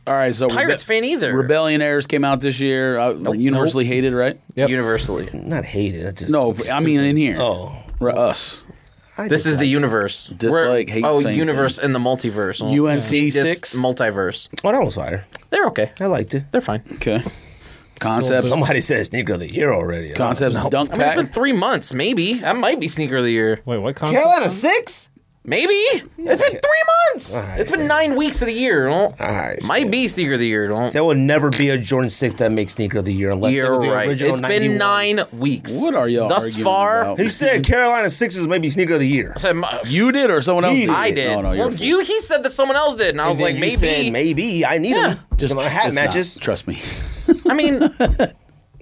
Speaker 3: All right, so
Speaker 4: Pirates fan either.
Speaker 3: Rebellionaires came out this year. Uh, universally hated, right?
Speaker 2: Yep.
Speaker 4: Universally,
Speaker 1: not hated. I just
Speaker 3: No, I mean in here.
Speaker 1: Oh,
Speaker 3: R- us.
Speaker 1: I
Speaker 4: this
Speaker 1: just
Speaker 4: is the
Speaker 1: like-
Speaker 4: universe.
Speaker 3: Dislike, hate,
Speaker 4: oh,
Speaker 3: same
Speaker 4: universe and the multiverse. Well,
Speaker 3: UNC
Speaker 4: dis-
Speaker 3: six.
Speaker 4: multiverse.
Speaker 1: Oh, that was fire.
Speaker 4: They're okay.
Speaker 1: I liked it.
Speaker 4: They're fine.
Speaker 3: Okay. Concepts.
Speaker 1: Somebody said sneaker of the year already.
Speaker 3: Concepts. Dunk
Speaker 4: I mean, it's been
Speaker 3: pack.
Speaker 4: three months, maybe. That might be sneaker of the year.
Speaker 2: Wait, what concept?
Speaker 1: Carolina six.
Speaker 4: Maybe. It's been three months.
Speaker 1: right,
Speaker 4: it's been nine weeks of the year. Don't.
Speaker 1: right,
Speaker 4: might be sneaker of the year. Don't.
Speaker 1: There will never be a Jordan six that makes sneaker of the year unless it
Speaker 4: You're
Speaker 1: was the
Speaker 4: right.
Speaker 1: original
Speaker 4: It's
Speaker 1: 91.
Speaker 4: been nine weeks.
Speaker 3: What are y'all
Speaker 4: Thus
Speaker 3: arguing
Speaker 4: far,
Speaker 3: about?
Speaker 1: He said Carolina six is maybe sneaker of the year.
Speaker 4: I said, "My-
Speaker 3: you did or someone else
Speaker 1: He
Speaker 3: did?
Speaker 1: did.
Speaker 4: I did.
Speaker 3: No, no, you're
Speaker 4: well, you. He said that someone else did, and I was like,
Speaker 1: You
Speaker 4: maybe.
Speaker 1: said maybe I need
Speaker 4: Yeah.
Speaker 1: them. Just my
Speaker 3: tr-
Speaker 1: hat
Speaker 3: it's not.
Speaker 1: matches.
Speaker 3: Trust me.
Speaker 4: I mean, I don't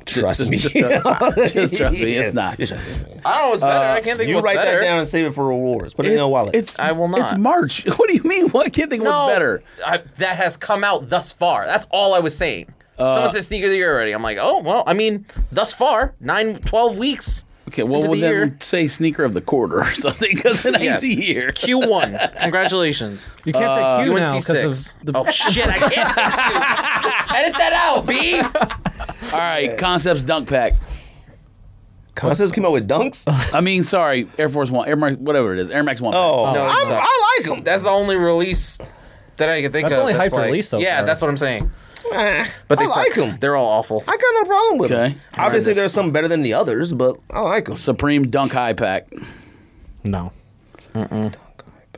Speaker 1: Trust me.
Speaker 3: Just, trust- just trust me. It's not.
Speaker 1: It's-
Speaker 4: know. It's better. I can't think of
Speaker 1: You
Speaker 4: what's
Speaker 1: write
Speaker 4: better.
Speaker 1: that down and save it for rewards. Put it, in your wallet.
Speaker 3: It's
Speaker 4: I will not.
Speaker 3: It's March. What do you mean? What I can't think of
Speaker 4: No,
Speaker 3: what's better?
Speaker 4: I, that has come out thus far. That's all I was saying.
Speaker 3: Uh,
Speaker 4: Someone said sneaker of the year already. I'm like, oh well. I mean, thus far, nine, 12 weeks.
Speaker 3: Okay, well,
Speaker 4: into
Speaker 3: well
Speaker 4: the
Speaker 3: then
Speaker 4: year.
Speaker 3: say sneaker of the quarter or something because it ain't
Speaker 4: Yes.
Speaker 3: the year.
Speaker 4: Q1. Congratulations.
Speaker 2: You can't say Q now because
Speaker 4: UNC six.
Speaker 2: of the
Speaker 4: Oh shit! I can't. say Q. Edit that out, B.
Speaker 3: All right, concepts dunk pack.
Speaker 1: Concepts came out with dunks.
Speaker 3: I mean, sorry, Air Force One, Air Max, whatever it is, Air Max One. pack.
Speaker 1: Oh,
Speaker 4: No, it
Speaker 1: I'm-
Speaker 4: sucked.
Speaker 1: I like them.
Speaker 4: That's the only release that I could think
Speaker 2: That's
Speaker 4: of.
Speaker 2: only hyper
Speaker 4: like-
Speaker 2: release so
Speaker 4: Yeah,
Speaker 2: far.
Speaker 4: that's what I'm saying. But
Speaker 1: I
Speaker 4: they suck.
Speaker 1: like them.
Speaker 4: They're all awful.
Speaker 1: I got no problem with
Speaker 3: Okay.
Speaker 1: them. Obviously, there's some better than the others, but I like them.
Speaker 3: Supreme Dunk High Pack.
Speaker 2: No.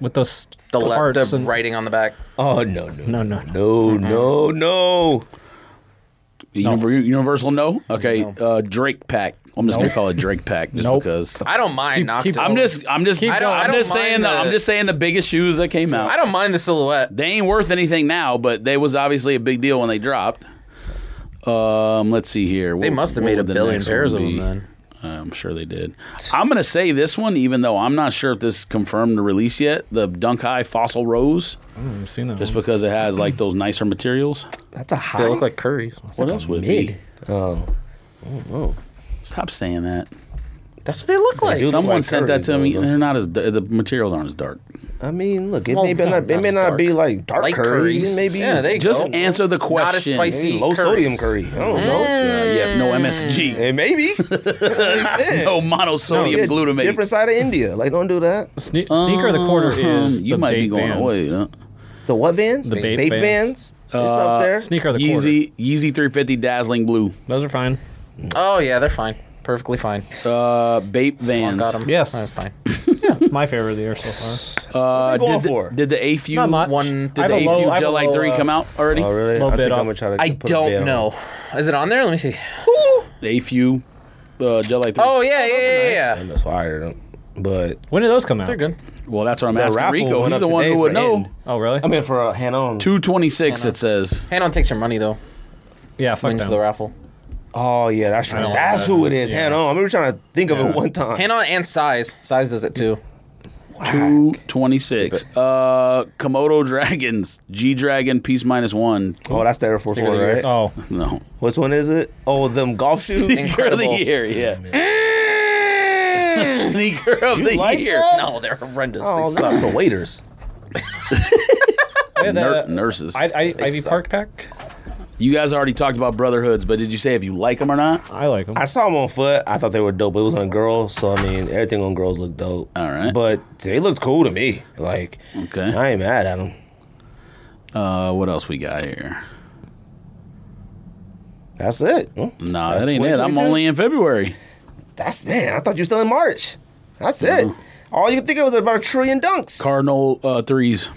Speaker 2: with those
Speaker 4: The, le-
Speaker 2: hearts
Speaker 4: the
Speaker 2: and-
Speaker 4: writing on the back.
Speaker 1: Oh no no
Speaker 2: No, no,
Speaker 1: no no no.
Speaker 3: Univer- Universal, no. Okay, uh, Drake Pack. I'm just gonna call it Drake Pack just
Speaker 2: Nope.
Speaker 3: because.
Speaker 4: I don't mind
Speaker 2: keep-
Speaker 4: Noctis.
Speaker 3: I'm just, I'm just,
Speaker 2: Keep
Speaker 3: I don't,
Speaker 2: going.
Speaker 3: I'm
Speaker 4: I don't
Speaker 3: just
Speaker 4: mind
Speaker 3: saying the,
Speaker 4: the-
Speaker 3: I'm just saying the biggest shoes that came out.
Speaker 4: I don't mind the silhouette.
Speaker 3: they ain't worth anything now, but they was obviously a big deal when they dropped. Um, let's see here.
Speaker 4: They must have made a billion pairs of them then.
Speaker 3: I'm sure they did. I'm gonna say this one, even though I'm not sure if this confirmed the release yet. The Dunk High Fossil Rose,
Speaker 2: I've seen that.
Speaker 3: just because it has like those nicer materials.
Speaker 1: That's a high.
Speaker 4: They look like curries.
Speaker 3: What else would it be?
Speaker 1: mid. Oh,
Speaker 3: Stop saying that.
Speaker 4: That's what they look like.
Speaker 1: do look
Speaker 3: Someone
Speaker 1: like
Speaker 3: sent that
Speaker 1: curries,
Speaker 3: to me.
Speaker 1: though.
Speaker 3: They're not as the materials aren't as dark.
Speaker 1: I mean, look, it
Speaker 2: Well,
Speaker 1: may be
Speaker 2: no,
Speaker 1: not, it
Speaker 2: not
Speaker 1: may
Speaker 2: as
Speaker 1: not
Speaker 2: dark.
Speaker 1: be like dark
Speaker 4: Like
Speaker 1: curry.
Speaker 4: curries.
Speaker 1: Maybe
Speaker 4: Yeah, they
Speaker 3: Just
Speaker 4: go.
Speaker 3: answer the question.
Speaker 4: Not as spicy.
Speaker 1: low
Speaker 4: curries.
Speaker 1: sodium curry. I don't know.
Speaker 3: yes, no MSG.
Speaker 1: It may be. Yeah.
Speaker 3: No monosodium
Speaker 1: Yeah,
Speaker 3: glutamate. Um,
Speaker 1: Different side of India. Like, don't do that.
Speaker 2: Sne- sneaker of the quarter is
Speaker 3: Uh-huh. you
Speaker 2: the
Speaker 3: might be
Speaker 2: Bape
Speaker 3: going
Speaker 2: Vans.
Speaker 3: away. Huh?
Speaker 1: The what bands?
Speaker 2: The
Speaker 1: Ba-
Speaker 2: Bape
Speaker 1: Bape
Speaker 2: Vans. Uh,
Speaker 1: bands. it's up there.
Speaker 2: Sneaker of the quarter.
Speaker 3: Yeezy Yeezy 350 Dazzling Blue.
Speaker 2: Those are fine.
Speaker 4: Oh yeah, they're fine. Perfectly fine.
Speaker 3: Uh, Bape Vans.
Speaker 4: Got them.
Speaker 2: Yes.
Speaker 4: That's fine.
Speaker 2: It's my favorite of the year so far.
Speaker 3: Uh,
Speaker 1: What are you
Speaker 3: did,
Speaker 1: going
Speaker 3: the,
Speaker 1: for?
Speaker 3: did the AFU
Speaker 2: Not much.
Speaker 4: one-
Speaker 3: did the
Speaker 2: I have a low- I
Speaker 3: AFU
Speaker 2: have
Speaker 3: Gel
Speaker 2: a
Speaker 3: Light
Speaker 2: low,
Speaker 3: 3
Speaker 2: uh,
Speaker 3: come out already?
Speaker 1: Oh, really?
Speaker 2: Little
Speaker 1: I
Speaker 2: bit
Speaker 1: think I'm
Speaker 2: up.
Speaker 1: gonna try to
Speaker 4: I
Speaker 1: put a bid
Speaker 4: don't
Speaker 1: on it.
Speaker 4: know. Is it on there? Let me see.
Speaker 3: The AFU uh, Gel Light 3.
Speaker 4: Oh yeah, yeah, yeah, yeah.
Speaker 1: I'm just fired. But
Speaker 2: When did those come out?
Speaker 4: They're good.
Speaker 3: Well, that's what I'm
Speaker 1: The
Speaker 3: asking
Speaker 1: raffle
Speaker 3: Rico.
Speaker 1: went
Speaker 3: He's
Speaker 1: up
Speaker 3: the one
Speaker 1: today
Speaker 3: who would
Speaker 1: for
Speaker 3: know.
Speaker 1: N.
Speaker 2: Oh really?
Speaker 1: I mean, for a hand on.
Speaker 3: 226, it says.
Speaker 4: Hand on takes your money though.
Speaker 2: yeah, fuck
Speaker 4: Into the
Speaker 2: them.
Speaker 4: raffle.
Speaker 1: Oh yeah, that's true.
Speaker 2: don't
Speaker 1: That's
Speaker 2: like
Speaker 1: who it is. Hand on. I remember trying to think of it one time.
Speaker 4: Hand on and size. Size does it too.
Speaker 3: 226. Uh, Komodo Dragons. G Dragon, piece minus one.
Speaker 1: oh, that's the Air Force One, right?
Speaker 2: Oh,
Speaker 3: No.
Speaker 1: Which one is it? Oh, them golf shoes.
Speaker 3: Sneaker of the
Speaker 4: Incredible.
Speaker 3: year,
Speaker 1: Oh,
Speaker 3: yeah. Sneaker of the
Speaker 1: like
Speaker 3: year.
Speaker 1: that?
Speaker 4: No, they're horrendous.
Speaker 1: oh,
Speaker 4: they suck.
Speaker 1: that's the waiters.
Speaker 2: I had
Speaker 3: Nur-
Speaker 2: that.
Speaker 3: nurses.
Speaker 2: I, I, Ivy
Speaker 4: suck.
Speaker 2: Park pack.
Speaker 3: you guys already talked about brotherhoods, but did you say if you like them or not?
Speaker 2: I like them.
Speaker 1: I saw them on foot. I thought they were dope. But it was on girls, so I mean, everything on girls looked dope.
Speaker 3: All right.
Speaker 1: But they looked cool to me. Like,
Speaker 3: Okay.
Speaker 1: I ain't mad at them.
Speaker 3: Uh, what else we got here?
Speaker 1: That's it. Hmm.
Speaker 3: Nah,
Speaker 1: That's
Speaker 3: that ain't it. I'm
Speaker 1: 2022?
Speaker 3: only in February.
Speaker 1: That's man. I thought you were still in March. That's it.
Speaker 3: Uh-huh.
Speaker 1: All you could think of was about a trillion dunks.
Speaker 3: Cardinal uh, threes.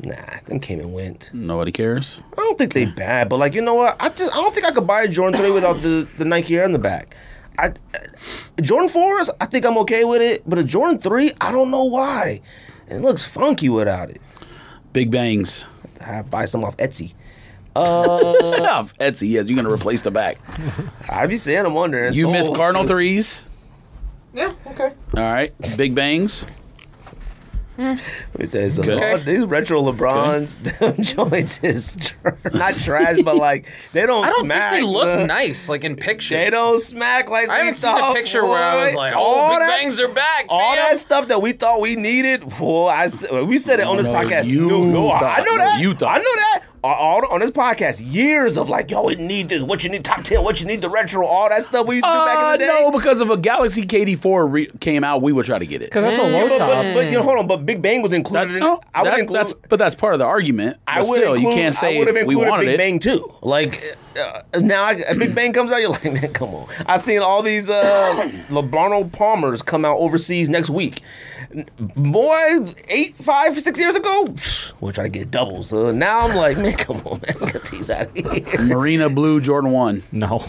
Speaker 1: nah, them came and went.
Speaker 3: Nobody cares.
Speaker 1: I don't think they bad, but like you know what? I just I don't think I could buy a Jordan today without the the Nike Air in the back. I uh, Jordan fours, I think I'm okay with it, but a Jordan three, I don't know why. It looks funky without it.
Speaker 3: Big bangs.
Speaker 1: I buy some off Etsy. Uh,
Speaker 3: Off Etsy, yes. You're gonna replace the back.
Speaker 1: I be saying I'm on there. It's
Speaker 3: You
Speaker 1: so-
Speaker 3: missed Cardinal threes.
Speaker 4: Yeah. Okay.
Speaker 3: All right. Big bangs.
Speaker 1: It is a
Speaker 3: Okay.
Speaker 1: lot- These retro LeBrons, them joints is tr- not trash, but like they don't.
Speaker 4: I don't
Speaker 1: smack,
Speaker 4: think they look
Speaker 1: bruh.
Speaker 4: nice, like in pictures.
Speaker 1: They don't smack like
Speaker 4: I
Speaker 1: we
Speaker 4: haven't seen a
Speaker 1: thought,
Speaker 4: picture where I was
Speaker 1: boy.
Speaker 4: like,
Speaker 1: All
Speaker 4: "Oh, Big
Speaker 1: that-
Speaker 4: Bangs are back."
Speaker 1: all
Speaker 4: fam.
Speaker 1: that stuff that we thought we needed. Well, I s- we said it on this
Speaker 3: No,
Speaker 1: podcast.
Speaker 3: you
Speaker 1: no, no, I- I
Speaker 3: thought.
Speaker 1: know
Speaker 3: No,
Speaker 1: that.
Speaker 3: you thought.
Speaker 1: I know that. All- All on this podcast, years of like, yo, we need this. What you need, top ten. What you need, the retro. All that stuff we used to do back in the
Speaker 3: Uh,
Speaker 1: day.
Speaker 3: no, because if a Galaxy KD4 re- came out, we would try to get it.
Speaker 2: Because that's a low
Speaker 1: but,
Speaker 2: top.
Speaker 1: but, but
Speaker 4: Hmm.
Speaker 1: you know, hold on. But Big Bang was
Speaker 3: That-
Speaker 1: included. in,
Speaker 3: no,
Speaker 1: I would
Speaker 3: that-
Speaker 1: include.
Speaker 3: that's but that's part of the argument.
Speaker 1: I
Speaker 3: But
Speaker 1: would
Speaker 3: still,
Speaker 1: include,
Speaker 3: you can't
Speaker 1: I
Speaker 3: say
Speaker 1: would have
Speaker 3: we
Speaker 1: included
Speaker 3: wanted
Speaker 1: Big
Speaker 3: it.
Speaker 1: Bang too. Like uh, now, I, a Big Bang comes out, you're like, man, come on. I seen all these uh, LeBron Palmers come out overseas next week. Boy, eight, five, six years ago, psh, we're trying to get doubles. Uh, now I'm like, man, come on, man, get these out of here.
Speaker 3: Marina Blue Jordan 1.
Speaker 2: no.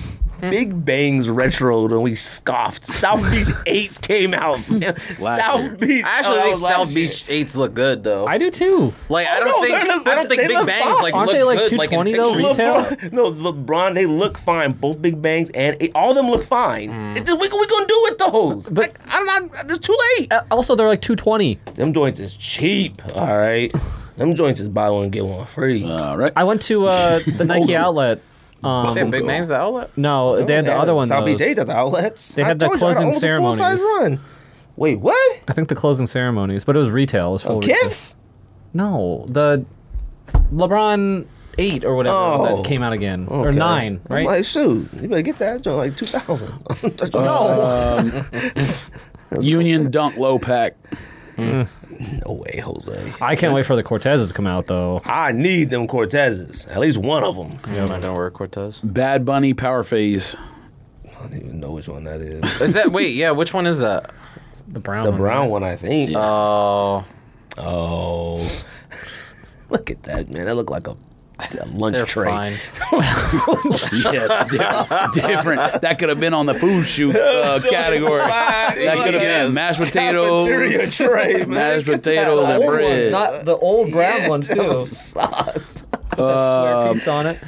Speaker 1: Big Bang's retro, and we scoffed. South Beach Eights came out. man. South
Speaker 3: year.
Speaker 1: Beach,
Speaker 4: I actually
Speaker 1: oh,
Speaker 4: think
Speaker 1: last
Speaker 4: South
Speaker 1: year.
Speaker 4: Beach eights look good though.
Speaker 2: I do too.
Speaker 4: like I
Speaker 1: Oh,
Speaker 4: don't
Speaker 1: no,
Speaker 4: think
Speaker 1: they're not-
Speaker 4: I don't think
Speaker 1: they're
Speaker 4: Big
Speaker 1: not
Speaker 4: Bangs
Speaker 1: fine.
Speaker 4: like
Speaker 2: Aren't
Speaker 4: look
Speaker 2: they, like,
Speaker 4: good like in
Speaker 2: 220 though?
Speaker 4: pictures.
Speaker 2: Retail?
Speaker 1: LeBron, no, LeBron, they look fine. Both Big Bangs and all of them look fine. It- we, we gonna do with those? Mm. But Uh, like, I'm not. It's too late.
Speaker 2: Uh, Also, they're like 220.
Speaker 1: Them joints is cheap. All right. Them joints is buy one get one free.
Speaker 3: All right.
Speaker 2: I went to uh, the Nike outlet. Um,
Speaker 4: Yeah, Big Bangs the outlet.
Speaker 2: no, they had the other one.
Speaker 1: South Beach
Speaker 2: those.
Speaker 1: Eight at the outlets.
Speaker 2: They had the
Speaker 1: told you, I
Speaker 2: closing
Speaker 1: owned the full-size
Speaker 2: ceremonies.
Speaker 1: run. Wait, what?
Speaker 2: I think the closing ceremonies, but it was retail. It was full retail.
Speaker 1: Kiss?
Speaker 2: No, the LeBron eight or whatever
Speaker 1: Oh.
Speaker 2: that came out again or
Speaker 1: Okay.
Speaker 2: nine,
Speaker 1: I'm
Speaker 2: right?
Speaker 1: like, shoot, you better get that joint like two thousand.
Speaker 3: Um, Union Dunk Low Pack.
Speaker 1: no way, Jose.
Speaker 2: I can't wait for the Cortezes to come out though.
Speaker 1: I need them Cortezes. At least one of them.
Speaker 4: I don't know where Cortez.
Speaker 3: Bad Bunny Power Phase.
Speaker 1: I don't even know which one that is.
Speaker 4: Is that wait? Yeah, which one is that?
Speaker 2: The brown.
Speaker 5: The
Speaker 2: one,
Speaker 5: brown
Speaker 2: right?
Speaker 5: one, I think.
Speaker 4: Oh,
Speaker 5: Oh, look at that man! That looked like a, a lunch
Speaker 4: they're
Speaker 5: tray.
Speaker 4: fine.
Speaker 3: Yeah, di- different. That could have been on the food shoot uh, category.
Speaker 2: Ah,
Speaker 3: That could have been mashed
Speaker 5: Cafeteria
Speaker 3: potatoes,
Speaker 5: tray, man.
Speaker 3: mashed potatoes
Speaker 2: The
Speaker 3: and
Speaker 2: old ones,
Speaker 3: bread.
Speaker 2: not the old brown ones too.
Speaker 5: Sucks.
Speaker 2: With the square pizza on it.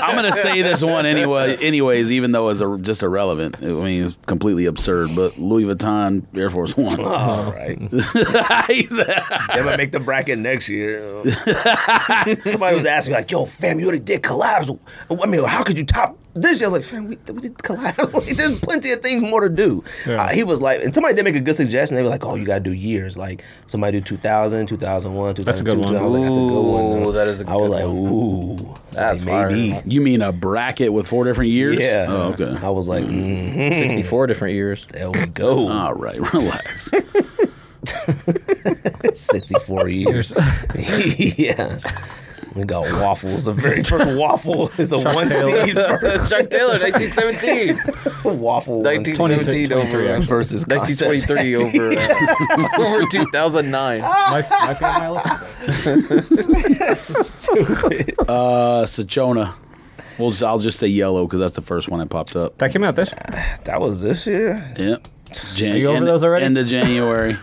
Speaker 3: I'm gonna say this one anyway. Anyways, even though it's a, just irrelevant. I mean, it's completely absurd. But Louis Vuitton Air Force One.
Speaker 2: Oh.
Speaker 1: All right.
Speaker 3: He's-
Speaker 5: They might make the bracket next year.
Speaker 1: Somebody was asking me like, "Yo, fam, you already did collabs. I mean, how could you top this?" I was like, "Fam, we, we did collabs. Like, There's plenty of things more to do."
Speaker 2: Yeah.
Speaker 1: Uh, he was like, and somebody did make a good suggestion. They were like, "Oh, you gotta do years. Like somebody do 2000, 2001, 2002."
Speaker 2: a good one.
Speaker 1: I was like, "That's a good one."
Speaker 4: Ooh, that is a
Speaker 1: I was like,
Speaker 4: good
Speaker 1: "Ooh, that's
Speaker 4: fire.
Speaker 1: maybe."
Speaker 3: you mean a bracket with four different years?
Speaker 1: Yeah.
Speaker 3: Oh, okay.
Speaker 1: I was like, mm,
Speaker 4: Sixty-four different years.
Speaker 1: "There we go."
Speaker 3: All right. Relax. Uh,
Speaker 1: Sixty-four years. yes. We got waffles. The very first waffle is a one seed
Speaker 4: Chuck Taylor, 1917.
Speaker 1: waffle. one seed.
Speaker 4: 1917
Speaker 2: 23,
Speaker 4: over
Speaker 2: actually.
Speaker 1: Versus concept.
Speaker 4: 1923 over uh, over 2009.
Speaker 2: Might, might be on my list.
Speaker 1: Stupid.
Speaker 3: Uh, Sachona. We'll just, I'll just say yellow because that's the first one that popped up.
Speaker 2: That came out this.
Speaker 1: That was this year.
Speaker 3: Yep. Jan-
Speaker 2: Are you over
Speaker 3: end,
Speaker 2: those already?
Speaker 3: End of January.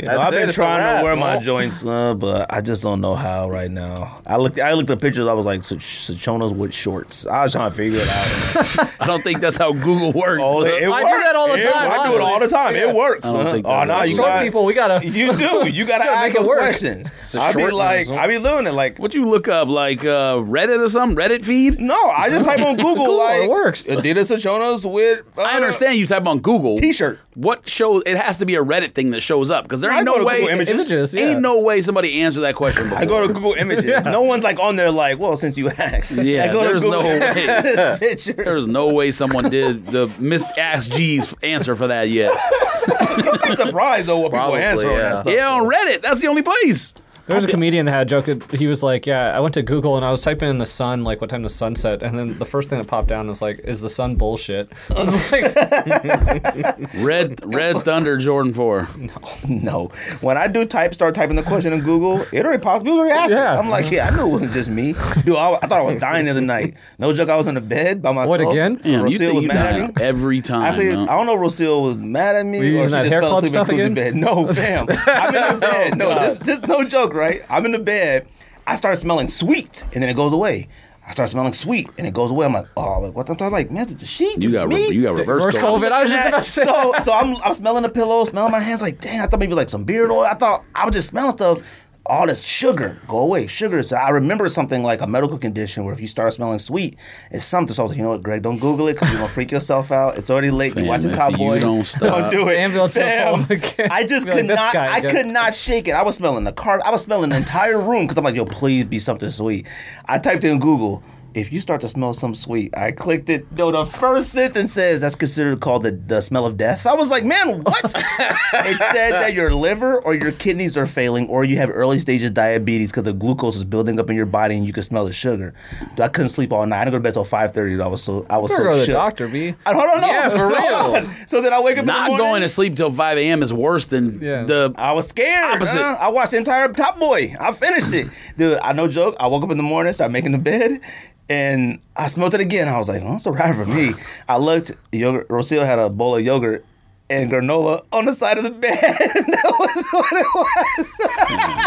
Speaker 1: You know, I've
Speaker 4: it,
Speaker 1: been
Speaker 4: it's a
Speaker 1: trying
Speaker 4: wrap,
Speaker 1: to wear my
Speaker 4: bro.
Speaker 1: joints, uh, but I just don't know how right now. I looked, I looked at pictures. I was like, "Sach- Sachona's with shorts. I was trying to figure it out.
Speaker 3: I don't think that's how Google works.
Speaker 1: Oh, it, it
Speaker 2: I do
Speaker 1: works.
Speaker 2: that all the
Speaker 1: It-
Speaker 2: time,
Speaker 1: I do it all the time. It works.
Speaker 3: I don't
Speaker 1: huh?
Speaker 3: think
Speaker 1: oh
Speaker 3: that's
Speaker 1: no,
Speaker 3: what
Speaker 1: you
Speaker 3: it
Speaker 2: Short
Speaker 1: guys,
Speaker 2: people, we gotta.
Speaker 1: you do. You gotta,
Speaker 2: gotta
Speaker 1: ask
Speaker 2: make it
Speaker 1: those
Speaker 2: work.
Speaker 1: questions.
Speaker 4: a
Speaker 1: I be
Speaker 4: short
Speaker 1: like,
Speaker 4: one,
Speaker 1: I be doing it like.
Speaker 3: What you look up? Like uh, Reddit or something? Reddit feed?
Speaker 1: No, I just type on Google,
Speaker 2: Google, it
Speaker 1: like
Speaker 2: works.
Speaker 1: Adidas Sachona's with. uh,
Speaker 3: I understand you type on Google.
Speaker 1: T-shirt.
Speaker 3: What shows? It has to be a Reddit thing that shows up because there
Speaker 1: I
Speaker 3: ain't
Speaker 1: go
Speaker 3: no
Speaker 1: to
Speaker 3: way.
Speaker 1: Google Images.
Speaker 2: Images, yeah.
Speaker 3: Ain't no way somebody answered that question before.
Speaker 1: I go to Google Images. No one's like on there like, well, since you asked.
Speaker 3: Yeah,
Speaker 1: I go
Speaker 3: there's
Speaker 1: to
Speaker 3: no
Speaker 1: Google
Speaker 3: way.
Speaker 1: Pictures.
Speaker 3: There's no way someone did the Miss Ask G's answer for that yet.
Speaker 1: I'm surprised though what
Speaker 4: Probably,
Speaker 1: people answer on
Speaker 4: yeah.
Speaker 1: that stuff.
Speaker 3: Yeah, on Reddit. That's the only place.
Speaker 2: There was a comedian that had a joke. that- He was like, "Yeah, I went to Google and I was typing in the sun, like what time the sun set, and then the first thing that popped down was like, is the sun bullshit?'" I was like,
Speaker 3: Red Red Thunder Jordan Four.
Speaker 1: No, when I do type, start typing the question in Google, it already pops. People already asked. it.
Speaker 2: Yeah.
Speaker 1: I'm like, yeah, I knew it wasn't just me. Dude, I, I thought I was dying the other night. No joke, I was in the bed by myself.
Speaker 2: again?
Speaker 3: Damn, you
Speaker 1: Rocio
Speaker 3: think
Speaker 1: was
Speaker 3: you
Speaker 1: mad
Speaker 3: die
Speaker 1: at me.
Speaker 3: every time?
Speaker 1: I said, "Oh,
Speaker 3: no?
Speaker 1: I don't know. if Rocio was mad at me,
Speaker 2: you
Speaker 1: or
Speaker 2: using
Speaker 1: she
Speaker 2: that
Speaker 1: just
Speaker 2: hair
Speaker 1: fell
Speaker 2: club
Speaker 1: asleep in
Speaker 2: stuff
Speaker 1: Cruz's
Speaker 2: again?
Speaker 1: bed.
Speaker 2: Oh,
Speaker 1: No, damn, I'm in the bed. No, this, this no joke, right? I'm in the bed. I start smelling sweet, and then it goes away. I start smelling sweet, and it goes away. I'm like, oh, like what? the- I'm like, man, is it the sheet?
Speaker 3: you
Speaker 1: Is it
Speaker 3: got
Speaker 1: me?
Speaker 3: re- you got reverse,
Speaker 2: Reverse
Speaker 3: COVID.
Speaker 2: COVID. I was just about to say.
Speaker 1: so so I'm I'm smelling the pillow, smelling my hands like, dang, I thought maybe like some beard oil. I thought I was just smelling stuff. All this sugar, go away, sugar. So I remember something like a medical condition where if you start smelling sweet, it's something. So I was like, you know what, Greg, don't Google it because you're gonna freak yourself out. It's already late.
Speaker 3: Fam,
Speaker 1: You're watching
Speaker 3: if
Speaker 1: Top
Speaker 3: you
Speaker 1: Boy.
Speaker 3: don't stop.
Speaker 1: do it.
Speaker 2: Ambulance gonna
Speaker 1: Damn.
Speaker 2: call again.
Speaker 1: I just
Speaker 2: Be like,
Speaker 1: could
Speaker 2: "This
Speaker 1: not.
Speaker 2: guy
Speaker 1: I
Speaker 2: again."
Speaker 1: could not shake it. I was smelling the car. I was smelling the entire room because I'm like, yo, please be something sweet. I typed in Google. If you start to smell something sweet, I clicked it. No, the first sentence says that's considered called the, the smell of death. I was like, man, what? it said that your liver or your kidneys are failing, or you have early stages of diabetes because the glucose is building up in your body and you can smell the sugar. Dude, I couldn't sleep all night. I didn't go to bed till five thirty. I was so I was so
Speaker 2: Better go to the
Speaker 1: shook.
Speaker 2: doctor, B.
Speaker 1: I don't know.
Speaker 4: Yeah, for real.
Speaker 1: so then I wake up. in the
Speaker 3: Not
Speaker 1: morning,
Speaker 3: going to sleep till 5 a.m. is worse than
Speaker 2: Yeah.
Speaker 3: the.
Speaker 1: I was scared.
Speaker 3: Opposite.
Speaker 1: huh? I watched the entire Top Boy. I finished it. Dude, I no joke. I woke up in the morning, started making the bed, and I smelled it again. I was like, oh, it's a wrap for me. I looked, yogurt, Rocio had a bowl of yogurt and granola on the side of the bed. that was what it was.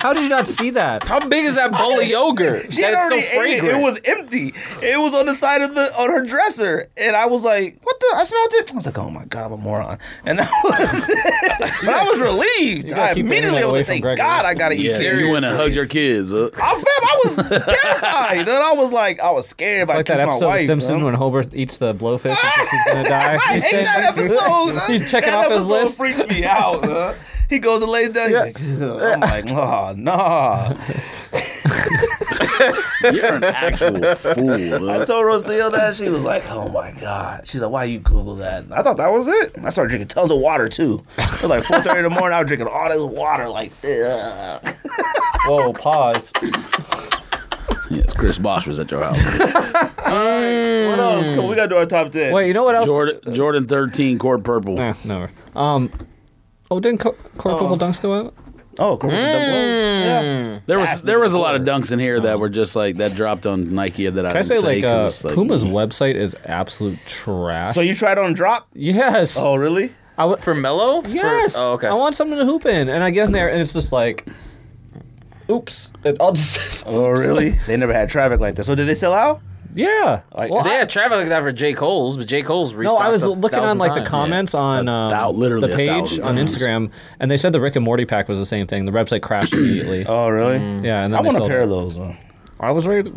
Speaker 2: How did you not see that?
Speaker 4: How big is that bowl of yogurt?
Speaker 1: She had
Speaker 4: That's so
Speaker 1: already ate
Speaker 4: fragrant.
Speaker 1: it. It was empty. It was on the side of the on her dresser, and I was like, "What the?" I smelled it. I was like, "Oh my god, I'm a moron!" And I was, but I was relieved.
Speaker 2: gotta
Speaker 1: I
Speaker 2: keep the
Speaker 1: immediately
Speaker 2: internet
Speaker 1: I was
Speaker 2: away
Speaker 1: like,
Speaker 2: from
Speaker 1: "Thank
Speaker 2: Gregory."
Speaker 1: God, I gotta eat
Speaker 3: Yeah,
Speaker 1: cereal."
Speaker 3: you went and hugged your kids. uh,
Speaker 1: I, fam, I was terrified, and I was like, I was scared. About
Speaker 2: Like that
Speaker 1: my
Speaker 2: episode
Speaker 1: wife,
Speaker 2: of Simpson
Speaker 1: huh?
Speaker 2: when Hobart eats the blowfish and thinks he's gonna die.
Speaker 1: I
Speaker 2: He
Speaker 1: hate
Speaker 2: said-
Speaker 1: that episode. huh?
Speaker 2: He's checking
Speaker 1: that
Speaker 2: off his
Speaker 1: episode
Speaker 2: list.
Speaker 1: Freaks me out. huh? He goes and lays down. He's like, "Ugh." I'm like, oh, nah.
Speaker 3: You're an actual fool.
Speaker 1: I
Speaker 3: uh.
Speaker 1: told Rocio that she was like, "Oh my god!" She's like, "Why you Google that?" I thought that was it. I started drinking tons of water too. It was like four thirty in the morning. I was drinking all this water, like, ugh.
Speaker 2: Whoa, pause.
Speaker 3: Yes, Chris Bosch was at your house.
Speaker 1: What else? Come on, we gotta do our top ten.
Speaker 2: Wait, you know what else?
Speaker 3: Jordan, Jordan 13, cord purple.
Speaker 2: Eh, never. Um, oh, didn't Cor- Corporal Dunks go out?
Speaker 1: Oh, cool.
Speaker 2: Mm.
Speaker 1: Yeah.
Speaker 3: There was
Speaker 1: That's
Speaker 3: there was a
Speaker 1: the
Speaker 3: lot of dunks in here that were just like that dropped on Nike that I
Speaker 2: Can I
Speaker 3: didn't
Speaker 2: say like, uh,
Speaker 3: 'cause it's like
Speaker 2: Puma's website is absolute trash.
Speaker 1: So you tried on drop?
Speaker 2: yes,
Speaker 1: Oh, really?
Speaker 2: I w-
Speaker 4: For Mello?
Speaker 2: yes.
Speaker 4: For, oh, okay.
Speaker 2: I want something to hoop in, and I get in there, and it's just like, oops. And I'll just
Speaker 1: Oh, really? they never had traffic like that. So did they sell out?
Speaker 2: yeah. Well,
Speaker 4: they
Speaker 2: I-
Speaker 4: had traffic like that for J. Cole's, but J. Cole's
Speaker 2: no,
Speaker 4: restocked.
Speaker 2: I was
Speaker 4: a
Speaker 2: looking on
Speaker 4: thousand
Speaker 2: like the
Speaker 4: times.
Speaker 2: comments on um,
Speaker 3: thou- literally
Speaker 2: the
Speaker 3: a
Speaker 2: page
Speaker 3: thousand
Speaker 2: on
Speaker 3: times.
Speaker 2: Instagram, and they said the Rick and Morty pack was the same thing. The website crashed immediately.
Speaker 1: Oh, really?
Speaker 2: Yeah, and then
Speaker 1: I
Speaker 2: they
Speaker 1: want a
Speaker 2: sold
Speaker 1: pair
Speaker 2: it.
Speaker 1: of those. Though.
Speaker 2: I was right.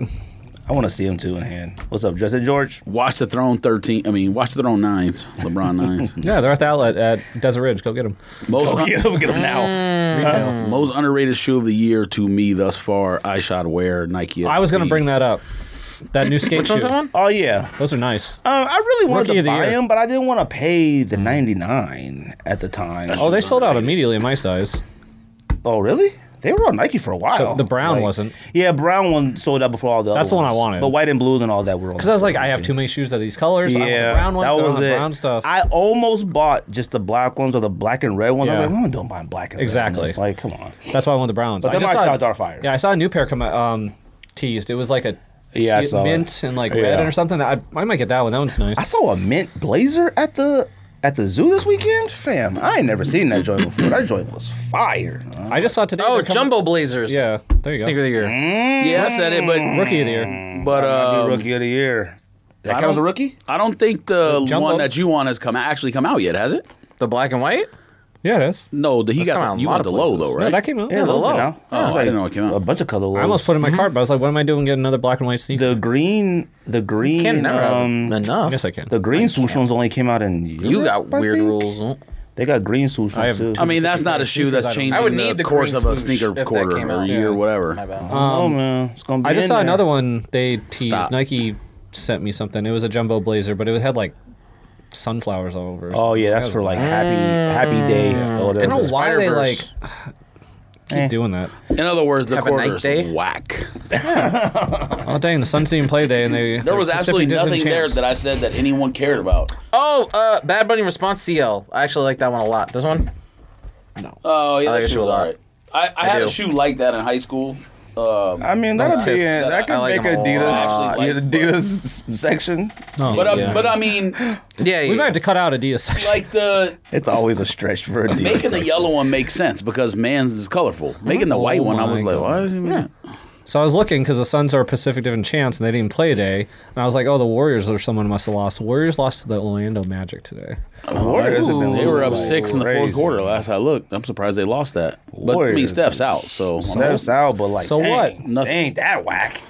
Speaker 1: I want to see them too in hand. What's up, Justin George?
Speaker 3: Watch the Throne 13. I mean, Watch the Throne 9s, LeBron 9s.
Speaker 2: Yeah, they're at the outlet at Desert Ridge. Go get them.
Speaker 3: Most,
Speaker 1: Oh, yeah, get them now.
Speaker 2: Retail.
Speaker 3: most underrated shoe of the year to me thus far, I shot wear Nike.
Speaker 2: I was gonna bring that up. That new skate shoe.
Speaker 4: Which one's that one?
Speaker 1: Oh yeah.
Speaker 2: Those are nice.
Speaker 1: Um, I really wanted
Speaker 2: Rookie
Speaker 1: to
Speaker 2: of the
Speaker 1: buy
Speaker 2: year. Mm.
Speaker 1: them, but I didn't want to pay the ninety nine at the time.
Speaker 2: Oh, they sold out immediately in my size.
Speaker 1: Oh, really? They were on Nike for a while.
Speaker 2: The- the brown wasn't.
Speaker 1: Yeah, brown one sold out before all the.
Speaker 2: That's
Speaker 1: other
Speaker 2: the one I
Speaker 1: ones.
Speaker 2: wanted.
Speaker 1: But white and blues and all that were on.
Speaker 2: Because I was like, I have too many shoes of these colors. I want the brown ones. I want the brown stuff.
Speaker 1: I almost bought just the black ones or the black and red ones. I
Speaker 2: Yeah.
Speaker 1: was like, well, don't buy black and
Speaker 2: Exactly.
Speaker 1: red. Exactly. Like, come on.
Speaker 2: That's why I want the browns.
Speaker 1: But
Speaker 2: I
Speaker 1: then my
Speaker 2: just saw,
Speaker 1: shots are fire.
Speaker 2: Yeah, I saw a new pair come out, um, teased. It was like a
Speaker 1: Yeah, I
Speaker 2: teal-
Speaker 1: saw it.
Speaker 2: mint and like
Speaker 1: Yeah.
Speaker 2: red or something. I, I might get that one. That one's nice.
Speaker 1: I saw a mint blazer at the at the zoo this weekend, fam. I ain't never seen that joint before. That joint was fire.
Speaker 2: I just saw today.
Speaker 4: Oh,
Speaker 2: they're coming-
Speaker 4: Jumbo Blazers.
Speaker 2: Yeah, there you go.
Speaker 4: Sneaker of the
Speaker 1: Mm.
Speaker 4: year.
Speaker 3: Yeah, I said it, but
Speaker 2: Rookie of the Mm. year.
Speaker 3: but
Speaker 1: New
Speaker 3: uh,
Speaker 1: rookie of the year. That
Speaker 3: I
Speaker 1: counts as a
Speaker 3: don't-
Speaker 1: rookie.
Speaker 3: I don't think the
Speaker 2: Jumbo?
Speaker 3: one that you want has come actually come out yet, has it?
Speaker 4: The black and white?
Speaker 2: Yeah, it is.
Speaker 3: No, the, he
Speaker 4: That's come
Speaker 3: got
Speaker 4: out
Speaker 3: the,
Speaker 4: in
Speaker 3: you
Speaker 4: a lot
Speaker 3: want
Speaker 4: of
Speaker 3: the low
Speaker 4: places.
Speaker 3: though,
Speaker 2: No,
Speaker 3: right?
Speaker 2: that came out.
Speaker 1: those
Speaker 4: low.
Speaker 1: been out.
Speaker 3: Oh,
Speaker 1: There's
Speaker 3: I didn't know it came out.
Speaker 1: A bunch of color.
Speaker 2: I almost put it in my cart, but I was like, what am I doing getting another black and white sneaker?
Speaker 1: the green. The green.
Speaker 4: Can't never
Speaker 1: um,
Speaker 4: have enough.
Speaker 2: yes, I can.
Speaker 1: The green swoosh ones only came out in Europe,
Speaker 4: You got
Speaker 1: I
Speaker 4: weird
Speaker 1: think.
Speaker 4: rules. Oh, huh?
Speaker 1: They got green swoosh
Speaker 2: I
Speaker 1: ones
Speaker 2: have
Speaker 1: too.
Speaker 2: two.
Speaker 3: I mean, that's not a shoe that's
Speaker 2: I don't-
Speaker 3: changing
Speaker 4: I would
Speaker 3: the,
Speaker 4: need the
Speaker 3: course
Speaker 4: green
Speaker 3: of a
Speaker 4: swoosh
Speaker 3: sneaker
Speaker 4: if that
Speaker 3: quarter
Speaker 4: came
Speaker 3: or
Speaker 4: out.
Speaker 3: year,
Speaker 2: Yeah.
Speaker 4: My
Speaker 3: whatever.
Speaker 4: bad.
Speaker 2: Uh,
Speaker 1: oh man, it's gonna be.
Speaker 2: I just
Speaker 1: in
Speaker 2: saw
Speaker 1: there.
Speaker 2: another one they teased.
Speaker 3: Stop.
Speaker 2: Nike sent me something. It was a jumbo blazer, but it had like sunflowers all over. it or
Speaker 1: Oh
Speaker 2: something.
Speaker 1: yeah, that's for like happy happy day or
Speaker 2: I
Speaker 1: whatever.
Speaker 2: don't know why they like
Speaker 4: Spider-Verse.
Speaker 2: keep
Speaker 1: Eh.
Speaker 2: doing that.
Speaker 3: In other words, the
Speaker 4: Have a night
Speaker 3: quarters
Speaker 4: day?
Speaker 3: whack.
Speaker 2: Oh dang, the Sun Scene Play Day, and they
Speaker 3: There was absolutely nothing there that I said that anyone cared about.
Speaker 4: Oh, uh, Bad Bunny Response CL. I actually like that one a lot. This one?
Speaker 3: Oh yeah,
Speaker 4: I like
Speaker 3: that
Speaker 4: it
Speaker 3: shoe
Speaker 4: a
Speaker 3: was
Speaker 4: lot.
Speaker 3: alright. I, I, had
Speaker 4: do.
Speaker 3: a shoe like that in high school. Um,
Speaker 1: I mean, that'll be
Speaker 4: Tisk,
Speaker 1: in,
Speaker 4: that I-
Speaker 1: that could
Speaker 4: I
Speaker 1: make
Speaker 4: like them a lot.
Speaker 1: Adidas
Speaker 3: Actually,
Speaker 1: yeah,
Speaker 3: like-
Speaker 1: Adidas s- section.
Speaker 2: No,
Speaker 3: but I,
Speaker 4: Yeah.
Speaker 3: but I mean,
Speaker 4: Yeah, yeah.
Speaker 2: Oh, we might have to cut out Adidas. section.
Speaker 3: like the
Speaker 1: It's always a stretch for Adidas.
Speaker 3: making the
Speaker 1: section.
Speaker 3: yellow one makes sense because man's is colorful. Making the white
Speaker 2: Oh
Speaker 3: one, I
Speaker 2: my
Speaker 3: was like,
Speaker 2: God.
Speaker 3: why? Is he yeah.
Speaker 2: so I was looking because the Suns are Pacific Division champs, and they didn't play today. And I was like, oh, the Warriors or someone must have lost. The Warriors lost to the Orlando Magic today.
Speaker 1: Warriors have been
Speaker 3: They were
Speaker 1: losing
Speaker 3: up
Speaker 1: like
Speaker 3: six in the fourth
Speaker 1: crazy.
Speaker 3: quarter. Last I looked, I'm surprised they lost that. But I mean,
Speaker 1: Warriors.
Speaker 3: Steph's out, so
Speaker 1: Steps out, but like,
Speaker 2: So
Speaker 1: dang,
Speaker 2: what?
Speaker 3: Nothing.
Speaker 1: They ain't that whack.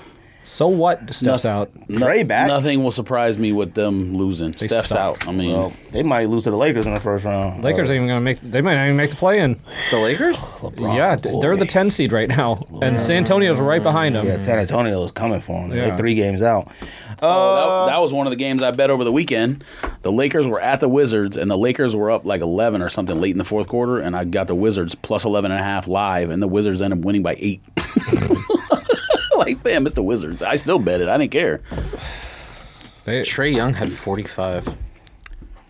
Speaker 2: So what? Steps
Speaker 3: Nothing.
Speaker 2: out.
Speaker 1: Dre back.
Speaker 3: nothing will surprise me with them losing. Steph's
Speaker 2: suck.
Speaker 3: out. I mean,
Speaker 1: Well, they might lose to the Lakers in the first round.
Speaker 2: Lakers ain't even gonna make. They might not even make the play in.
Speaker 4: The Lakers?
Speaker 1: LeBron,
Speaker 2: yeah, d- they're the
Speaker 1: boy.
Speaker 2: ten seed right now, and San Antonio's right behind them.
Speaker 1: Yeah, San Antonio is coming for them.
Speaker 2: Yeah.
Speaker 1: They're three games out.
Speaker 3: that,
Speaker 1: Uh,
Speaker 3: that was one of the games I bet over the weekend. The Lakers were at the Wizards, and the Lakers were up like 11 or something late in the fourth quarter, and I got the Wizards plus 11 and a half live, and the Wizards ended up winning by eight. like, fam, it's the Wizards. I still bet it. I didn't care.
Speaker 2: They,
Speaker 4: Trey Young had 45.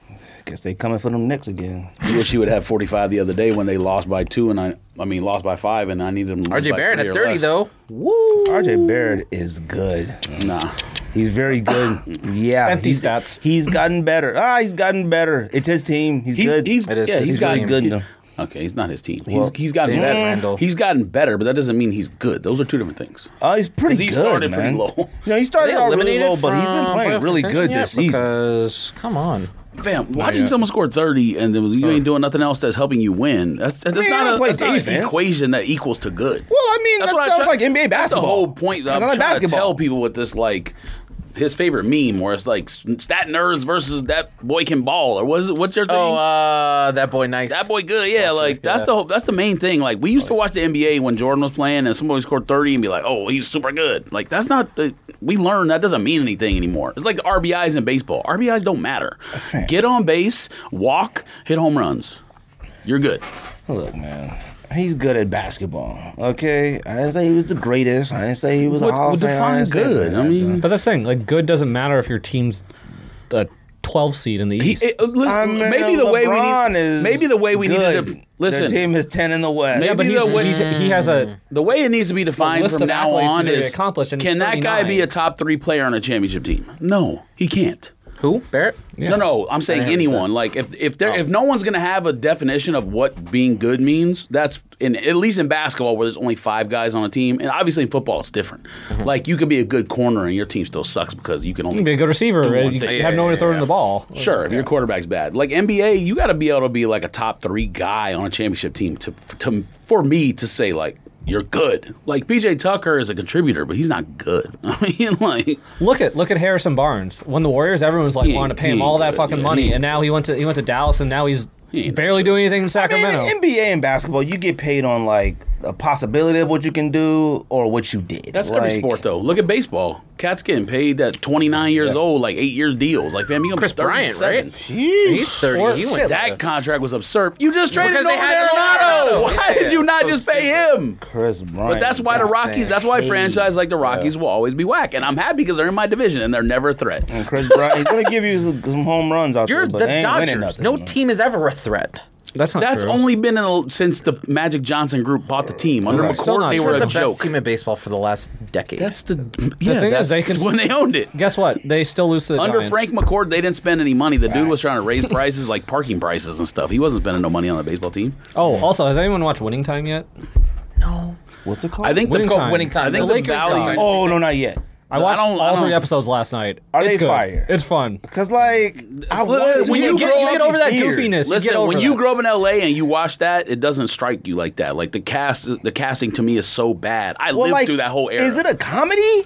Speaker 1: I guess they coming for them Knicks again.
Speaker 3: You wish he would have 45 the other day when they lost by two, and I, I mean, lost by five, and I needed them. to lose
Speaker 4: RJ
Speaker 3: by
Speaker 4: Barrett
Speaker 3: three
Speaker 4: had
Speaker 3: or
Speaker 4: 30,
Speaker 3: less.
Speaker 4: though.
Speaker 1: RJ Barrett is good.
Speaker 3: Nah.
Speaker 1: He's very good. Yeah.
Speaker 2: Empty
Speaker 1: he's,
Speaker 2: stats.
Speaker 1: He's gotten better. Ah, he's gotten better. It's his team. He's,
Speaker 3: He's,
Speaker 1: good.
Speaker 3: he's
Speaker 4: It is
Speaker 3: yeah,
Speaker 4: his
Speaker 3: he's gotten
Speaker 4: team.
Speaker 1: good. though.
Speaker 3: Okay, he's not his team.
Speaker 1: Well,
Speaker 3: he's, he's gotten
Speaker 4: they
Speaker 3: better.
Speaker 4: had Randall.
Speaker 3: He's gotten better, but that doesn't mean he's good. Those are two different things.
Speaker 1: Oh, he's pretty
Speaker 3: 'Cause he
Speaker 1: good.
Speaker 3: started
Speaker 1: man.
Speaker 3: pretty low.
Speaker 1: No, he started
Speaker 4: They
Speaker 1: out really
Speaker 4: eliminated
Speaker 1: low, but he's been
Speaker 4: from
Speaker 1: playing
Speaker 4: playoff
Speaker 1: really
Speaker 4: contention
Speaker 1: good
Speaker 4: yet?
Speaker 1: this season.
Speaker 4: Because, come on.
Speaker 3: Fam, watching someone score thirty and then you ain't doing nothing else that's helping you win. That's that's,
Speaker 1: mean, I
Speaker 3: not,
Speaker 1: don't
Speaker 3: a,
Speaker 1: play
Speaker 3: that's not an
Speaker 1: defense.
Speaker 3: equation that equals to good.
Speaker 1: Well, I mean, that
Speaker 3: I
Speaker 1: sounds
Speaker 3: try-
Speaker 1: like NBA basketball.
Speaker 3: That's the whole point. That
Speaker 1: That's like
Speaker 3: I'm trying to tell
Speaker 1: basketball.
Speaker 3: people with this like his favorite meme, where it's like stat nerds versus that boy can ball, or what is it, what's your thing?
Speaker 4: Oh, uh, that boy nice.
Speaker 3: That boy good, yeah. Like that's the whole, that's the main thing. Like we used to watch the NBA when Jordan was playing, and somebody scored thirty and be like, "Oh, he's super good." Like that's not. uh, we learned that doesn't mean anything anymore. It's like the RBIs in baseball. RBIs don't matter. Get on base, walk, hit home runs. You're good.
Speaker 1: Look, man. He's good at basketball. Okay, I didn't say he was the greatest. I didn't say he was
Speaker 3: What-
Speaker 1: a Hall
Speaker 3: what
Speaker 1: of Famer.
Speaker 3: defines
Speaker 1: didn't say
Speaker 3: good?
Speaker 1: that.
Speaker 3: I mean-
Speaker 2: But that's the thing. Like, good doesn't matter if your team's the 12 seed in the
Speaker 3: He,
Speaker 2: East.
Speaker 3: it- uh, listen,
Speaker 1: I mean,
Speaker 3: maybe the way we
Speaker 1: LeBron
Speaker 3: need
Speaker 1: is
Speaker 3: maybe the way we
Speaker 1: good.
Speaker 3: needed to listen.
Speaker 1: Their team is ten in the West.
Speaker 3: Maybe
Speaker 2: yeah, but
Speaker 3: see
Speaker 2: he's,
Speaker 3: the way-
Speaker 2: he's, he has a.
Speaker 3: the way it needs to be defined
Speaker 2: list
Speaker 3: from
Speaker 2: of
Speaker 3: now
Speaker 2: accolades
Speaker 3: on
Speaker 2: he's already
Speaker 3: is
Speaker 2: accomplished, and he's
Speaker 3: can that guy
Speaker 2: 39.
Speaker 3: be a top three player on a championship team? No, he can't.
Speaker 4: Who? Barrett?
Speaker 2: Yeah.
Speaker 3: No, no, I'm saying
Speaker 4: I hear what you
Speaker 3: anyone. Like if if there if no one's gonna have a definition of what being good means, that's in at least in basketball where there's only five guys on a team, and obviously in football it's different. Like you could be a good corner and your team still sucks because you can only
Speaker 2: You can be a good receiver.
Speaker 3: one
Speaker 2: Right? You
Speaker 3: thing.
Speaker 2: have no one to throw in the ball.
Speaker 3: Sure, if your quarterback's bad, like NBA, you got to be able to be like a top three guy on a championship team to to for me to say like you're good. Like PJ Tucker is a contributor, but he's not good. I mean, like
Speaker 2: Look at look at Harrison Barnes. When the Warriors, everyone was like
Speaker 3: He ain't-
Speaker 2: wanting to
Speaker 3: he
Speaker 2: pay him
Speaker 3: ain't
Speaker 2: all that
Speaker 3: good.
Speaker 2: fucking
Speaker 3: Yeah, he
Speaker 2: money,
Speaker 3: ain't
Speaker 2: and now he went to he went to Dallas, and now he's
Speaker 3: He ain't
Speaker 2: barely doing anything in
Speaker 1: I mean,
Speaker 2: Sacramento.
Speaker 1: the NBA and basketball, you get paid on like a possibility of what you can do or what you did.
Speaker 3: that's
Speaker 1: like,
Speaker 3: every sport though. Look at baseball. Cat's getting paid at 29 years old, like eight years deals. Like fam, you gonna be
Speaker 4: Chris Bryant,
Speaker 3: 37.
Speaker 4: right? He's 30.
Speaker 2: Or-
Speaker 4: he
Speaker 2: shit,
Speaker 4: went
Speaker 3: That
Speaker 4: to-
Speaker 3: contract was absurd. You just traded
Speaker 4: Because they
Speaker 3: over
Speaker 4: had
Speaker 3: Arenado.
Speaker 4: Arenado.
Speaker 3: Why
Speaker 4: Yeah,
Speaker 3: did you not
Speaker 4: so
Speaker 3: just pay him?
Speaker 1: Chris Bryant.
Speaker 3: But that's why the Rockies. That's why franchise like the Rockies will always be whack. And I'm happy because they're in my division and they're never a threat.
Speaker 1: And Chris Bryant, he's gonna give you some, some home runs out
Speaker 4: You're
Speaker 1: there, but
Speaker 4: the
Speaker 1: they ain't winning
Speaker 4: Dodgers.
Speaker 1: nothing.
Speaker 4: No team is ever a threat.
Speaker 2: That's not
Speaker 3: That's
Speaker 2: true.
Speaker 3: only been in the, since the Magic Johnson group bought the team. Under
Speaker 2: Right. Still
Speaker 3: McCord,
Speaker 2: not
Speaker 3: they
Speaker 2: true.
Speaker 3: were
Speaker 4: They're
Speaker 3: a
Speaker 4: the
Speaker 3: joke.
Speaker 4: best team in baseball for the last decade.
Speaker 3: That's the yeah.
Speaker 2: thing is,
Speaker 3: that's
Speaker 2: they can-
Speaker 3: when they owned it.
Speaker 2: Guess what? They still lose to the
Speaker 3: Under
Speaker 2: Giants.
Speaker 3: Frank McCord, they didn't spend any money. The dude was trying to raise prices, like parking prices and stuff. He wasn't spending no money on the baseball team.
Speaker 2: Oh, also, has anyone watched Winning Time yet?
Speaker 4: no.
Speaker 1: What's it called?
Speaker 3: I think
Speaker 2: Winning
Speaker 3: the,
Speaker 4: called
Speaker 2: Time.
Speaker 4: Winning Time.
Speaker 3: I think
Speaker 4: The
Speaker 3: the,
Speaker 4: Lakers
Speaker 3: value.
Speaker 2: got-
Speaker 1: Oh no, not yet.
Speaker 2: I watched
Speaker 3: don't- I
Speaker 2: all
Speaker 3: don't-
Speaker 2: three episodes last night.
Speaker 1: Are
Speaker 2: it's
Speaker 1: they
Speaker 2: good.
Speaker 1: fire?
Speaker 2: It's fun.
Speaker 1: Cause like I
Speaker 3: Look,
Speaker 1: wanted to
Speaker 3: when
Speaker 1: be
Speaker 3: you
Speaker 1: a
Speaker 3: get-
Speaker 1: kid,
Speaker 3: you get
Speaker 1: I was
Speaker 2: over that
Speaker 1: weird.
Speaker 2: goofiness. You
Speaker 3: Listen,
Speaker 2: get over
Speaker 3: when you
Speaker 2: that.
Speaker 3: grow up in LA and you watch that, it doesn't strike you like that. Like the cast, the casting to me is so bad. I
Speaker 1: Well,
Speaker 3: lived
Speaker 1: like,
Speaker 3: through that whole era.
Speaker 1: Is it a comedy?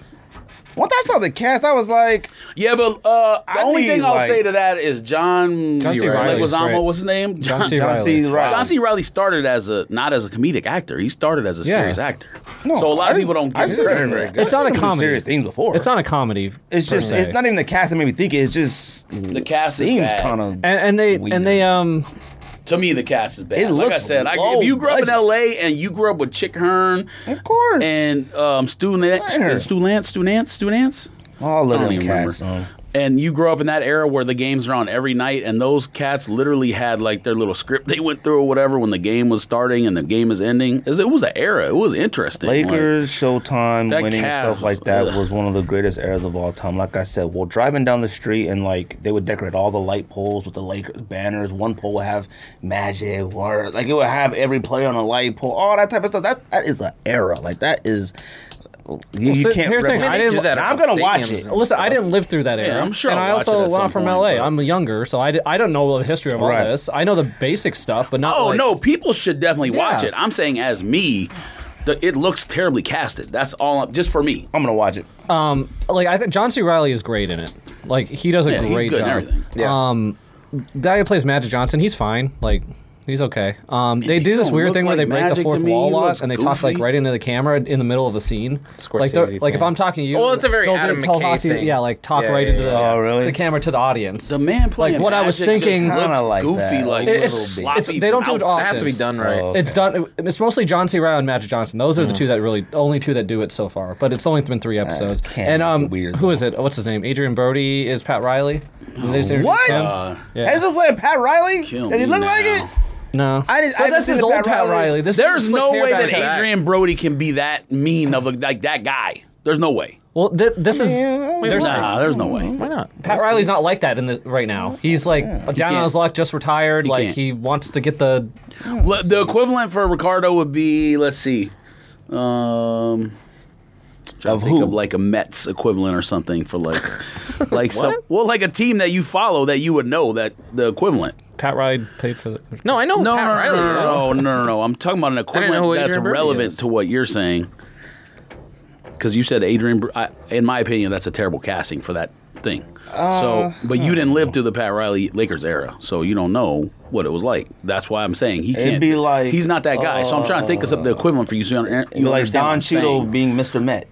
Speaker 1: Once I saw the cast, I was like,
Speaker 3: Yeah, but uh, the
Speaker 1: I
Speaker 3: only
Speaker 1: need,
Speaker 3: thing I'll
Speaker 1: like-
Speaker 3: say to that is John,
Speaker 2: John C.
Speaker 3: Like,
Speaker 2: Reilly's
Speaker 3: was Amo-
Speaker 2: great.
Speaker 3: what's his name?
Speaker 2: John C.
Speaker 1: John C.
Speaker 2: Reilly.
Speaker 1: Reilly.
Speaker 3: John C. Riley started as a not as a comedic actor. He started as a
Speaker 2: Yeah.
Speaker 3: serious actor.
Speaker 1: no,
Speaker 3: so a lot
Speaker 1: I
Speaker 3: of people don't
Speaker 1: didn't-
Speaker 3: give
Speaker 1: I've
Speaker 3: him
Speaker 1: seen
Speaker 3: credit
Speaker 1: him
Speaker 3: for
Speaker 1: do
Speaker 3: that.
Speaker 1: good-
Speaker 2: It's not
Speaker 1: I've
Speaker 2: a
Speaker 1: seen him do
Speaker 2: comedy.
Speaker 1: Serious things before.
Speaker 2: It's not a comedy.
Speaker 1: It's
Speaker 2: per
Speaker 1: just.
Speaker 2: se.
Speaker 1: It's not even the cast that made me think. it, It's just the
Speaker 3: cast is
Speaker 1: seems
Speaker 3: bad.
Speaker 1: kind of.
Speaker 2: And, and they
Speaker 1: Weird.
Speaker 2: and they um
Speaker 3: To me, the cast is bad.
Speaker 1: It
Speaker 3: like I
Speaker 1: looks
Speaker 3: said, I,
Speaker 1: low
Speaker 3: if you grew up in
Speaker 1: budget.
Speaker 3: L.A. and you grew up with Chick Hearn
Speaker 1: Of course.
Speaker 3: and um, Stu, Nance,
Speaker 1: Sure.
Speaker 3: Stu Lance, Stu Nance, Stu Nance.
Speaker 1: all of
Speaker 3: I don't
Speaker 1: them
Speaker 3: even
Speaker 1: cats.
Speaker 3: remember.
Speaker 1: um,
Speaker 3: And you grow up in that era where the games are on every night, and those cats literally had like their little script they went through or whatever when the game was starting and the game is ending. It was, it was an era. It was interesting. Like,
Speaker 1: Lakers, Showtime,
Speaker 3: That
Speaker 1: winning and
Speaker 3: cast-
Speaker 1: stuff like that
Speaker 3: ugh.
Speaker 1: was one of the greatest eras of all time. Like I said, well, driving down the street and like they would decorate all the light poles with the Lakers banners. One pole would have Magic, or like it would have every player on a light pole, all that type of stuff. That that is an era. Like that is you, you
Speaker 2: so
Speaker 1: can't.
Speaker 2: here's the thing,
Speaker 1: replicate
Speaker 2: I
Speaker 1: it.
Speaker 2: didn't-
Speaker 4: do that
Speaker 1: I'm
Speaker 4: about
Speaker 1: gonna watch
Speaker 4: stadiums
Speaker 1: it.
Speaker 4: and
Speaker 2: listen. I didn't live through that era.
Speaker 3: I'm sure
Speaker 2: And
Speaker 3: I'll
Speaker 2: I
Speaker 3: watch it
Speaker 2: also
Speaker 3: at some
Speaker 2: am from
Speaker 3: point,
Speaker 2: LA.
Speaker 3: but-
Speaker 2: I'm younger, so I, d- I don't know the history of all
Speaker 1: Right.
Speaker 2: this. I know the basic stuff, but not.
Speaker 3: oh
Speaker 2: like-
Speaker 3: no, people should definitely watch
Speaker 2: Yeah.
Speaker 3: it. I'm saying as me, the, it looks terribly casted. That's all. I'm- Just for me.
Speaker 1: I'm gonna watch it.
Speaker 2: Um, like I think John C. Riley is great in it. Like he does a
Speaker 3: Yeah, he's
Speaker 2: great
Speaker 3: good
Speaker 2: job.
Speaker 3: and everything.
Speaker 4: Yeah.
Speaker 2: Um, the guy who plays Magic Johnson, he's fine. Like he's okay. Um, they do this
Speaker 3: don't
Speaker 2: weird
Speaker 3: look
Speaker 2: thing where
Speaker 3: like
Speaker 2: they break
Speaker 3: Magic
Speaker 2: the
Speaker 3: to
Speaker 2: fourth
Speaker 3: me.
Speaker 2: wall
Speaker 3: He
Speaker 2: a lot,
Speaker 3: looks
Speaker 2: and they talk like
Speaker 3: goofy.
Speaker 2: right into the camera in the middle of a scene. like, they're-
Speaker 4: Scorsese
Speaker 2: like if
Speaker 4: thing.
Speaker 2: I'm talking to you,
Speaker 4: Well, it's a very
Speaker 2: they'll do-
Speaker 4: Adam
Speaker 2: they'll
Speaker 4: McKay
Speaker 2: talk to you-
Speaker 4: thing.
Speaker 2: Yeah, like talk
Speaker 4: Yeah,
Speaker 2: right
Speaker 4: yeah,
Speaker 2: into the,
Speaker 4: yeah.
Speaker 1: Oh, really?
Speaker 2: the camera to the audience.
Speaker 3: The man playing
Speaker 2: what I was
Speaker 3: Magic just
Speaker 2: thinking-
Speaker 3: looks
Speaker 1: Kinda like
Speaker 3: goofy,
Speaker 1: that.
Speaker 3: like
Speaker 1: It's-
Speaker 3: little
Speaker 2: it's-
Speaker 3: sloppy
Speaker 2: it's- they don't do it
Speaker 3: mouth
Speaker 2: often.
Speaker 4: That has to be
Speaker 3: things.
Speaker 4: done right.
Speaker 1: Oh.
Speaker 2: It's done. It's mostly John C. Riley and Magic Johnson. Those are
Speaker 3: Mm.
Speaker 2: the two that really only two that do it so far. But it's only been three episodes.
Speaker 1: can't
Speaker 2: And um,
Speaker 1: look weird,
Speaker 2: who is it? What's his name? Adrian Brody is Pat Riley. And they just introduced
Speaker 1: What?
Speaker 2: him.
Speaker 3: Uh,
Speaker 2: Yeah.
Speaker 1: Is he playing Pat Riley?
Speaker 3: Kill
Speaker 1: Does he
Speaker 3: me
Speaker 1: look like
Speaker 3: now.
Speaker 1: it?
Speaker 2: No,
Speaker 1: I just-
Speaker 2: But
Speaker 1: I haven't
Speaker 2: that's
Speaker 1: seen
Speaker 2: his
Speaker 1: the
Speaker 2: old
Speaker 1: Pat
Speaker 2: Pat
Speaker 1: Riley.
Speaker 2: Riley. This
Speaker 3: There's
Speaker 2: this, like,
Speaker 3: no
Speaker 2: hair
Speaker 3: way
Speaker 2: back
Speaker 3: that
Speaker 2: in the back.
Speaker 3: Adrian Brody can be that mean of a, like that guy. There's no way.
Speaker 2: Well, th- this is there's
Speaker 3: Nah, there's no way.
Speaker 4: Why not?
Speaker 2: Pat Riley's not like that in the right now. He's like down on
Speaker 3: can't.
Speaker 2: his luck, just retired. like
Speaker 3: can't.
Speaker 2: he wants to get the
Speaker 3: Le- the equivalent for Ricardo would be let's see, um, trying
Speaker 1: Of
Speaker 3: to think
Speaker 1: who?
Speaker 3: Of like a Mets equivalent or something for like, like some well, like a team that you follow that you would know that the equivalent.
Speaker 2: Pat Riley paid for the.
Speaker 4: No, I know
Speaker 3: No,
Speaker 4: Pat
Speaker 3: no, no,
Speaker 4: Riley.
Speaker 3: no,
Speaker 4: is.
Speaker 3: no, no, no, no, no. I'm talking about an
Speaker 4: who
Speaker 3: equivalent that's
Speaker 4: Adrian Brody
Speaker 3: relevant
Speaker 4: is.
Speaker 3: to what you're saying. Because you said Adrian, Br- I, in my opinion, that's a terrible casting for that thing.
Speaker 1: Uh,
Speaker 3: so, but you didn't
Speaker 1: hmm.
Speaker 3: live through the Pat Riley Lakers era, so you don't know what it was like. That's why I'm saying he can't
Speaker 1: be like,
Speaker 3: he's not that guy. so I'm trying to think of something the equivalent for you. So you, you
Speaker 1: You're like
Speaker 3: understand what
Speaker 1: Don
Speaker 3: I'm saying.
Speaker 1: Cheadle being Mr. Met.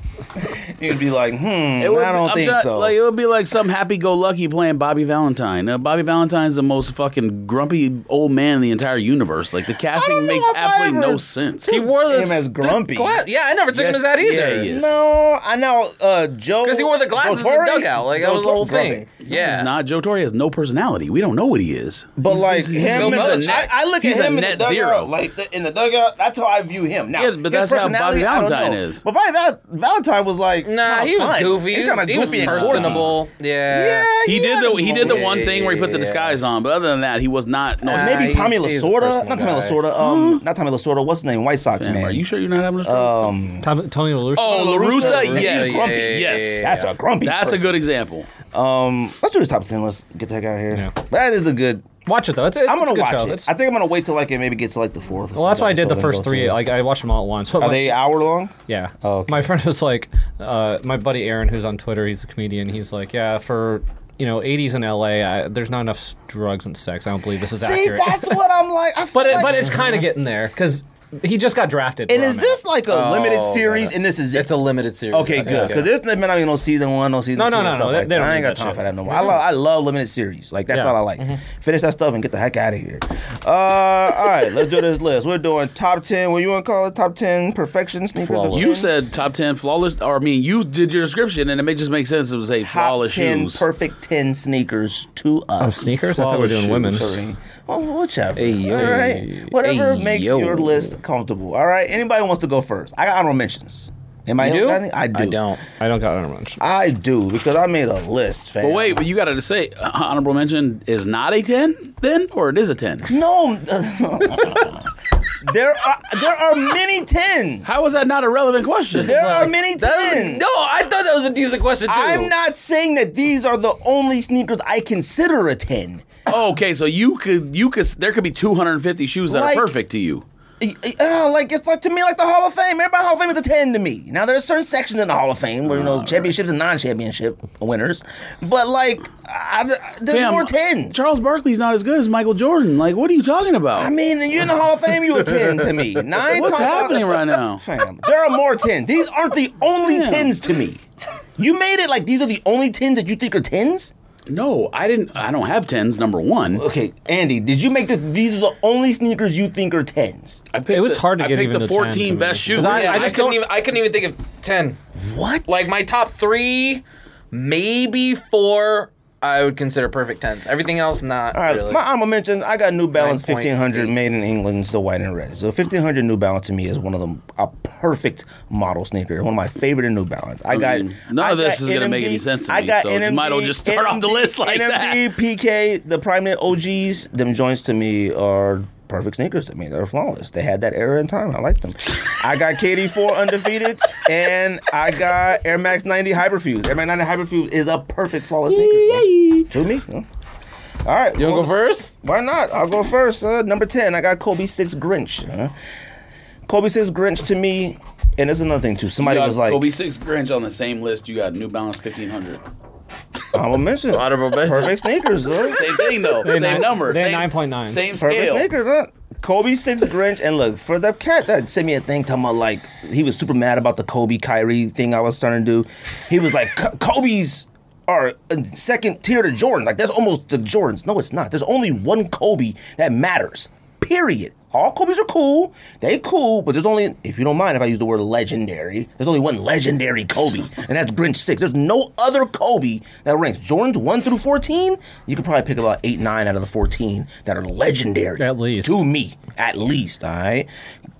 Speaker 1: You'd be like, hmm, I don't
Speaker 3: I'm
Speaker 1: think
Speaker 3: try-
Speaker 1: so.
Speaker 3: Like it would be like some happy-go-lucky playing Bobby Valentine. Now, Bobby Valentine's the most fucking grumpy old man in the entire universe. Like the casting
Speaker 1: know
Speaker 3: makes
Speaker 1: if I
Speaker 3: absolutely
Speaker 1: ever
Speaker 3: no sense.
Speaker 4: He wore the,
Speaker 1: Him as
Speaker 4: the
Speaker 1: grumpy.
Speaker 4: gla- yeah, I never took him
Speaker 3: Yes,
Speaker 4: as that either.
Speaker 3: yeah, he is.
Speaker 1: no, I know uh, Joe.
Speaker 4: 'Cause he wore the glasses in the
Speaker 1: Dotori-
Speaker 4: dugout, like, that was the whole
Speaker 1: Grumpy.
Speaker 4: thing.
Speaker 3: He's
Speaker 4: Yeah.
Speaker 3: not. Joe Torre has no personality. We don't know what he is.
Speaker 1: But like him,
Speaker 4: Bill
Speaker 1: as a,
Speaker 4: Belichick.
Speaker 1: I, I look
Speaker 3: He's
Speaker 1: at
Speaker 3: a
Speaker 1: him in the
Speaker 3: net
Speaker 1: dugout,
Speaker 3: zero.
Speaker 1: like the, in the dugout. That's how I view him. Now,
Speaker 3: Yeah, but
Speaker 1: his
Speaker 3: that's how Bobby
Speaker 1: personality, I don't
Speaker 3: Valentine
Speaker 1: know.
Speaker 3: is.
Speaker 1: But Bobby Val- Valentine was like,
Speaker 4: Nah,
Speaker 1: kinda
Speaker 4: he was
Speaker 1: Oh, fine.
Speaker 4: goofy. He,
Speaker 1: kinda
Speaker 4: was, he was
Speaker 1: goofy and quirky.
Speaker 4: personable. Yeah.
Speaker 1: Yeah,
Speaker 3: He did
Speaker 1: had
Speaker 3: the
Speaker 1: his
Speaker 3: he did the
Speaker 1: moments.
Speaker 3: one
Speaker 4: yeah,
Speaker 3: thing where he put the
Speaker 4: yeah,
Speaker 3: disguise on, but other than that, he was not. No,
Speaker 4: Nah,
Speaker 3: maybe.
Speaker 1: Maybe
Speaker 4: he's-
Speaker 1: Tommy
Speaker 4: he's a
Speaker 1: Lasorda,
Speaker 4: personal
Speaker 1: not Tommy
Speaker 4: guy.
Speaker 1: Lasorda, um,
Speaker 2: Mm-hmm.
Speaker 1: not Tommy Lasorda. What's his name? White Sox
Speaker 3: Damn,
Speaker 1: man.
Speaker 3: are you sure you're not having a stroke?
Speaker 1: um,
Speaker 2: Tom, Tony LaRusso.
Speaker 3: oh,
Speaker 1: La
Speaker 3: Larusa,
Speaker 1: Russa,
Speaker 3: yes,
Speaker 1: yeah, yeah,
Speaker 4: yeah,
Speaker 3: yes.
Speaker 4: yeah,
Speaker 1: that's a grumpy.
Speaker 3: That's a
Speaker 1: person.
Speaker 3: good example.
Speaker 1: Um, let's do this top ten. Let's get the heck out of here.
Speaker 2: Yeah.
Speaker 1: But that is a good.
Speaker 2: Watch it though. It's, it's,
Speaker 1: I'm
Speaker 2: it's a
Speaker 1: gonna
Speaker 2: good
Speaker 1: watch
Speaker 2: show.
Speaker 1: it.
Speaker 2: It's-
Speaker 1: I think I'm gonna wait till like it maybe gets to like the fourth. or
Speaker 2: well, that's
Speaker 1: fifth
Speaker 2: why I did the
Speaker 1: episode and
Speaker 2: first
Speaker 1: go
Speaker 2: three.
Speaker 1: to it.
Speaker 2: Like I watched them all at once. But
Speaker 1: Are
Speaker 2: my-
Speaker 1: they hour long?
Speaker 2: Yeah.
Speaker 1: Oh, okay.
Speaker 2: My friend was like, uh, my buddy Aaron, who's on Twitter, he's a comedian. He's like, yeah, for you know, 80s in LA, I, there's not enough s- drugs and sex. I don't believe this is
Speaker 1: See,
Speaker 2: accurate.
Speaker 1: that's what I'm like. I feel
Speaker 2: but it,
Speaker 1: like-
Speaker 2: but it's Oh, kind of getting there because he just got drafted.
Speaker 1: and
Speaker 2: where
Speaker 1: is
Speaker 2: I'm
Speaker 1: this
Speaker 2: at.
Speaker 1: like a limited series?
Speaker 4: yeah.
Speaker 1: And this is it?
Speaker 4: Oh, It's a limited series.
Speaker 1: okay, good. Because there's not been no season one, no season
Speaker 2: No,
Speaker 1: two,
Speaker 2: no,
Speaker 1: and
Speaker 2: no,
Speaker 1: stuff
Speaker 2: no, they-
Speaker 1: like
Speaker 2: they
Speaker 1: that.
Speaker 2: don't
Speaker 1: I
Speaker 2: need
Speaker 1: ain't got
Speaker 2: that
Speaker 1: time
Speaker 2: shit. Mm-hmm.
Speaker 1: for that no more. I love, I love limited series. Like that's
Speaker 2: Yeah. Mm-hmm.
Speaker 1: all I like. Finish that stuff and get the heck out of here. Uh, all right, let's do this list. We're doing top ten. What you want to call it? Top ten perfection sneakers. of
Speaker 4: Flawless.
Speaker 3: You
Speaker 1: things?
Speaker 3: said top ten flawless, or I mean, you did your description, and it may just make sense to say
Speaker 1: top
Speaker 3: flawless
Speaker 1: ten
Speaker 3: shoes.
Speaker 1: perfect ten sneakers to us.
Speaker 2: Oh, sneakers? I thought we were doing women.
Speaker 1: Sorry. Well, whichever.
Speaker 4: Hey,
Speaker 1: all
Speaker 4: hey,
Speaker 1: right. Whatever
Speaker 4: hey,
Speaker 1: makes
Speaker 4: yo.
Speaker 1: your list comfortable. All right. Anybody wants to go first? I got honorable mentions. Am I?
Speaker 2: You do?
Speaker 1: I do.
Speaker 4: I don't.
Speaker 2: I don't got honorable mention.
Speaker 1: I do because I made a list, fam.
Speaker 3: But wait, but you got to say uh, honorable mention is not a ten, then, or it is a ten.
Speaker 1: No. there are there are many tens.
Speaker 3: How is that not a relevant question?
Speaker 1: There are many tens.
Speaker 4: Uh, no, I thought that was a decent question too.
Speaker 1: I'm not saying that these are the only sneakers I consider a ten.
Speaker 3: Oh, okay, so you could you could there could be two hundred and fifty shoes that
Speaker 1: Like-
Speaker 3: are perfect to you.
Speaker 1: Y- y- uh, like it's like to me like the Hall of Fame. Everybody Hall of Fame is a ten to me. Now there's certain sections in the Hall of Fame where you know championships and non-championship winners, but like I, I- there's
Speaker 3: Damn,
Speaker 1: more tens.
Speaker 3: Charles Barkley's not as good as Michael Jordan. Like, what are you talking about?
Speaker 1: I mean, and you're in the Hall of Fame, you a ten to me. Now, I ain't
Speaker 3: What's
Speaker 1: talking about-
Speaker 3: happening right now?
Speaker 1: Fam, there are more tens. These aren't the only
Speaker 3: Yeah.
Speaker 1: tens to me. You made it like these are the only tens that you think are tens.
Speaker 3: No, I didn't. I don't have tens. Number one,
Speaker 1: Okay, Andy, did you make this? These are the only sneakers you think are tens.
Speaker 3: I picked
Speaker 2: It was
Speaker 3: the-
Speaker 2: hard to
Speaker 3: I
Speaker 2: get
Speaker 3: picked
Speaker 2: even
Speaker 3: the
Speaker 2: the 10
Speaker 3: fourteen
Speaker 2: to me.
Speaker 3: best shoes.
Speaker 2: 'Cause I-
Speaker 4: Yeah, I,
Speaker 2: just
Speaker 4: couldn't
Speaker 2: don't-
Speaker 4: even. I couldn't even think of ten.
Speaker 1: What?
Speaker 4: Like my top three, maybe four. I would consider perfect tens. Everything else, not
Speaker 1: All right,
Speaker 4: really.
Speaker 1: my alma mentions. I got New Balance
Speaker 4: 9.8.
Speaker 1: 1500 made in England, the white and red. So 1500 New Balance to me is one of them a perfect model sneaker. One of my favorite in New Balance. I got
Speaker 3: mean, none
Speaker 1: I
Speaker 3: of this
Speaker 1: got
Speaker 3: is gonna make
Speaker 1: NMD,
Speaker 3: any sense to
Speaker 1: I
Speaker 3: me,
Speaker 1: got
Speaker 3: so you
Speaker 1: NMD,
Speaker 3: might as well just start off the list like
Speaker 1: NMD,
Speaker 3: that.
Speaker 1: PK, the Prime Knit OGs, them joints to me are perfect sneakers to me. They're flawless. They had that era in time. I like them. I got KD4 Undefeateds, and I got Air Max 90 Hyperfuse. Air Max 90 Hyperfuse is a perfect flawless sneaker. To me. yeah. All right.
Speaker 4: you
Speaker 1: well-
Speaker 4: wanna go first?
Speaker 1: why not? I'll go first. Uh, number 10, I got Kobe 6 Grinch. huh? Kobe 6 Grinch to me, and it's another thing too. Somebody
Speaker 3: You got
Speaker 1: was like,
Speaker 3: Kobe Six Grinch on the same list. You got New Balance fifteen hundred.
Speaker 1: I will mention it.
Speaker 3: Honorable mention.
Speaker 1: Perfect sneakers, huh?
Speaker 3: Same thing though.
Speaker 2: They're
Speaker 3: same
Speaker 2: nine-
Speaker 3: number.
Speaker 2: they're
Speaker 3: same
Speaker 2: 9.9.
Speaker 3: Same scale.
Speaker 1: Perfect sneakers, huh? Kobe 6 Grinch. And look, for the cat that sent me a thing talking about like, he was super mad about the Kobe Kyrie thing I was trying to do. He was like, "K- Kobe's. Are uh, second tier to Jordan. Like, that's almost the Jordans. No, it's not. There's only one Kobe that matters. Period. All Kobe's are cool. They cool, but there's only if you don't mind if I use the word legendary. There's only one legendary Kobe, and that's Grinch six. There's no other Kobe that ranks Jordan's one through fourteen. You could probably pick about eight, nine out of the fourteen that are legendary.
Speaker 2: At least.
Speaker 1: to me, at least. All right,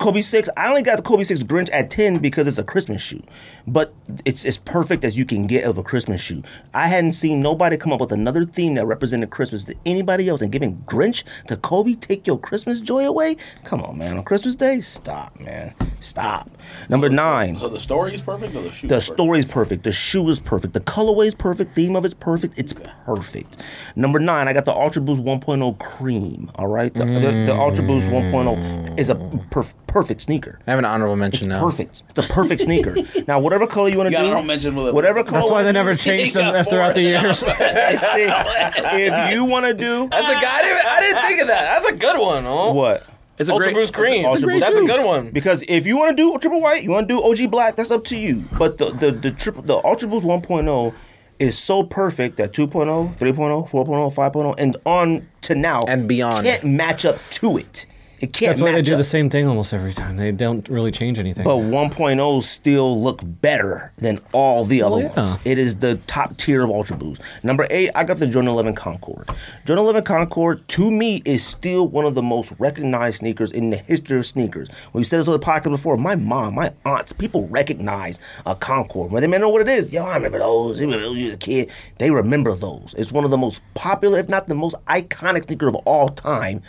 Speaker 1: Kobe six. I only got the Kobe six Grinch at ten because it's a Christmas shoe, but it's as perfect as you can get of a Christmas shoe. I hadn't seen nobody come up with another theme that represented Christmas to anybody else, and giving Grinch to Kobe take your Christmas joy away. Come on, man. On Christmas Day, stop, man, stop. Number nine.
Speaker 3: So the story is perfect or the shoe?
Speaker 1: The
Speaker 3: is perfect?
Speaker 1: story is perfect. The shoe is perfect. The colorway is perfect. Theme of it's perfect. It's perfect. Number nine, I got the Ultra Boost 1.0 cream. All right, the, the,
Speaker 2: Mm.
Speaker 1: the Ultra Boost 1.0 is a perf- perfect sneaker.
Speaker 4: I have an honorable mention now.
Speaker 1: Perfect. It's a perfect sneaker. now, whatever color you want
Speaker 3: You
Speaker 1: to
Speaker 3: got honorable
Speaker 1: do,
Speaker 3: mention with it.
Speaker 1: whatever color.
Speaker 2: That's why they never
Speaker 3: He
Speaker 2: changed
Speaker 3: got
Speaker 2: them throughout the
Speaker 3: bored.
Speaker 2: years.
Speaker 1: it's the- if you want to do
Speaker 4: That's a guy. I didn't, I didn't think of that. That's a good one. Oh.
Speaker 1: what.
Speaker 3: It's a
Speaker 4: Ultra
Speaker 3: great,
Speaker 4: Boost Green.
Speaker 3: It's a, great
Speaker 4: That's
Speaker 3: shoe.
Speaker 4: a good one.
Speaker 1: Because if you want to do triple white, you want to do OG black, that's up to you. But the the the triple the Ultra Boost 1.0 is so perfect that oh, 2.0, 3.0, 4.0, 5.0 oh, and on to now
Speaker 4: And beyond.
Speaker 1: can't match up to it. It can't
Speaker 2: That's why they
Speaker 1: match
Speaker 2: do
Speaker 1: up.
Speaker 2: the same thing almost every time. They don't really change anything.
Speaker 1: But 1.0 still look better than all the other
Speaker 2: Well, yeah.
Speaker 1: ones. It is the top tier of Ultra Boost. Number eight, I got the Jordan 11 Concord. Jordan 11 Concord, to me, is still one of the most recognized sneakers in the history of sneakers. We've said this on the podcast before. My mom, my aunts, people recognize a Concord. Whether they may know what it is, yo, I remember those. I remember those when you was a kid. They remember those. It's one of the most popular, if not the most iconic sneaker of all time.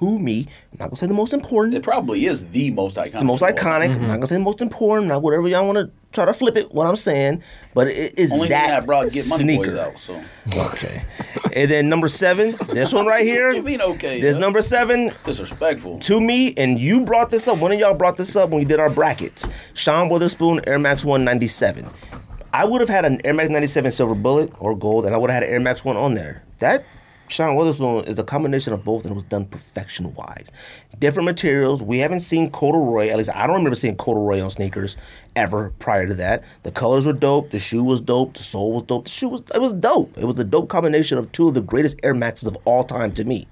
Speaker 1: To me, I'm not gonna say the most important
Speaker 3: It probably is the most iconic.
Speaker 1: the most iconic. I'm not gonna say the most important. Not whatever y'all want to try to flip it. What I'm saying, but it is
Speaker 3: Only
Speaker 1: that,
Speaker 3: thing that brought Get Money
Speaker 1: sneaker.
Speaker 3: Boys out. So
Speaker 1: Okay. and then number seven, this one right here.
Speaker 3: you mean okay?
Speaker 1: This
Speaker 3: huh?
Speaker 1: number seven
Speaker 3: disrespectful.
Speaker 1: to me, and you brought this up. One of y'all brought this up when we did our brackets. Sean Witherspoon, Air Max 197. I would have had an Air Max 97 silver bullet or gold, and I would have had an Air Max 1 on there. That Sean Witherspoon is a combination of both, and it was done perfection wise. Different materials. We haven't seen corduroy, at least I don't remember seeing corduroy on sneakers ever prior to that. The colors were dope. The shoe was dope. The sole was dope. The shoe was, it was dope. It was a dope combination of two of the greatest Air Maxes of all time to me.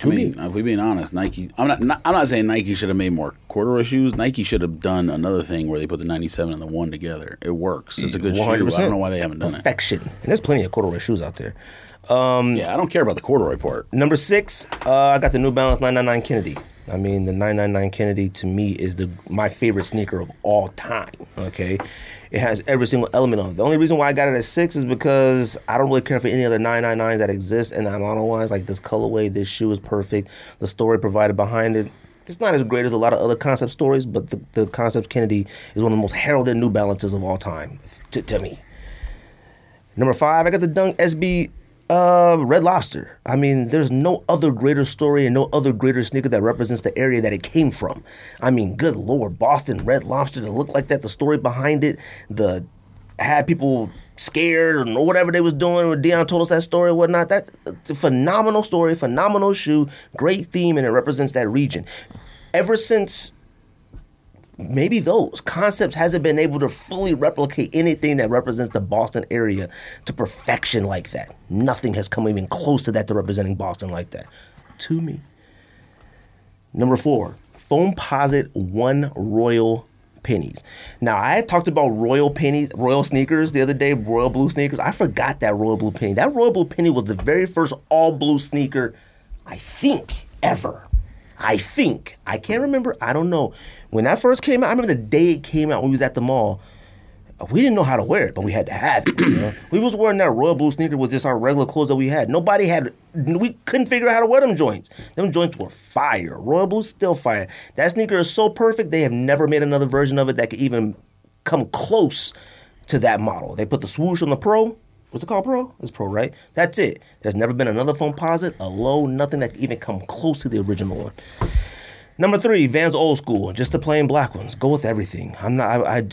Speaker 3: I mean, if we're being honest, Nike. I'm not, not. I'm not saying Nike should have made more corduroy shoes. Nike should have done another thing where they put the '97 and the one together. It works. It's a good shoe. but I don't know why they haven't done it.
Speaker 1: perfection. And there's plenty of corduroy shoes out there.
Speaker 3: Yeah, I don't care about the corduroy part.
Speaker 1: Number six, uh, I got the New Balance 999 Kennedy. I mean, the 999 Kennedy to me is the my favorite sneaker of all time. Okay, it has every single element of it. The only reason why I got it at six is because I don't really care for any other 999s that exist, and I'm auto wise like this colorway, this shoe is perfect. The story provided behind it, it's not as great as a lot of other concept stories, but the, the concept Kennedy is one of the most heralded New Balances of all time to, to me. Number five, I got the Dunk SB uh, Red Lobster. I mean, there's no other greater story and no other greater sneaker that represents the area that it came from. I mean, good lord, Boston Red Lobster to look like that, the story behind it, the had people scared or whatever they was doing. When Dion told us that story and whatnot, that it's a phenomenal story, phenomenal shoe, great theme, and it represents that region. Ever since maybe those concepts hasn't been able to fully replicate anything that represents the Boston area to perfection like that. Nothing has come even close to that to representing Boston like that. To me. Number four, foam posit one royal pennies. Now I had talked about royal pennies, royal sneakers the other day, royal blue sneakers. I forgot that royal blue penny. That royal blue penny was the very first all blue sneaker, I think, ever. I think. I can't remember. I don't know. When that first came out, I remember the day it came out. We was at the mall we didn't know how to wear it, but we had to have it. you know? We was wearing that royal blue sneaker with just our regular clothes that we had. Nobody had. We couldn't figure out how to wear them joints. Them joints were fire. Royal blue still fire. That sneaker is so perfect. They have never made another version of it that could even come close to that model. They put the swoosh on the pro. What's it called, pro? It's pro, right? That's it. There's never been another foam posit, a low, nothing that could even come close to the original one. Number three, Vans old school, just the plain black ones. Go with everything. I'm not. I. I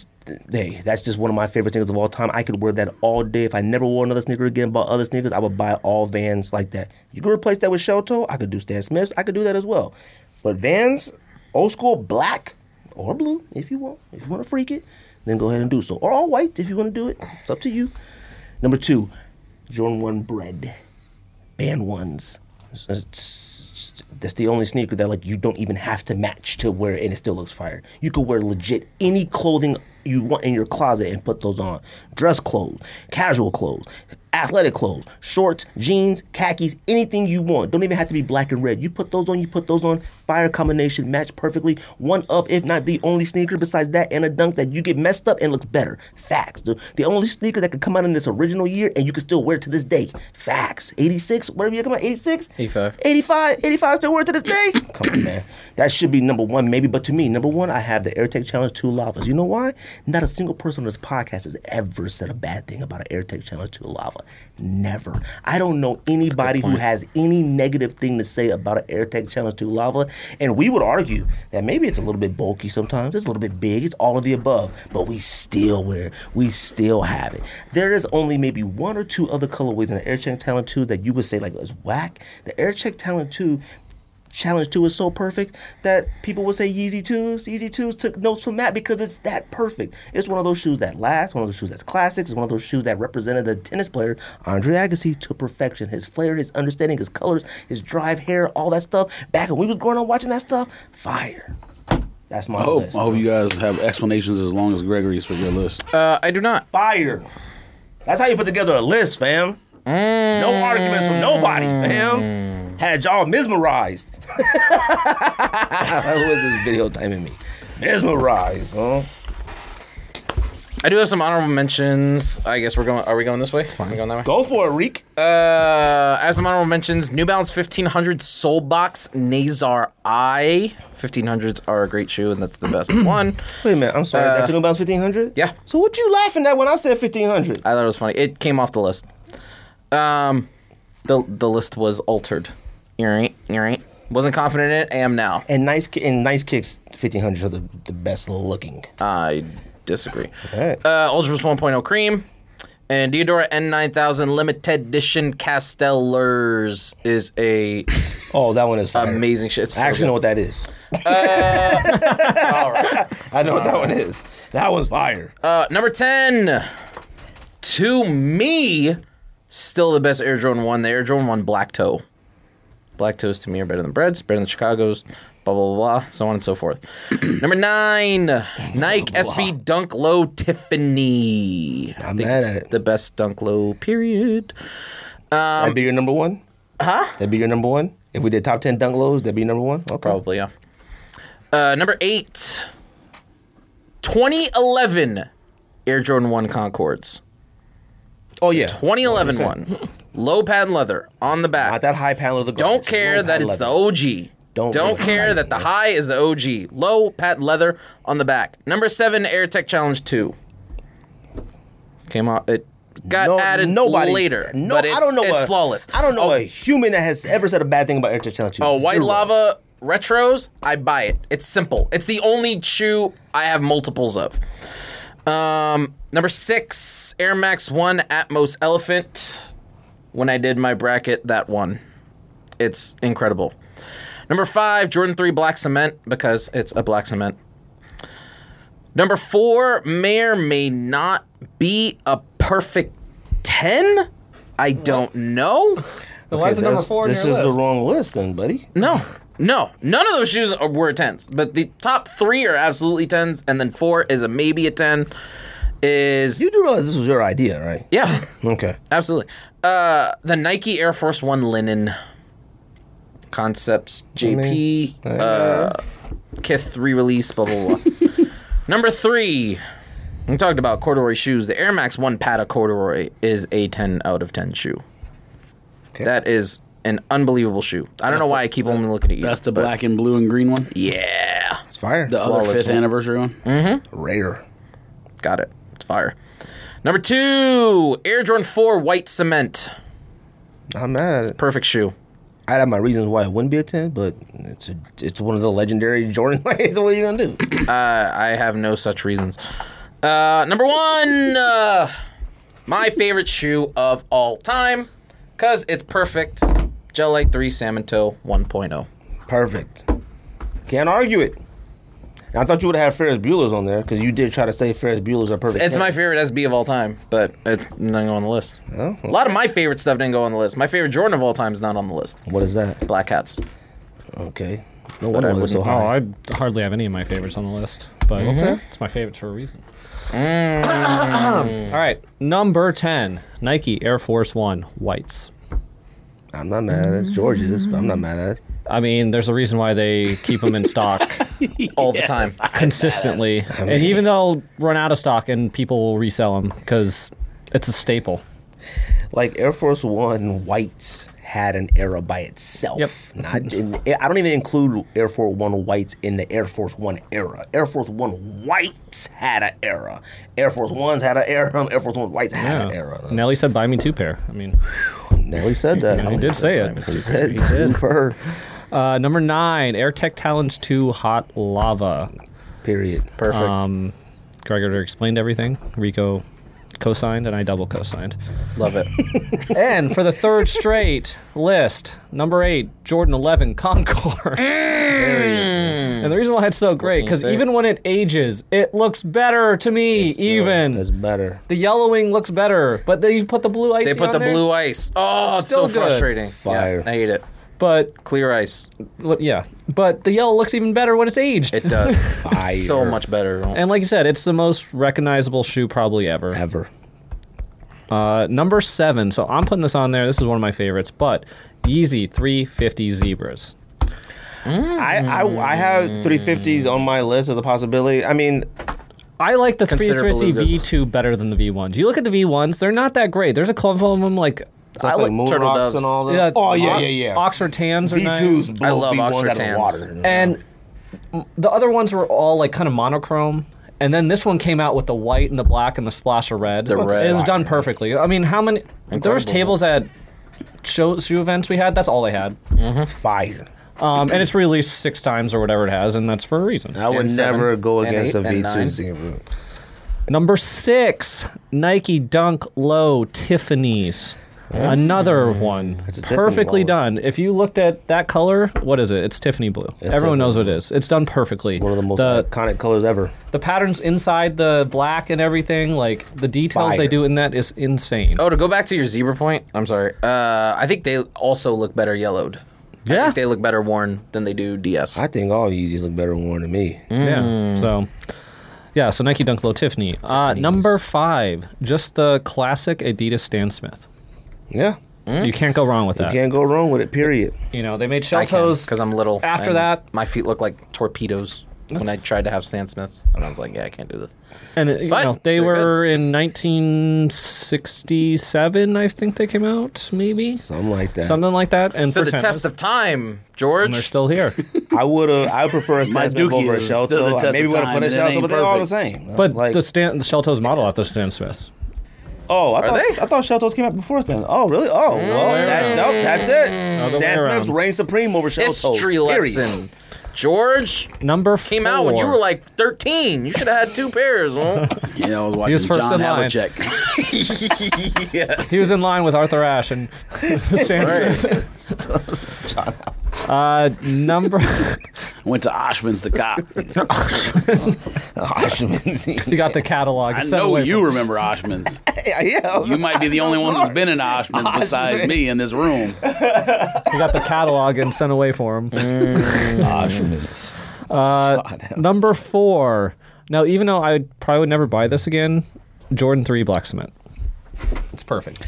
Speaker 1: they. That's just one of my favorite sneakers of all time. I could wear that all day. If I never wore another sneaker again, bought other sneakers, I would buy all Vans like that. You could replace that with shell toe. I could do Stan Smiths. I could do that as well. But Vans, old school black or blue, if you want. If you want to freak it, then go ahead and do so. Or all white, if you want to do it. It's up to you. Number two, Jordan One bread band ones. It's- That's the only sneaker that like you don't even have to match to wear, and it still looks fire. You could wear legit any clothing you want in your closet and put those on. Dress clothes, casual clothes, athletic clothes, shorts, jeans, khakis, anything you want. Don't even have to be black and red. You put those on. You put those on. Fire combination match perfectly. One of, if not the only sneaker besides that and a dunk that you get messed up and looks better. Facts. The, the only sneaker that could come out in this original year and you can still wear it to this day. Facts. 86, whatever you come out, 86?
Speaker 4: 85.
Speaker 1: 85, 85 still wear it to this day? come on, man. That should be number one, maybe. But to me, number one, I have the AirTech Challenge 2 Lavas. You know why? Not a single person on this podcast has ever said a bad thing about an AirTech Challenge 2 Lava. Never. I don't know anybody who has any negative thing to say about an AirTech Challenge 2 Lava. And we would argue that maybe it's a little bit bulky sometimes, it's a little bit big, it's all of the above. But we still wear it, we still have it. There is only maybe one or two other colorways in the AirTech Challenge 2 that you would say like is whack. The AirTech Challenge 2 Challenge 2 is so perfect that people would say Yeezy 2s. Yeezy 2s took notes from that because it's that perfect. It's one of those shoes that lasts, one of those shoes that's classics, it's one of those shoes that represented the tennis player Andre Agassi to perfection. His flair, his understanding, his colors, his drive, hair, all that stuff. Back when we was growing up watching that stuff, fire. That's my
Speaker 3: I hope,
Speaker 1: list.
Speaker 3: I hope you guys have explanations as long as Gregory's for your list.
Speaker 4: Uh, I do not.
Speaker 1: Fire.
Speaker 6: That's how you put together a list, fam. No arguments from nobody, fam. Had y'all mesmerized.
Speaker 1: Who is this video timing me?
Speaker 6: Mesmerized, huh?
Speaker 4: I do have some honorable mentions. I guess we're going. Are we going this way? Fine. We going that way.
Speaker 6: Go for it, Reek.
Speaker 4: Uh, as some honorable mentions, New Balance 1500 Soul Box Nazar I. 1500s are a great shoe, and that's the best one.
Speaker 1: Wait a minute, I'm sorry.
Speaker 6: Uh,
Speaker 1: that's your new bounce 1500?
Speaker 4: Yeah.
Speaker 1: So what you laughing at when I said 1500?
Speaker 4: I thought it was funny. It came off the list. Um, the the list was altered. All right, all right. Wasn't confident in it. I am now.
Speaker 1: And nice ki- and nice kicks 1500s are the, the best looking.
Speaker 6: Uh,
Speaker 4: I disagree.
Speaker 1: Alright.
Speaker 4: Uh, Ultra Boost 1.0 Cream and Deodora N9000 Limited Edition Castellers is a
Speaker 1: Oh, that one is fire.
Speaker 4: amazing shit. It's so
Speaker 1: I actually
Speaker 4: good.
Speaker 1: know what that is.
Speaker 6: Uh,
Speaker 4: All right.
Speaker 1: I know what that one is. That one's fire.
Speaker 4: Uh, number 10, to me, still the best Air Jordan 1. The Air Jordan 1 Black Toe. Black Toes to me are better than Breads, better than Chicago's, blah, blah, blah, blah, so on and so forth. number 9, Nike SB Dunk Low Tiffany. I
Speaker 1: Not
Speaker 4: think
Speaker 1: mad
Speaker 4: it's
Speaker 1: at it.
Speaker 4: the best Dunk Low, period.
Speaker 1: that'd be your number one? Huh? That'd be your number one? If we did top 10 dunk lows, that'd be number one? Okay.
Speaker 4: Probably, yeah. Uh, number 8, 2011 Air Jordan 1 Concords.
Speaker 1: Oh, yeah.
Speaker 4: 2011 one. Low patent leather on the back.
Speaker 1: Not that high panel of the
Speaker 4: Don't
Speaker 1: garage.
Speaker 4: care
Speaker 1: Low
Speaker 4: that
Speaker 1: patent
Speaker 4: it's the
Speaker 1: leather.
Speaker 4: OG.
Speaker 1: Don't
Speaker 4: Don't,
Speaker 1: do it.
Speaker 4: care that the
Speaker 1: Yeah.
Speaker 4: high is the OG. Low patent leather on the back. Number seven, AirTech Challenge 2. Came out. It got added
Speaker 1: nobody's-
Speaker 4: later.
Speaker 1: No,
Speaker 4: but it's,
Speaker 1: I don't know.
Speaker 4: It's
Speaker 1: a-
Speaker 4: flawless.
Speaker 1: I don't know
Speaker 4: Oh,
Speaker 1: a human that has ever said a bad thing about Air Challenge.
Speaker 4: Oh, White Lava Retros, I buy it. It's simple. It's the only shoe I have multiples of. Um, number six, Air Max 1 Atmos Elephant. When I did my bracket, that one. It's incredible. Number five, Jordan 3 Black Cement, because it's a black cement. Number four, may or may not be a perfect 10? I don't know.
Speaker 2: Then why is it number four on
Speaker 1: This
Speaker 2: your
Speaker 1: is
Speaker 2: list?
Speaker 1: the wrong list, then, buddy.
Speaker 4: No, no, none of those shoes are, were tens. But the top three are absolutely tens, and then four is a maybe a ten. Is
Speaker 1: You do realize this was your idea, right?
Speaker 4: yeah,
Speaker 1: Okay.
Speaker 4: absolutely. Uh, the Nike Air Force One linen concepts JP uh, Kith three release blah blah blah. Number three. We talked about corduroy shoes. The Air Max One Pata corduroy is a ten out of ten shoe. That is an unbelievable shoe. I don't know why I keep only looking at you.
Speaker 3: That's the
Speaker 4: but
Speaker 3: black and blue and green one.
Speaker 4: Yeah.
Speaker 1: It's fire.
Speaker 3: The other
Speaker 4: Flawless
Speaker 3: fifth
Speaker 4: one.
Speaker 3: anniversary one.
Speaker 1: Rare.
Speaker 4: Got it. It's fire. Number two, Air Jordan 4 White Cement.
Speaker 1: I'm mad at it.
Speaker 4: Perfect shoe.
Speaker 1: I'd have my reasons why it wouldn't be a 10, but it's a, it's one of the legendary Jordan. Like, so what are you going to do?
Speaker 4: Uh, I have no such reasons. Uh, number one, uh, my favorite shoe of all time because it's perfect. Gel Light 3 Salmon Toe oh. 1.0.
Speaker 1: Perfect. Can't argue it. Now, I thought you would have had Ferris Bueller's on there because you did try to say Ferris Bueller's are perfect.
Speaker 4: It's my
Speaker 1: 10.
Speaker 4: favorite SB of all time, but it's not going on the list. A lot of my favorite stuff didn't go on the list. My favorite Jordan of all time is not on the list.
Speaker 1: What is that?
Speaker 4: Black Hats.
Speaker 1: Okay. No wonder
Speaker 4: I
Speaker 1: why they're so
Speaker 4: wouldn't-
Speaker 2: Oh,
Speaker 1: high.
Speaker 2: I hardly have any of my favorites on the list, but it's my favorites for a reason. Mm. All right, number 10, Nike Air Force One Whites.
Speaker 1: I'm not mad at it. George is, but I'm not mad at it.
Speaker 2: I mean, there's a reason why they keep them in stock
Speaker 4: All the time.
Speaker 2: consistently. and even they'll run out of stock and people will resell them because it's a staple.
Speaker 1: Like Air Force One whites had an era by itself.
Speaker 2: Yep.
Speaker 1: Not in, I don't even include Air Force One whites in the Air Force One era. Air Force One whites had an era. Air Force Ones had an era. Air Force One whites had an era.
Speaker 2: Nelly said, buy me two pair. I mean,
Speaker 1: Nelly said that.
Speaker 2: he did say it.
Speaker 1: He said, per,
Speaker 2: Uh, number nine, Air Tech Talons 2 Hot Lava.
Speaker 1: period.
Speaker 4: Perfect.
Speaker 2: Um, Gregor explained everything. Rico co-signed and I double co-signed.
Speaker 4: Love it.
Speaker 2: and for the third straight list, number eight, Jordan 11
Speaker 1: Mm.
Speaker 2: Concord. and the reason why it's so great,
Speaker 4: you
Speaker 2: because
Speaker 4: say?
Speaker 2: even when it ages, it looks better to me, even.
Speaker 1: That's better.
Speaker 2: the yellowing looks better, but they put the blue ice
Speaker 4: They put the blue ice. Oh, it's
Speaker 2: Still
Speaker 4: so
Speaker 2: good.
Speaker 4: frustrating.
Speaker 1: Fire.
Speaker 4: Yeah, I hate it.
Speaker 2: But
Speaker 4: Clear ice.
Speaker 2: what- yeah, but the yellow looks even better when it's aged.
Speaker 4: It does.
Speaker 1: Fire.
Speaker 4: so much better.
Speaker 2: and like you said, it's the most recognizable shoe probably ever.
Speaker 1: Ever.
Speaker 2: Uh, number seven. So I'm putting this on there. This is one of my favorites, but Yeezy 350 Zebras.
Speaker 1: I, I I have 350s on my list as a possibility. I mean,
Speaker 2: I like the
Speaker 4: Consider
Speaker 2: 350
Speaker 4: belugas.
Speaker 2: V2 better than the V1s. You look at the V1s, they're not that great. There's a couple of them like
Speaker 1: that's
Speaker 2: I
Speaker 1: like
Speaker 2: like
Speaker 1: moon
Speaker 4: turtle
Speaker 1: rocks
Speaker 4: doves.
Speaker 1: and all that.
Speaker 2: yeah,
Speaker 1: oh yeah,
Speaker 2: Ox-
Speaker 1: yeah, yeah.
Speaker 2: Oxford tans are nice.
Speaker 1: V2s blow
Speaker 4: I love
Speaker 1: V1s
Speaker 4: Oxford
Speaker 1: out of the
Speaker 4: tans.
Speaker 1: water.
Speaker 2: And m- the other ones were all like kind of monochrome. And then this one came out with the white and the black and the splash of red.
Speaker 4: The red.
Speaker 2: It was done perfectly. I mean, how many? There was
Speaker 4: Incredible.
Speaker 2: tables at show shoe events we had. That's all they had.
Speaker 1: fire.
Speaker 2: Um, and it's released six times or whatever it has, and that's for a reason.
Speaker 1: I would
Speaker 4: And seven,
Speaker 1: never go
Speaker 4: and
Speaker 1: against a
Speaker 4: eight, and
Speaker 1: V2
Speaker 4: nine.
Speaker 1: zebra.
Speaker 2: Number six, Nike Dunk Low Tiffany's. Another one.
Speaker 1: Mm-hmm. a Tiffany
Speaker 2: perfectly
Speaker 1: wallet.
Speaker 2: done. If you looked at that color, what is it? It's Tiffany blue. Everyone
Speaker 1: Tiffany
Speaker 2: knows what it is. It's done perfectly.
Speaker 1: One of the most
Speaker 2: the,
Speaker 1: iconic colors ever.
Speaker 2: the patterns inside the black and everything, like the details they
Speaker 1: Fire.
Speaker 2: do in that is insane.
Speaker 4: Oh, to go back to your zebra point, I'm sorry. Uh, I think they also look better yellowed. I
Speaker 2: Yeah.
Speaker 4: think they look better worn than they do DS.
Speaker 1: I think all Yeezys look better worn than me.
Speaker 2: Hmm?
Speaker 1: Mm.
Speaker 2: Yeah. So yeah, so Nike Dunk Low Tiffany. Uh, number five, just the classic Adidas Stan Smith.
Speaker 1: Yeah,
Speaker 2: You can't go wrong with that. You,
Speaker 1: can't go wrong with it. Period.
Speaker 2: know, they made
Speaker 4: Mm. I
Speaker 2: shell
Speaker 4: can,
Speaker 2: toes.
Speaker 4: I'm little.
Speaker 2: After
Speaker 4: and
Speaker 2: that-
Speaker 4: my feet look like torpedoes. When I tried to have Stan Smiths, and I was like, "Yeah, I can't do this."
Speaker 2: And uh, you
Speaker 4: But
Speaker 2: know, they
Speaker 4: they're
Speaker 2: were in 1967, I think they came out, maybe
Speaker 1: Something like that.
Speaker 2: something like that. And
Speaker 4: So
Speaker 2: for
Speaker 4: the
Speaker 2: tennis,
Speaker 4: test of time, George.
Speaker 2: and they're still here.
Speaker 1: I would have. I would prefer a Stan Smith
Speaker 3: dookie
Speaker 1: over a
Speaker 3: is
Speaker 1: Shell
Speaker 3: stood the
Speaker 1: Toe.
Speaker 3: test of
Speaker 1: Maybe would have
Speaker 3: time,
Speaker 1: put a
Speaker 3: and it
Speaker 1: Shell Toe,
Speaker 3: ain't
Speaker 1: but they're all the
Speaker 3: perfect.
Speaker 1: same.
Speaker 2: But
Speaker 1: like,
Speaker 2: the Stan, the Shelto's model after Stan Smiths.
Speaker 1: oh, I thought
Speaker 4: they?
Speaker 1: I thought Shell Toes came out before Stan. Oh, really? Oh, well, that, nope, that's it.
Speaker 2: way
Speaker 1: Stan Smith's
Speaker 2: around.
Speaker 1: reign supreme over Shell Toes.
Speaker 4: history
Speaker 1: period.
Speaker 4: lesson. George
Speaker 2: Number
Speaker 4: came out when you
Speaker 2: four.
Speaker 4: were like 13. You should have had two pairs. Well,
Speaker 3: You know, I was
Speaker 2: was
Speaker 3: watching
Speaker 2: first
Speaker 3: John
Speaker 2: in line.
Speaker 3: Havlicek.
Speaker 2: He was in line with Arthur Ashe and Stan Smith. uh, number.
Speaker 3: Went to Oshman's to cop.
Speaker 1: Oh,
Speaker 2: you got the catalog.
Speaker 3: I
Speaker 2: It's set
Speaker 3: know
Speaker 2: away from-
Speaker 3: you remember Oshman's.
Speaker 1: yeah, yeah.
Speaker 3: You might be the only one who's been in Oshman's besides me in this room.
Speaker 2: You got the catalog and sent away for him.
Speaker 1: Ah, Oshman's.
Speaker 2: Uh, Number four. Now, even though I probably would never buy this again, Jordan 3 Black Cement. It's perfect.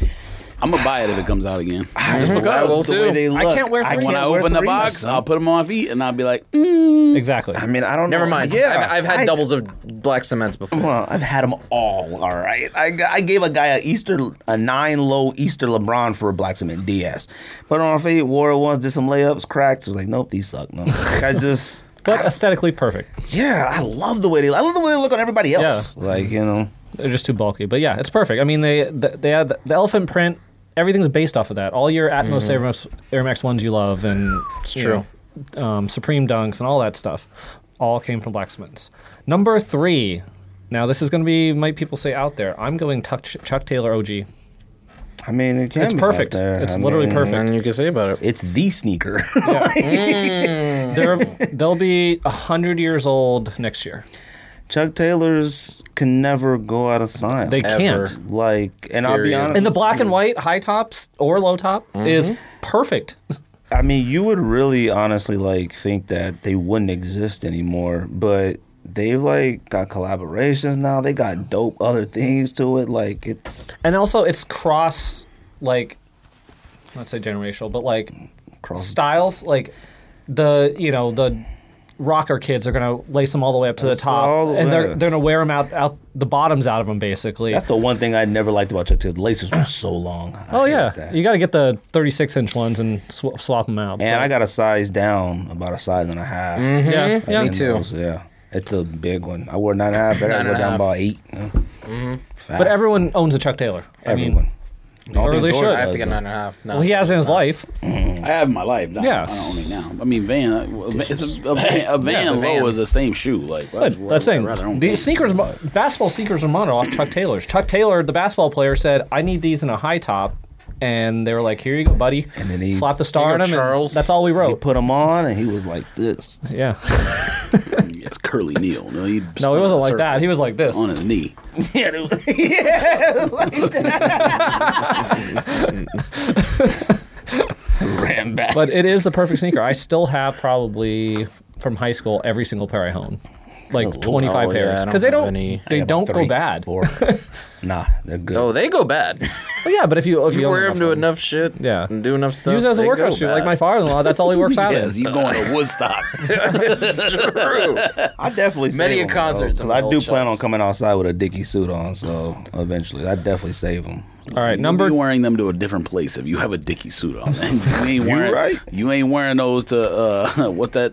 Speaker 3: I'm gonna buy it if it comes out again.
Speaker 1: Just
Speaker 4: I will
Speaker 1: the way
Speaker 4: too.
Speaker 1: they
Speaker 2: I
Speaker 1: look.
Speaker 2: can't wear three.
Speaker 3: When I
Speaker 1: wear
Speaker 3: open the
Speaker 1: threes.
Speaker 3: box, I'll put them on my feet and I'll be like, mm,
Speaker 2: Exactly.
Speaker 1: I mean, I don't.
Speaker 4: never
Speaker 1: know.
Speaker 4: mind.
Speaker 1: Yeah,
Speaker 4: I've, I've had
Speaker 1: I-
Speaker 4: doubles of black cements before.
Speaker 1: Well, I've had them all. All right, I, g- I gave a guy a Easter a nine low Easter LeBron for a black cement DS. Put it on my feet, wore it once, did some layups, cracked. Was like, nope, these suck. No, like, I just
Speaker 2: but aesthetically perfect.
Speaker 1: yeah, I love the way they. I love the way they look on everybody else. Like you know,
Speaker 2: They're just too bulky. But yeah, it's perfect. I mean, they th- they had the, the elephant print. Everything's based off of that. All your Atmos Air, Max, Air Max ones you love, and it's
Speaker 4: Mm-hmm. true.
Speaker 2: um, Supreme Dunks and all that stuff, all came from Blacksmiths. Number three. Now this is going to be might people say out there. I'm going Tuck, Chuck Taylor OG.
Speaker 1: I mean, it can
Speaker 2: It's
Speaker 1: be
Speaker 2: perfect.
Speaker 1: out there.
Speaker 2: It's
Speaker 1: I
Speaker 2: literally
Speaker 1: mean,
Speaker 2: perfect.
Speaker 4: you can say about
Speaker 1: It's the sneaker.
Speaker 4: Mm.
Speaker 2: They're, they'll be 100 years old next year.
Speaker 1: Chuck Taylor's can never go out of style.
Speaker 2: They
Speaker 4: Ever. Mm.
Speaker 2: can't.
Speaker 1: like, and I'll be
Speaker 4: Period.
Speaker 1: honest.
Speaker 2: And the black and white high tops or low top is
Speaker 4: Mm-hmm.
Speaker 2: perfect.
Speaker 1: I mean, you would really honestly like think that they wouldn't exist anymore, but they've like got collaborations now. They got dope other things to it. Like it's
Speaker 2: And also, it's cross, like, not say generational, but like
Speaker 1: cross.
Speaker 2: styles. Like, the, you know, the rocker kids are going to lace them all the way up to the
Speaker 1: That's
Speaker 2: top.
Speaker 1: all-
Speaker 2: and they're,
Speaker 1: yeah.
Speaker 2: they're going to wear them out, out, the bottoms out of them, basically.
Speaker 1: That's the one thing I never liked about Chuck Taylor. The laces were so long. I
Speaker 2: oh,
Speaker 1: hated
Speaker 2: yeah.
Speaker 1: that.
Speaker 2: You got to get the 36 inch ones and sw- swap them out.
Speaker 1: and
Speaker 2: But-
Speaker 1: I got a size down, about a size and a half.
Speaker 2: Mm-hmm. Yeah,
Speaker 1: I
Speaker 2: yeah.
Speaker 1: mean,
Speaker 4: Me too.
Speaker 1: those- yeah, it's a big one. I wore nine and a half. I
Speaker 4: Nine
Speaker 1: got
Speaker 4: and a
Speaker 1: down
Speaker 4: half. Mm-hmm.
Speaker 1: about eight. you know. Facts.
Speaker 2: But everyone owns a Chuck Taylor. I mean,
Speaker 1: everyone. don't
Speaker 2: Or
Speaker 1: think
Speaker 2: they
Speaker 1: Jordan
Speaker 2: should.
Speaker 4: I have
Speaker 1: does,
Speaker 4: to get
Speaker 1: though.
Speaker 4: nine and a half. No,
Speaker 2: Well, he has it in his life.
Speaker 3: I have in my life. Not,
Speaker 2: Yeah.
Speaker 3: I don't own it now. I mean, Van. uh, well, It's a, a Van, a van
Speaker 4: it's a
Speaker 3: Low
Speaker 4: Van.
Speaker 3: is the same shoe. Like why-
Speaker 2: Good.
Speaker 3: why
Speaker 2: That's
Speaker 3: would I
Speaker 2: the
Speaker 3: rather
Speaker 2: thing.
Speaker 3: own
Speaker 2: The
Speaker 3: Vans?
Speaker 2: sneakers, basketball sneakers are modeled off Chuck Taylor's. Chuck Taylor, the basketball player, said, "I need these in a high top," and they were like, "Here you go, buddy." And
Speaker 1: then he-
Speaker 2: slapped a star
Speaker 4: Here
Speaker 2: on
Speaker 4: you
Speaker 2: him.
Speaker 4: go,
Speaker 2: and
Speaker 4: Charles.
Speaker 2: that's all we
Speaker 1: He
Speaker 2: wrote.
Speaker 1: put him on, and he was like this.
Speaker 2: Yeah.
Speaker 3: It's curly Neal. No, he
Speaker 2: No, it wasn't like that. He was like this.
Speaker 3: on his knee.
Speaker 1: yeah, it was, yeah, it was like that. Ran back.
Speaker 2: But it is the perfect sneaker. I still have probably from high school every single pair I own, like twenty five
Speaker 4: Oh, yeah, I
Speaker 2: pairs,
Speaker 4: don't
Speaker 2: because
Speaker 4: have
Speaker 2: they don't
Speaker 4: any. I
Speaker 2: they
Speaker 1: Yeah, but
Speaker 2: don't go
Speaker 1: three,
Speaker 2: bad.
Speaker 1: Four. nah, they're good.
Speaker 4: Oh, they go bad.
Speaker 2: But yeah, but if you if you,
Speaker 4: you
Speaker 2: own
Speaker 4: wear them to
Speaker 2: of them,
Speaker 4: enough shit.
Speaker 2: Yeah.
Speaker 4: And do enough stuff.
Speaker 2: use it as a
Speaker 4: they go
Speaker 2: workout shoe, like
Speaker 4: bad.
Speaker 2: my father-in-law. That's all he works out
Speaker 3: Yes,
Speaker 2: in.
Speaker 3: you going to Woodstock?
Speaker 4: It's true.
Speaker 1: I definitely save
Speaker 4: Many a
Speaker 1: them,
Speaker 4: concerts
Speaker 1: because I
Speaker 4: of old
Speaker 1: do plan on
Speaker 4: shops.
Speaker 1: coming outside with a dicky suit on. So eventually, I definitely save them.
Speaker 2: All right,
Speaker 3: You'll
Speaker 2: number
Speaker 3: be wearing them to a different place if you have a dicky suit on. man. you ain't wearing
Speaker 1: right.
Speaker 3: you ain't wearing those to uh, what's that?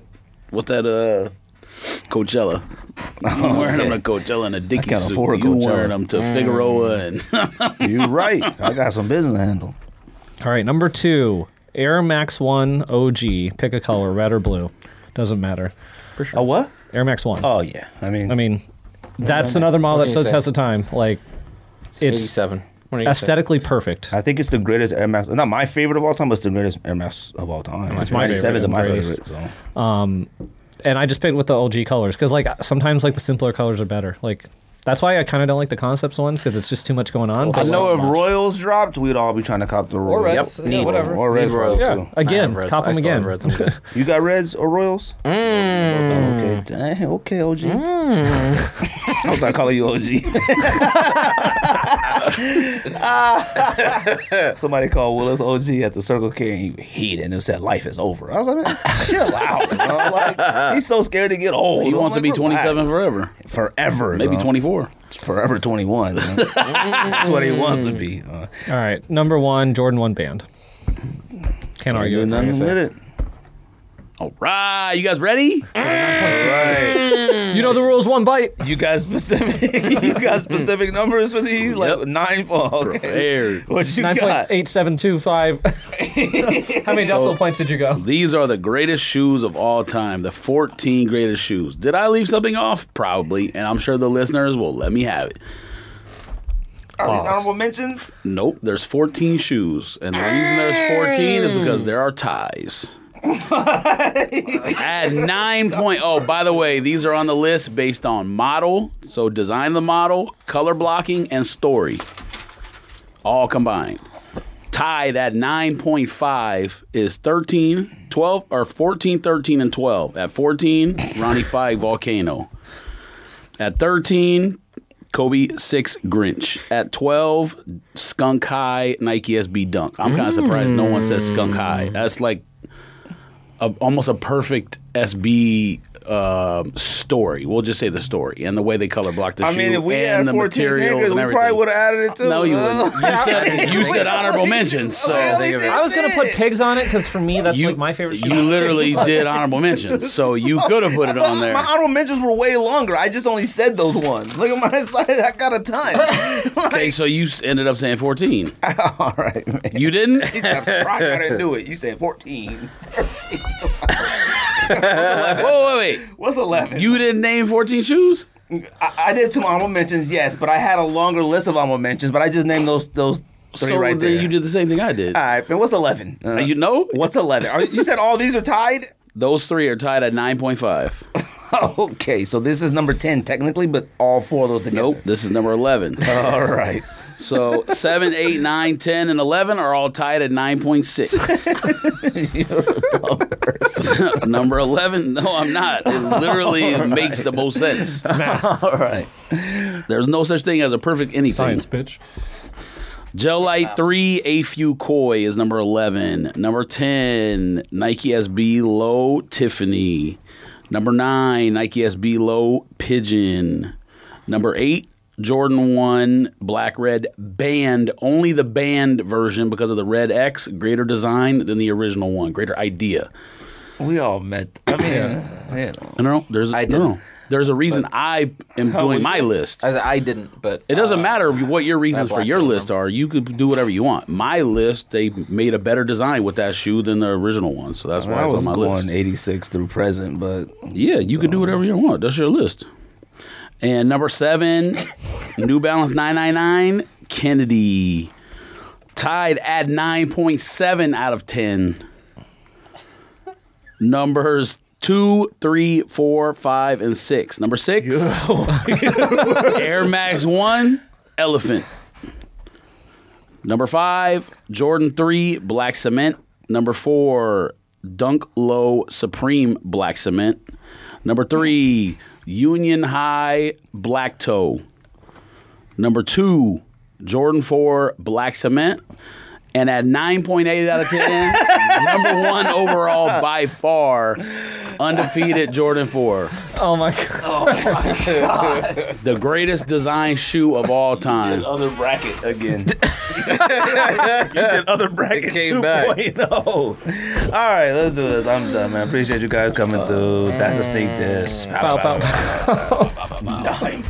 Speaker 3: What's that? Uh, Coachella. You
Speaker 1: Oh,
Speaker 3: ain't wearing them to Coachella in a dicky
Speaker 1: can't
Speaker 3: suit.
Speaker 1: afford
Speaker 3: You
Speaker 1: Coachella.
Speaker 3: wearing them to Figueroa and
Speaker 1: You're right. I got some business to handle.
Speaker 2: all right number two Air Max One OG. Pick a color, red or blue, doesn't matter.
Speaker 1: A Oh, what?
Speaker 2: Air Max One.
Speaker 1: Oh yeah. I mean,
Speaker 2: I mean, that's another model
Speaker 4: what
Speaker 2: that still
Speaker 4: can you say?
Speaker 2: tests the time. Like it's
Speaker 4: Eighty-seven. What do you say?
Speaker 2: aesthetically perfect.
Speaker 1: I think it's the greatest Air Max. Not my favorite of all time, but it's the greatest Air Max of all time.
Speaker 2: It's my
Speaker 1: 97 is
Speaker 2: favorite,
Speaker 1: my
Speaker 2: Embrace.
Speaker 1: favorite. So.
Speaker 2: and I just picked with the OG colors because like sometimes like the simpler colors are better. Like that's why I kind of don't like the concepts ones because it's just too much going on.
Speaker 1: I
Speaker 2: but,
Speaker 1: know
Speaker 2: like,
Speaker 1: if Royals dropped, we'd all be trying to cop the Royals.
Speaker 2: Reds,
Speaker 4: yeah, Need whatever.
Speaker 1: Or
Speaker 4: Need
Speaker 1: Reds.
Speaker 4: Royals.
Speaker 1: Royals,
Speaker 4: Yeah.
Speaker 1: too.
Speaker 2: Again,
Speaker 4: I have
Speaker 2: cop them
Speaker 4: Reds. I still have
Speaker 2: again.
Speaker 4: Reds. I'm good.
Speaker 1: You got Reds or Royals? Mm. Okay, dang, okay, OG. I was not calling you OG. Somebody called Willis OG at the Circle K and he heated and it said life is over. I was like, man, chill out. bro. Like, he's so scared to get old.
Speaker 3: he
Speaker 1: I'm
Speaker 3: wants to
Speaker 1: like,
Speaker 3: be 27
Speaker 1: relax.
Speaker 3: forever,
Speaker 1: forever.
Speaker 3: maybe
Speaker 1: dog.
Speaker 3: 24.
Speaker 1: forever 21. man. That's what he wants to be. Uh,
Speaker 2: All right, number one, Jordan One Band. Can't
Speaker 1: I
Speaker 2: argue.
Speaker 1: do
Speaker 2: with that.
Speaker 1: nothing with it.
Speaker 3: All right, you guys ready?
Speaker 1: Right.
Speaker 2: You know the rules. One bite.
Speaker 1: You got specific. you got specific numbers for these, like
Speaker 3: Yep.
Speaker 1: nine fall. Okay.
Speaker 3: Prepared.
Speaker 1: What you
Speaker 2: Nine point
Speaker 1: got?
Speaker 2: eight seven two five. How many decimal points did you go?
Speaker 3: These are the greatest shoes of all time, the 14 greatest shoes. Did I leave something off? Probably, and I'm sure the listeners will let me have it.
Speaker 1: Are these honorable mentions?
Speaker 3: Nope, there's 14 shoes, and the reason there's 14 is because there are ties. At nine point oh, by the way, these are on the list based on model, so design of the model, color blocking, and story, all combined. Tied at 9.5 is 13, 12, or 14, 13, and 12. At 14, Ronnie 5, Volcano. At 13, Kobe 6 Grinch. At 12, Skunk High Nike SB Dunk. I'm kind of surprised no one says Skunk High. That's like a, almost a perfect SB uh, story. We'll just say the story and the way they color block the
Speaker 1: I
Speaker 3: shoe
Speaker 1: mean, if we had
Speaker 3: and the
Speaker 1: 14
Speaker 3: materials
Speaker 1: niggas,
Speaker 3: and
Speaker 1: we
Speaker 3: everything.
Speaker 1: probably would have added it too.
Speaker 3: no, you
Speaker 1: Uh,
Speaker 3: wouldn't. You said, you said honorable mentions, so
Speaker 1: really
Speaker 4: I
Speaker 2: I was gonna
Speaker 1: did.
Speaker 2: put pigs on it because for me that's
Speaker 3: you,
Speaker 2: like my favorite.
Speaker 3: you literally did honorable mentions, so you could have put it on there.
Speaker 1: My honorable mentions were way longer. I just only said those ones. Look at my slide. I got a ton.
Speaker 3: Okay, so you s- ended up saying 14.
Speaker 1: All right, man.
Speaker 3: You didn't?
Speaker 1: I gotta do it. You said 14. 13.
Speaker 3: Whoa, wait, wait.
Speaker 1: What's 11?
Speaker 3: You didn't name 14 shoes?
Speaker 1: I, I did two honorable mentions, yes, but I had a longer list of honorable mentions, but I just named those those three
Speaker 3: so
Speaker 1: right
Speaker 3: then
Speaker 1: there.
Speaker 3: you did the same thing I did.
Speaker 1: All right, man, what's 11? Uh,
Speaker 3: you know?
Speaker 1: What's 11? Are, you said all these are tied?
Speaker 3: Those three are tied at 9.5.
Speaker 1: Okay, so this is number 10 technically, but all four of those together.
Speaker 3: Nope, this is number 11.
Speaker 1: All right.
Speaker 3: So 7, 8, 9, 10, and 11 are all tied at 9.6. number 11? No, I'm not. It literally makes the most sense.
Speaker 1: All right.
Speaker 3: There's no such thing as a perfect anything.
Speaker 2: science, bitch.
Speaker 3: Gel Light 3 AFU Koi is number 11. Number 10, Nike SB Low Tiffany. Number 9, Nike SB Low Pigeon. Number 8, Jordan 1 Black Red Band. Only the band version because of the Red X, greater design than the original one, greater idea.
Speaker 1: We all met. I mean,
Speaker 3: No, no, there's
Speaker 1: I
Speaker 3: no.
Speaker 1: didn't.
Speaker 3: There's a reason I am doing my list.
Speaker 4: I, I didn't, but
Speaker 3: It
Speaker 5: Uh,
Speaker 3: doesn't matter what your reasons for
Speaker 4: black
Speaker 3: your
Speaker 4: came
Speaker 3: list are. You could do whatever you want. My list, they made a better design with that shoe than the original one, so that's why
Speaker 5: I
Speaker 3: it's
Speaker 5: was
Speaker 3: on my
Speaker 5: going
Speaker 3: list.
Speaker 5: 86 through present, but
Speaker 3: Yeah, you could do whatever you want. That's your list. And number seven, New Balance 999, Kennedy. Tied at 9.7 out of 10. Numbers two, three, four, five, and six. Number six, Air Max 1, Elephant. Number five, Jordan 3, Black Cement. Number four, Dunk Low Supreme Black Cement. Number three, Union High Black Toe. Number two, Jordan 4 Black Cement. And at 9.8 out of 10, number one overall by far, undefeated Jordan 4.
Speaker 2: Oh my god.
Speaker 3: The greatest design shoe of all time.
Speaker 5: other bracket again. you did other bracket oh.
Speaker 4: came back.
Speaker 5: 2.0. All right, let's do this. I'm done, man. Appreciate you guys coming
Speaker 1: Uh, eh.
Speaker 5: through. That's a sneak diss.
Speaker 2: Pow, pow, pow.
Speaker 5: Nine.